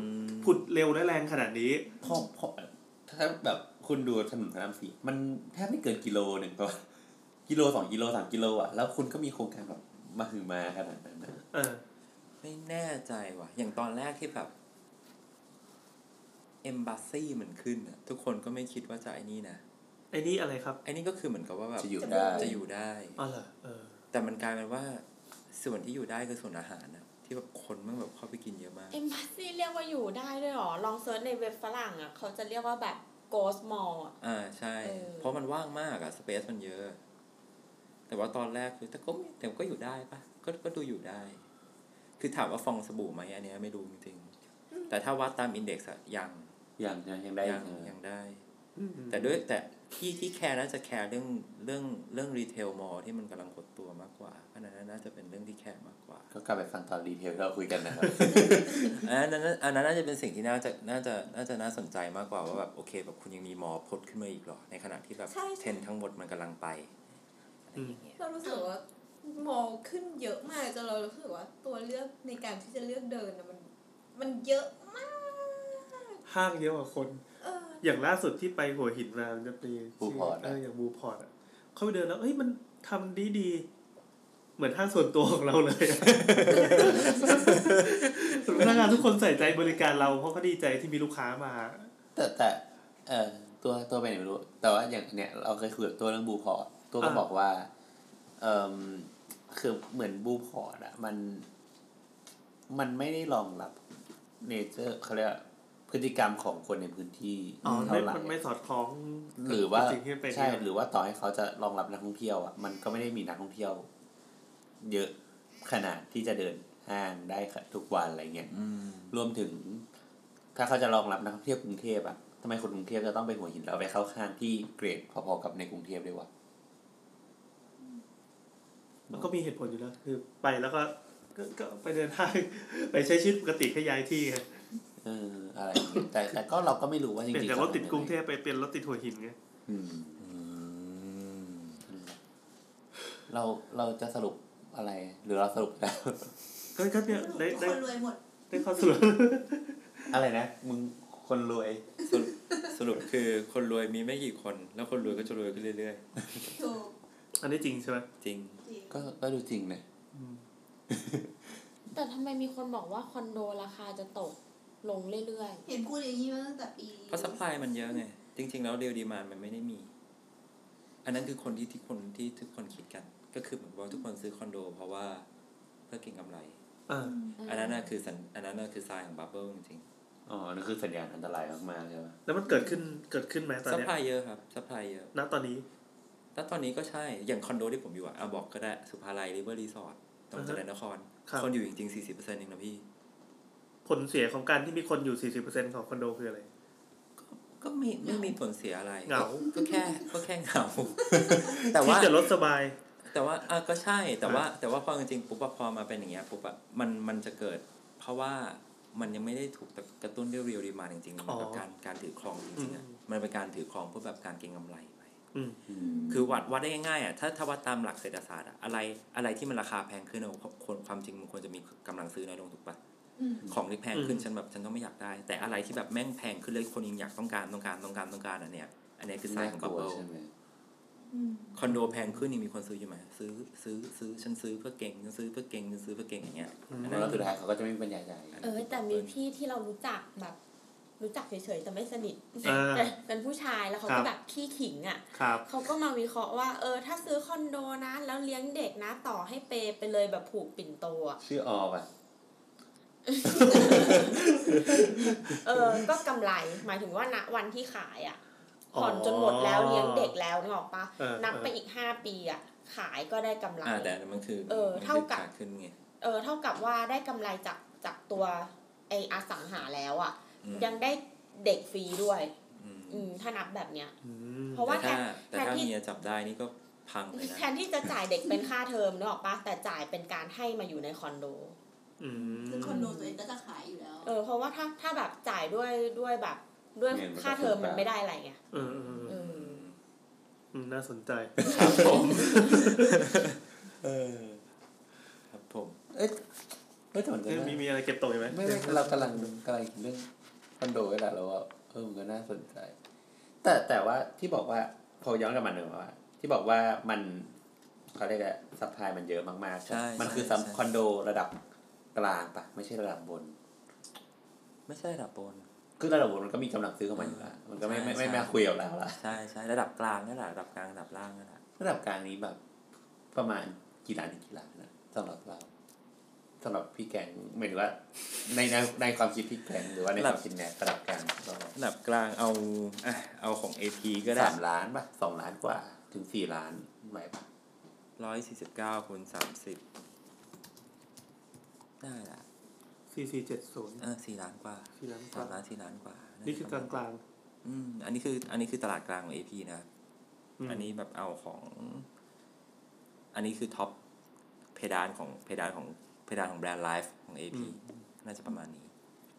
ผุดเร็วและแรงขนาดนี้ พอพอถ้าแบบคุณดูถนนพระรามสี่มันแทบไม่เกินกิโลหนึ่งก็กิโลสองกิโลสามกิโลอ่ะ แล้วคุณก็มีโครงการแบบมาหือมาขนาดนั้นนะ เออ ไม่แน่ใจว่ะ อย่างตอนแรกที่แบบเอมบ s ซีมันขึ้นอะทุกคนก็ไม่คิดว่าจะไอ้นี่นะ ไอ้นี่อะไรครับ ไอ้นี่ก็คือเหมือนกับว่าแบบ จะอยู่ได้ จะอยู่ได้ อ๋อเหรอเออ แต่มันกลายเป็นว่า ส่วนที่อยู่ได้คือส่วนอาหารนะที่แบบคนแมันแบบเข้าไปกินเยอะมาก เอ็มบัสซี่เรียกว่าอยู่ได้ด้วยเหรอ ลองเซิร์ชในเว็บฝรั่งอ่ะ เขาจะเรียกว่าแบบโกสมอล อ่าใช่ เออ เพราะมันว่างมากอะสเปซมันเยอะ แต่ว่าตอนแรกคือแต่ก็ไม่แต่ก็อยู่ได้ปะก็ก็ดูอยู่ได้ คือถามว่าฟองสบู่ไหมอันเนี้ยไม่รู้จริงๆแต่ถ้าวัดตามอินเด็กซ์อะยัง ยังยังได้ ยังยังได้ แต่ด้วยแต่ที่ที่แคร์น่าจะแคร์เรื่องเรื่องเรื่องรีเทลมอลที่มันกำลังหดตัวมากกว่าอันนั้นน่าจะเป็นเรื่องที่แคร์มากกว่า ก็กลับไปฟังตอนรีเทลที่เราคุยกันนะครับ อันนั้นอันนั้นน่าจะเป็นสิ่งที่น่าจะน่าจะน่าจะน่าสนใจมากกว่าว่าแบบโอเคแบบคุณยังมีมอพดขึ้นมาอีกเหรอ ในขณะที่แบบ ใช่ใช่ เทรนด์ทั้งหมดมันกำลังไปอะไรอย่างเงี้ย เรารู้สึกว่ามองขึ้นเยอะมากจนเรารู้สึกว่าตัวเลือกในการที่จะเลือกเดินน่ะมัน มันเยอะมาก ห้างเยอะกว่าคน เออ อย่างล่าสุดที่ไปหัวหินมามันจะมี บูพอร์ตอะ เอออย่างบูพอร์ตอะเข้าไปเดินแล้วเฮ้ยมันทำดีดีๆเหมือนห้างส่วนตัวของเราเลยอะ พนักงานทุกคนใส่ใจบริการเราเพราะเขาดีใจที่มีลูกค้ามา แต่แต่เออตัวตัวไปไหนไม่รู้ แต่ว่าอย่างเนี้ยเราเคยคุยกับตัวเรื่องบูพอร์ตตัวก็ อ่า บอกว่าเออคือเหมือนบูพอร์ตอะมัน มันไม่ได้รองรับเนเจอร์เขาเรียกว่าพฤติกรรมของคนในพื้นที่ อ๋อ เท่า ไม่ ไหร่ มันไม่สอดคล้อง หรือว่า กับสิ่งที่มันเป็น ใช่ หรือว่าต่อให้เขาจะรองรับนักท่องเที่ยวอะมันก็ไม่ได้มีนักท่องเที่ยว เยอะขนาดที่จะเดินห้างได้ทุกวันอะไรเงี้ย อืม รวมถึง ถ้าเขาจะรองรับนักท่องเที่ยวกรุงเทพอะทำไมคนกรุงเทพจะต้องไปหัวหินแล้วไปเข้าข้างที่เกรดพอๆกับในกรุงเทพด้วยวะ มันก็มีเหตุผลอยู่แล้วคือไปแล้วก็ก็ก็ไปเดินห้าง [LAUGHS] ไปใช้ชีวิตปกติขยายที่ไง เอออะไรอย่างเงี้ยแต่แต่ก็เราก็ไม่รู้ว่าจ เปลี่ยน ริงๆ จากรถติด ขากทำยัไรุงเทพไปเป็นรถติดหัวหินไง อืม อืม เราเราจะสรุปอะไร หรือเราสรุปแล้ว ก็ก็เนี่ยได้ ทุกคนได้รวยหมด ได้ข้อสรุป อะไรนะ มึงคนรวย สรุปสรุปคือคนรวยมีไม่กี่คน แล้วคนรวยก็จะรวยขึ้นเรื่อย ถูก อันนี้จริงใช่ไหม ๆ จริง จริง ก็ก็ดูจริงนะ อืม แต่ทำไมมีคนบอกว่าคอนโดราคาจะตกลงเรื่อย เห็นพูดอย่างนี้มาตั้งแต่ปี เพราะสปายมันเยอะไง จริง ๆ แล้วเรียลดีมานมันไม่ได้มี อันนั้นคือคนที่ที่คนที่ทุกคนคิดกัน ก็คือเหมือนว่าทุกคนซื้อคอนโด เพราะว่าเพื่อเก็งกำไร อ่า ๆ อันนั้นน่ะคือสัญอันนั้นน่ะคือทรายของบับเบิ้ลจริง อ๋อนั่นคือสัญญาณอันตรายมากๆใช่ไหม แล้วมันเกิดขึ้นเกิดขึ้นไหมตอน ๆส เนี้ย ปายเยอะครับสปายเยอะ ณตอนนี้ แล้วตอนนี้ก็ใช่ อย่างคอนโดที่ผมอยู่อะเอาบอกก็ได้ สุภาลัยริเวอร์รีสอร์ทตรงเจริญนคร ครับ คนอยู่จริงๆสี่สิบเปอร์เซ็นต์เองนะพี่ ผลเสียของการที่มีคนอยู่ 40%ของคอนโดคืออะไร ก็ไม่ไม่มีผลเสียอะไร เหงา ก็แค่ก็แค่ [LAUGHS] เหงา แต่ว่า ที่จะลดสบาย แต่ว่าอ่ะก็ใช่ แต่ว่า แต่ว่าพอจริงๆปุ๊บอะพอมาเป็นอย่างเงี้ยปุ๊บอะมัน มันจะเกิด เพราะว่ามันยังไม่ได้ถูกกระตุ้นด้วยเรียลดีมาจริงๆมันกับ อ๋อ การการถือครองจริงๆอะ อืม มันเป็นการถือครองเพื่อแบบการเก็งกำไรไป อืม คือวัดวัดได้ง่ายๆอ่ะถ้าถ้าวัดตามหลักเศรษฐศาสตร์อ่ะอะไรอะไรที่มันราคาแพงขึ้นอะคนความจริงมันควรจะมีกำลังซื้อน้อยลงถูกปะ อืม ของที่แพงขึ้น อืม ฉันแบบฉันก็ไม่อยากได้ แต่อะไรที่แบบแม่งแพงขึ้นเลยคนยังอยากต้องการต้องการต้องการต้องการอันเนี้ยอันเนี้ยคือสาย น่า ของ ก บับ ลัว เบิ้ล ใช่ไหม อืม คอนโดแพงขึ้นยังมีคนซื้ออยู่ไหมซื้อซื้อซื้อฉันซื้อเพื่อเก่งฉันซื้อเพื่อเก่งฉันซื้อเพื่อเก่งอย่างเงี้ยอันนั้น แล้วสุดท้ายเขาก็จะไม่มีปัญญาใจาย เออ แต่มีพี่ที่เรารู้จักแบบ รู้จักเฉยๆแต่ไม่สนิท อ่า [LAUGHS] แต่เป็นผู้ชายแล้วเขา ครั ก็ บ แบบขี้ขิงอ่ะ ครับ เขาก็มาวิเคราะห์ว่า เออ ถ้าซื้อคอนโดนะ แล้วเลี้ยงเด็กนะ ต่อให้เปย์ไปเลยแบบผูกปิ่นโต [LAUGHS] อะ ชื่อออป่ะ เออ ก็กำไร หมายถึงว่าณวันที่ขายอะ อ๋อ ผ่อนจนหมดแล้วเลี้ยงเด็กแล้วนึกออกปะ เออ นับไปอีกห้าปีอะขายก็ได้กำไร อ่าแต่อันนั้นมันคือ เออ มันคือ เท่ากับ ขขึ้นไง เออ เท่ากับว่าได้กำไรจากจากตัวไออสังหาแล้วอะ อืม ยังได้เด็กฟรีด้วย อืม อืม ถ้านับแบบเนี้ย อืม เพราะว่า แต่ แท ถ้าน แต่ถ้า แทนที่ เมียจับได้นี่ก็พังเลยนะ แทนที่จะจ่ายเด็กเป็นค่าเทอมนึกออกปะแต่จ่ายเป็นการให้มาอยู่ในคอนโด อืม ซึ่งคอนโดตัวเองก็จะขายอยู่แล้ว เออเพราะว่าถ้าถ้าแบบจ่ายด้วยด้วยแบบด้วย เงินมัน ค่าเทอม ก็สูง มัน ไป ไม่ได้อะไรไง เออเออเอ เอ อ อ อืมน่าสนใจ ครับผม เออครับผม เอ้ยเอ้ยแต่มันก็ เรื่อง น่า มีมีอะไรเก็บตกอยู่ไหม ไม่ไม่เรากำลังกำลังเรื่องคอนโดนี่แหละเราว่าเออมันก็น่าสนใจ แต่แต่ว่าที่บอกว่าพอย้อนกลับมาหนึ่งว่า ที่บอกว่ามันเขาเรียกว่าสัพพายมันเยอะมากๆ ใช่ มัน ใช่ คือ ใช่ ซัมคอนโดระดับกลางปะไม่ใช่ระดับบน ไม่ใช่ระดับบน คือระดับบนมันก็มีกำลังซื้อเข้ามาอยู่ละมันก็ไม่ ใช่ ไม่ไม่ ใช่ ไม่มาคุยกับเราละ ใช่ใช่ระดับกลางนั่นแหละระดับกลางระดับล่างนั่นแหละ ระดับกลางนี้แบบประมาณกี่ล้านถึงกี่ล้านนะ สำหรับเราสำหรับพี่แกงหมายถึงว่า ในในในความคิดพี่แกงหรือว่าในความคิดแนทระดับกลางก็ อันดับกลางเอาอ่ะเอาของ AP ก็ได้ สามล้านป่ะสองล้านกว่าถึงสี่ล้านไหวป่ะ ร้อยสี่สิบเก้าคูณสามสิบได้ละ สี่สี่เจ็ดศูนย์ เออสี่ล้านกว่า สี่ล้านก สามว่าล้าน สี่ล้านกว่า นี่คือกลางกลาง อืมอันนี้คืออันนี้คือตลาดกลางของ AP นะ ๆม อันนี้แบบเอาของ อันนี้คือท็อปเพดานของเพดานของเพดานของแบรนด์ไลฟ์ของ AP น่าจะประมาณนี้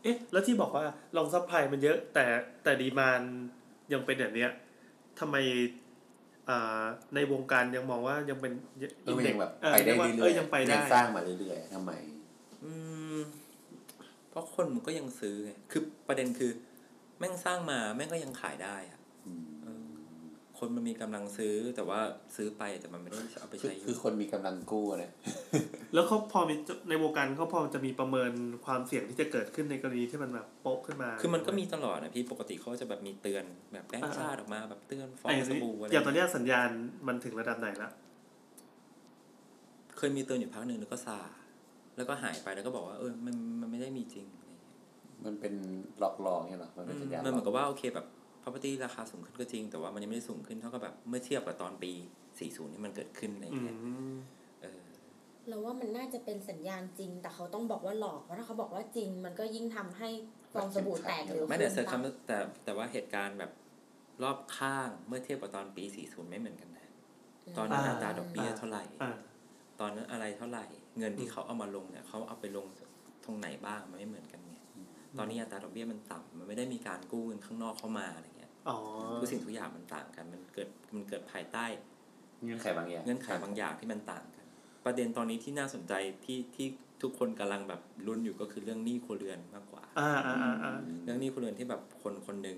เอ๊ะ แล้วที่บอกว่าลองซัพพลายมันเยอะ แต่แต่ดีมานยังเป็นแบบเนี้ยทำไมอ่าในวงการยังมองว่ายังเป็น เออมันยังแบบ เออ ไปได้ เรียกว่า เรื่ เอ อย อ ๆ ยังไปได้ ยังสร้างมาเรื่อยๆทำไม อืมเพราะคนมันก็ยังซื้อไงคือประเด็นคือ แม่งสร้างมาแม่งก็ยังขายได้อะเออคนมันมีกำลังซื้อแต่ว่าซื้อไปแต่มันไม่ได้เอาไป คือ ใช้อยู่ คือคนมีกำลังกู้นะ แล้วเขาพอมีในวงการเขาพอจะมีประเมินความเสี่ยงที่จะเกิดขึ้นในกรณีที่มันแบบโป๊ะขึ้นมา คือมันก็มีตลอดนะพี่ปกติเขาจะแบบมีเตือนแบบแบงค์ชาติออกมาแบบเตือนฟอ ไอ้ งส นี่ บู่อะไร อย่างตอนเนี้ยสัญญาณมันถึงระดับไหนละ เคยมีเตือนอยู่พักหนึ่งแล้วก็ซาแล้วก็หายไปแล้วก็บอกว่า เออมันมันไม่ได้มีจริงอะไรอย่างเงี้ย มันเป็นหลอกลวงเนี่ยเหรอ มันเป็นสัญญาณ มันเหมือนกับว่าโอเคแบบ property ราคาสูงขึ้นก็จริง แต่ว่ามันยังไม่ได้สูงขึ้นเท่ากับแบบเมื่อเทียบกับตอนปี 40 ที่มันเกิดขึ้นอะไรอ อื ย่างเงี้ย ม เออ เราว่ามันน่าจะเป็นสัญญาณจริง แต่เขาต้องบอกว่าหลอก เพราะถ้าเขาบอกว่าจริง มันก็ยิ่งทำให้ฟองสบู่แตกเร็ว ไม่แต่เซอ ขึ้น ร์คัมแต่แต่ว่าเหตุการณ์แบบรอบข้างเมื่อเทียบกับตอนปี 40 ไม่เหมือนกันนะ ตอนนั้นอัตราดอกเบี้ยเท่าไหร่ อ่า ตอนนั้นอะไรเท่าไหร่ เงินที่เขาเอามาลงเนี่ยเขาเอาไปลงตรงไหนบ้างมันไม่เหมือนกันไงตอนนี้อัตราดอกเบี้ยมันต่ำมันไม่ได้มีการกู้เงินข้างนอกเข้ามาอะไรเงี้ย อ๋อ ทุกสิ่งทุกอย่างมันต่างกัน มันเกิดมันเกิดภายใต้ เงื่อนไขบางอย่าง เงื่อนไขบางอย่างที่มันต่างกัน ประเด็นตอนนี้ที่น่าสนใจที่ที่ทุกคนกำลังแบบลุ้นอยู่ก็คือเรื่องหนี้ครัวเรือนมากกว่า อ่าอ่าอ่าอ่า เรื่องหนี้คนอื่นที่แบบคนคนหนึ่ง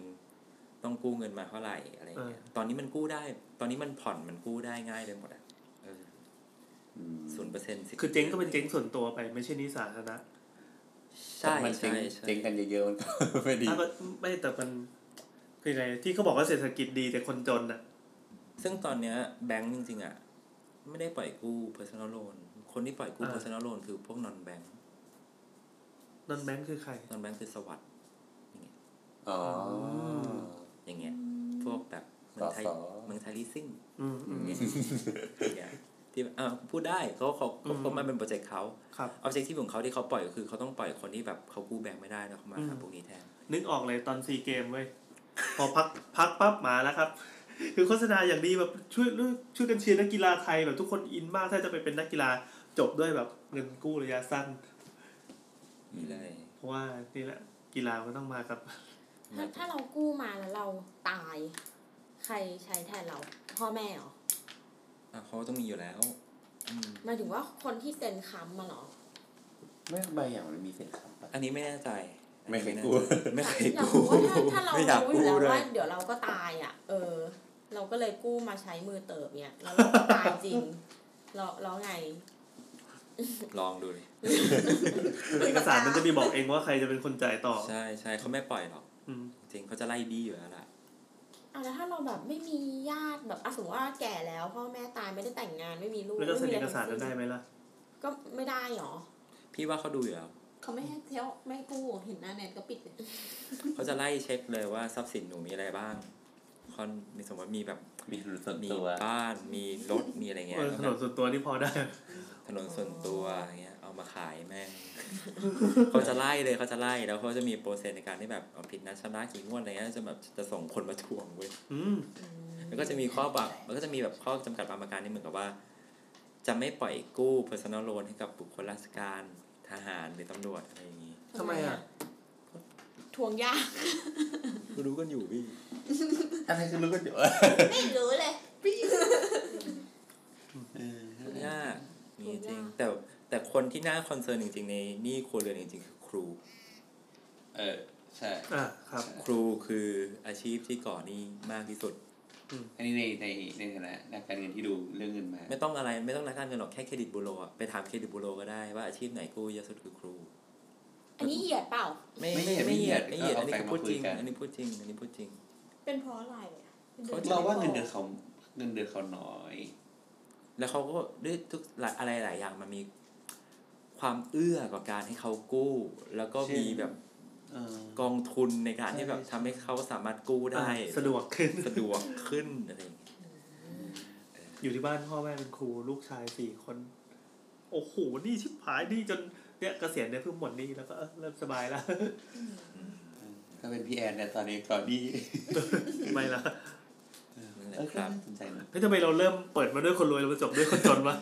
ต้องกู้เงินมาเท่าไหร่อะไรอย่างเงี้ย ตอนนี้มันกู้ได้ ตอนนี้มันผ่อนมันกู้ได้ง่ายเลยหมดอ่ะ อืม ศูนย์เปอร์เซ็นต์สิ คือเจ๊งก็เป็นเจ๊งส่วนตัวไปไม่ใช่นิสาธารณะ ใช่ มันเจ๊ ใช่ ง ใช่ เจ๊งกันเยอะๆมันก็ [LAUGHS] ไม่ดี อ่ะก็ไม่แต่มันคือไงที่เขาบอกว่าเศรษฐกิจดีแต่คนจนอ่ะ ซึ่งตอนเนี้ยแบงก์จริงๆอ่ะ ไม่ได้ปล่อยกู้ personal loan คนที่ปล่อยกู้ อ่า personal loan คือพวก non bank นอนแบงค์คือใคร non bank คือสวัสด์ อ๋อ อย่างเงี้ย พวกแบบเมืองไทย สส เมืองไทยลิสซิ่ง อืมอืม อย่างเงี้ยที่อ่าพูดได้เขาเขาเขาเขามาเป็นโปรเจกต์เขา ครับ ออบเจกตีฟของเขาที่เขาปล่อยก็คือเขาต้องปล่อยคนที่แบบเขากู้แบงค์ไม่ได้แล้วเขามา อืม หาพวกนี้แทน นึกออกเลยตอนซีเกมเว้ย พอพักพักปั๊บมาแล้วครับ คือโฆษณาอย่างดีแบบช่วยช่วยกันเชียร์นักกีฬาไทยแบบทุกคนอินมากถ้าจะไปเป็นนักกีฬาจบด้วยแบบเงินกู้ระยะสั้น มีเลย เพราะว่านี่แหละกีฬามันต้องมา [LAUGHS] กับ ถ้าถ้าเรากู้มาแล้วเราตาย ใครใช้แทนเรา พ่อแม่เหรอ อ่ะเขาต้องมีอยู่แล้วอืม หมายถึงว่าคนที่เซ็นค้ำมาเหรอ ไม่บางอย่างมันมีเศษคำปะ อันนี้ไม่แน่ใจ ไม่เคยกู้ ไม่เคย อยาก กู้ รู้ว่าถ้าถ้าเรา ไม่อยาก รู้อ กู้ ยู่แล้ว ด้วย ว่าเดี๋ยวเราก็ตายอ่ะ เออ เราก็เลยกู้มาใช้มือเติบเนี่ยแล้วเราก็ตายจริง [LAUGHS] เราเราไง ลองดูเลย เอกสารมันจะมีบอกเองว่าใครจะเป็นคนจ่ายต่อ ใช่ใช่เขาไม่ปล่อยหรอก อืม จริงเขาจะไล่บี้อยู่แล้วล่ะ เอาแล้วถ้าเราแบบไม่มีญาติแบบอะสมมติว่าแก่แล้วพ่อแม่ตายไม่ได้แต่งงานไม่มีลูก แล้วจะเซ็น ไม่ เอ มีะ ก ทั้ง สารนั้นได้ น ไหมล่ะ ก็ไม่ได้หรอ พี่ว่าเขาดูอยู่แล้ว เขาไม่ให้เที่ยวไม่ให้กู้เห็นหน้าแนทก็ปิดเลย เขาจะไล่เช็คเลยว่าทรัพย์สินหนูมีอะไรบ้างคอนมีสมมติมีแบบ มีหรือส่วน มี ตัว บ้านมีรถมีอะไรเงี้ เอยอถนนส่วนตัวนี่พอได้ ถนนส่วนตัวอย่างเงี้ยเอามาขายแม่งเขาจะไล่เลยเขาจะไล่แล้วเขาจะมีโปรเซสในการที่แบบเอาผิดนัดชำระกี่งวดอะไรเงี้ยจะแบบจะส่งคนมาทวงเว้ย อืม มันก็จะมีข้อแบบมันก็จะมีแบบข้อจำกัดบางประการที่เหมือนกับว่า จะไม่ปล่อยกู้ personal loan ให้กับบุคคลราชการทหารหรือตำรวจอะไรอย่างนี้ ทำไมอ่ะ ทวงยาก รู้กันอยู่พี่ อะไรก็รู้กันอยู่ ไม่รู้เลย ยากมีจริง แต่แต่คนที่น่าคอนเซิร์นจริงๆ ในหนี่ครัวเรือนจริงๆ คือครู เออ ใช่ อ่ะครับ ครูคืออาชีพที่ก่อหนี้มากที่สุด อันนี้ในในในฐานะนักการเงินที่ดูเรื่องเงินมา ไม่ต้องอะไรไม่ต้องนักการเงินหรอกแค่เครดิตบูโรอะไปถามเครดิตบูโรก็ได้ว่าอาชีพไหนกู้เยอะสุดคือครู อันนี้เหยียดเปล่า ไม่ ไม่ ไม่ เหยียด ไม่เหยียด ไม่ ไม่เหเหยี ยี ย ยดอันนี้ดก็คือพูดจริง เอาแฟนมาคุยกัน อันนี้พูดจริงอันนี้พูดจริง เป็นเพราะอะไรอ่ะป็นดือน เราว่าเงินเดือนเขาเงินเดือนเขาน้อย แล้วเขาก็ด้วยทุกหลายอะไรหลายอย่างมันมี ความเอื้อกับการให้เขากู้ แล้วก็มี เช่น แบบ เออก องทุนในการที่แบบทำให้เขาสามารถกู้ได้ สะดวกขึ้น สะดวกขึ้นอะไรอย่างเงี้ย อยู่ที่บ้านพ่อแม่เป็นครูลูกชายสี่คน โอ้โหนี่ชิบหายนี่จนเนี่ยเกษียณเนี่ยเพิ่งหมดหนี่แล้วก็เออเริ่มสบายแล้ว ก็เป็นพี่แอนในตอนนี้ตอนนี้ ไม่ละ นั่นแห เออ ละ ค ค รั รั บบ น่าสนใจนะ เฮ้ยทำไมเราเริ่มเปิดมาด้วยคนรวยแล้วมาจบด้วยคนจนวะ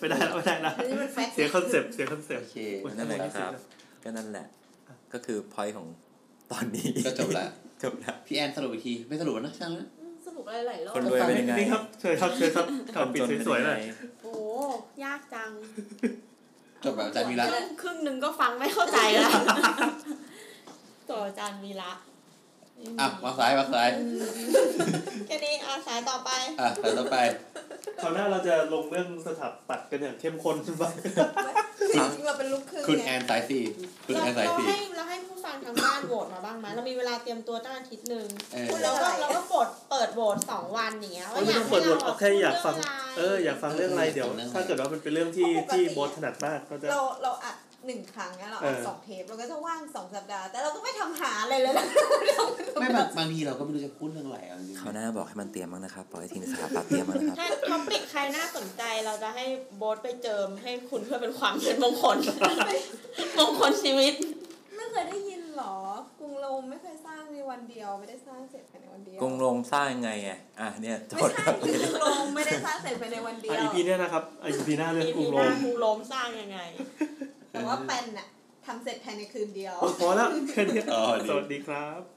ไม่ได้ละไม่ได้ละ อันนี้มันแฟกต์ เสียคอนเซปต์เสียคอนเซป โอ ต์ เค นั่นแหละครับ ก็นั่นแหละ ก็คือพอยของตอนนี้ ก็จบละ [LAUGHS] จบละ พี่แอนสรุปอีกที ไม่สรุปนะช่างนะ สรุปหลายๆรอ ค บ นรวยเป็นยังไง นี่ครับเชิญครับเชิญครับขอปิดสวยๆหน่อย โอ้ยากจัง จบแบบอาจารย์มีรัต ครึ่งครึ่งหนึ่งก็ฟังไม่เข้าใจละ ต่ออาจารย์วีระ อ่ะวางสายวางสาย แค่นี้อาสายต่อไป อ่ะสายต่อไป คราวหน้าเราจะลงเรื่องสถาปัตย์กันอย่างเข้มข้นใช่ไหม จริงๆเราเป็นลูกครึ่ง คุณ ไง แอนสายสี่คุณ เรา แอนสาย เรา สี่ ให้เราให้ผู้ฟังทางบ้านโหวตมาบ้างไหมเรามีเวลาเตรียมตัวตั้งอาทิตย์หนึ่ง เออ คุณเราก็เราก็กดเปิดโหวตสองวันอย่างเงี้ยว่า ไม่ อยา ต้องกให้ เปิดบท เราะ โอเคอยากฟัง เอออยากฟังเรื่องอะไรเดี๋ยว ถ้าเกิดว่ามันเป็นเรื่องที่ที่โบสถนัดมากก็จะ เราเราอัดหนึ่งครั้งนะเราอัด เออ สองเทปเราก็จะว่างสองสัปดาห์ แต่เราก็ไม่ทำหาอะไรเลย [LAUGHS] นะ ไม่บางบางทีเราก็ไม่รู้จะพูดเรื่องอะไรอ่ะจริง เขาวหน้าบอกให้มันเตรียมมั้างนะครับปล่อยให้ทีมสถาปัตย์เตรียมมานะครับ ถ้าท็อปิกใครน่าสนใจเราจะให้โบสไปเจิมให้คุณเพื่อเป็นความเป็นมงคล มงคลชีวิต ไม่เคยได้ยินหรอ กรุงโรมไม่เคยสร้างในวันเดียว ไม่ได้สร้างเสร็จภายในวันเดียว กรุงโรมสร้างยังไงไงอ่ะเนี่ยโจ ไม่ ทย์ ใช่ ครับ คือกรุงโรมไม่ได้สร้างเสร็จภายในวันเดียว อีพีเนี่ยนะครับอีพีหน้าเรื่อง มี กรุง ห โร น้าม กูโลมสร้างยังไง แต่ว่าแปนน่ะทำเสร็จภายในคืนเดียว โอ้พอแล้วแค่นี้ อ๋อ ส ดี วัสดีครับ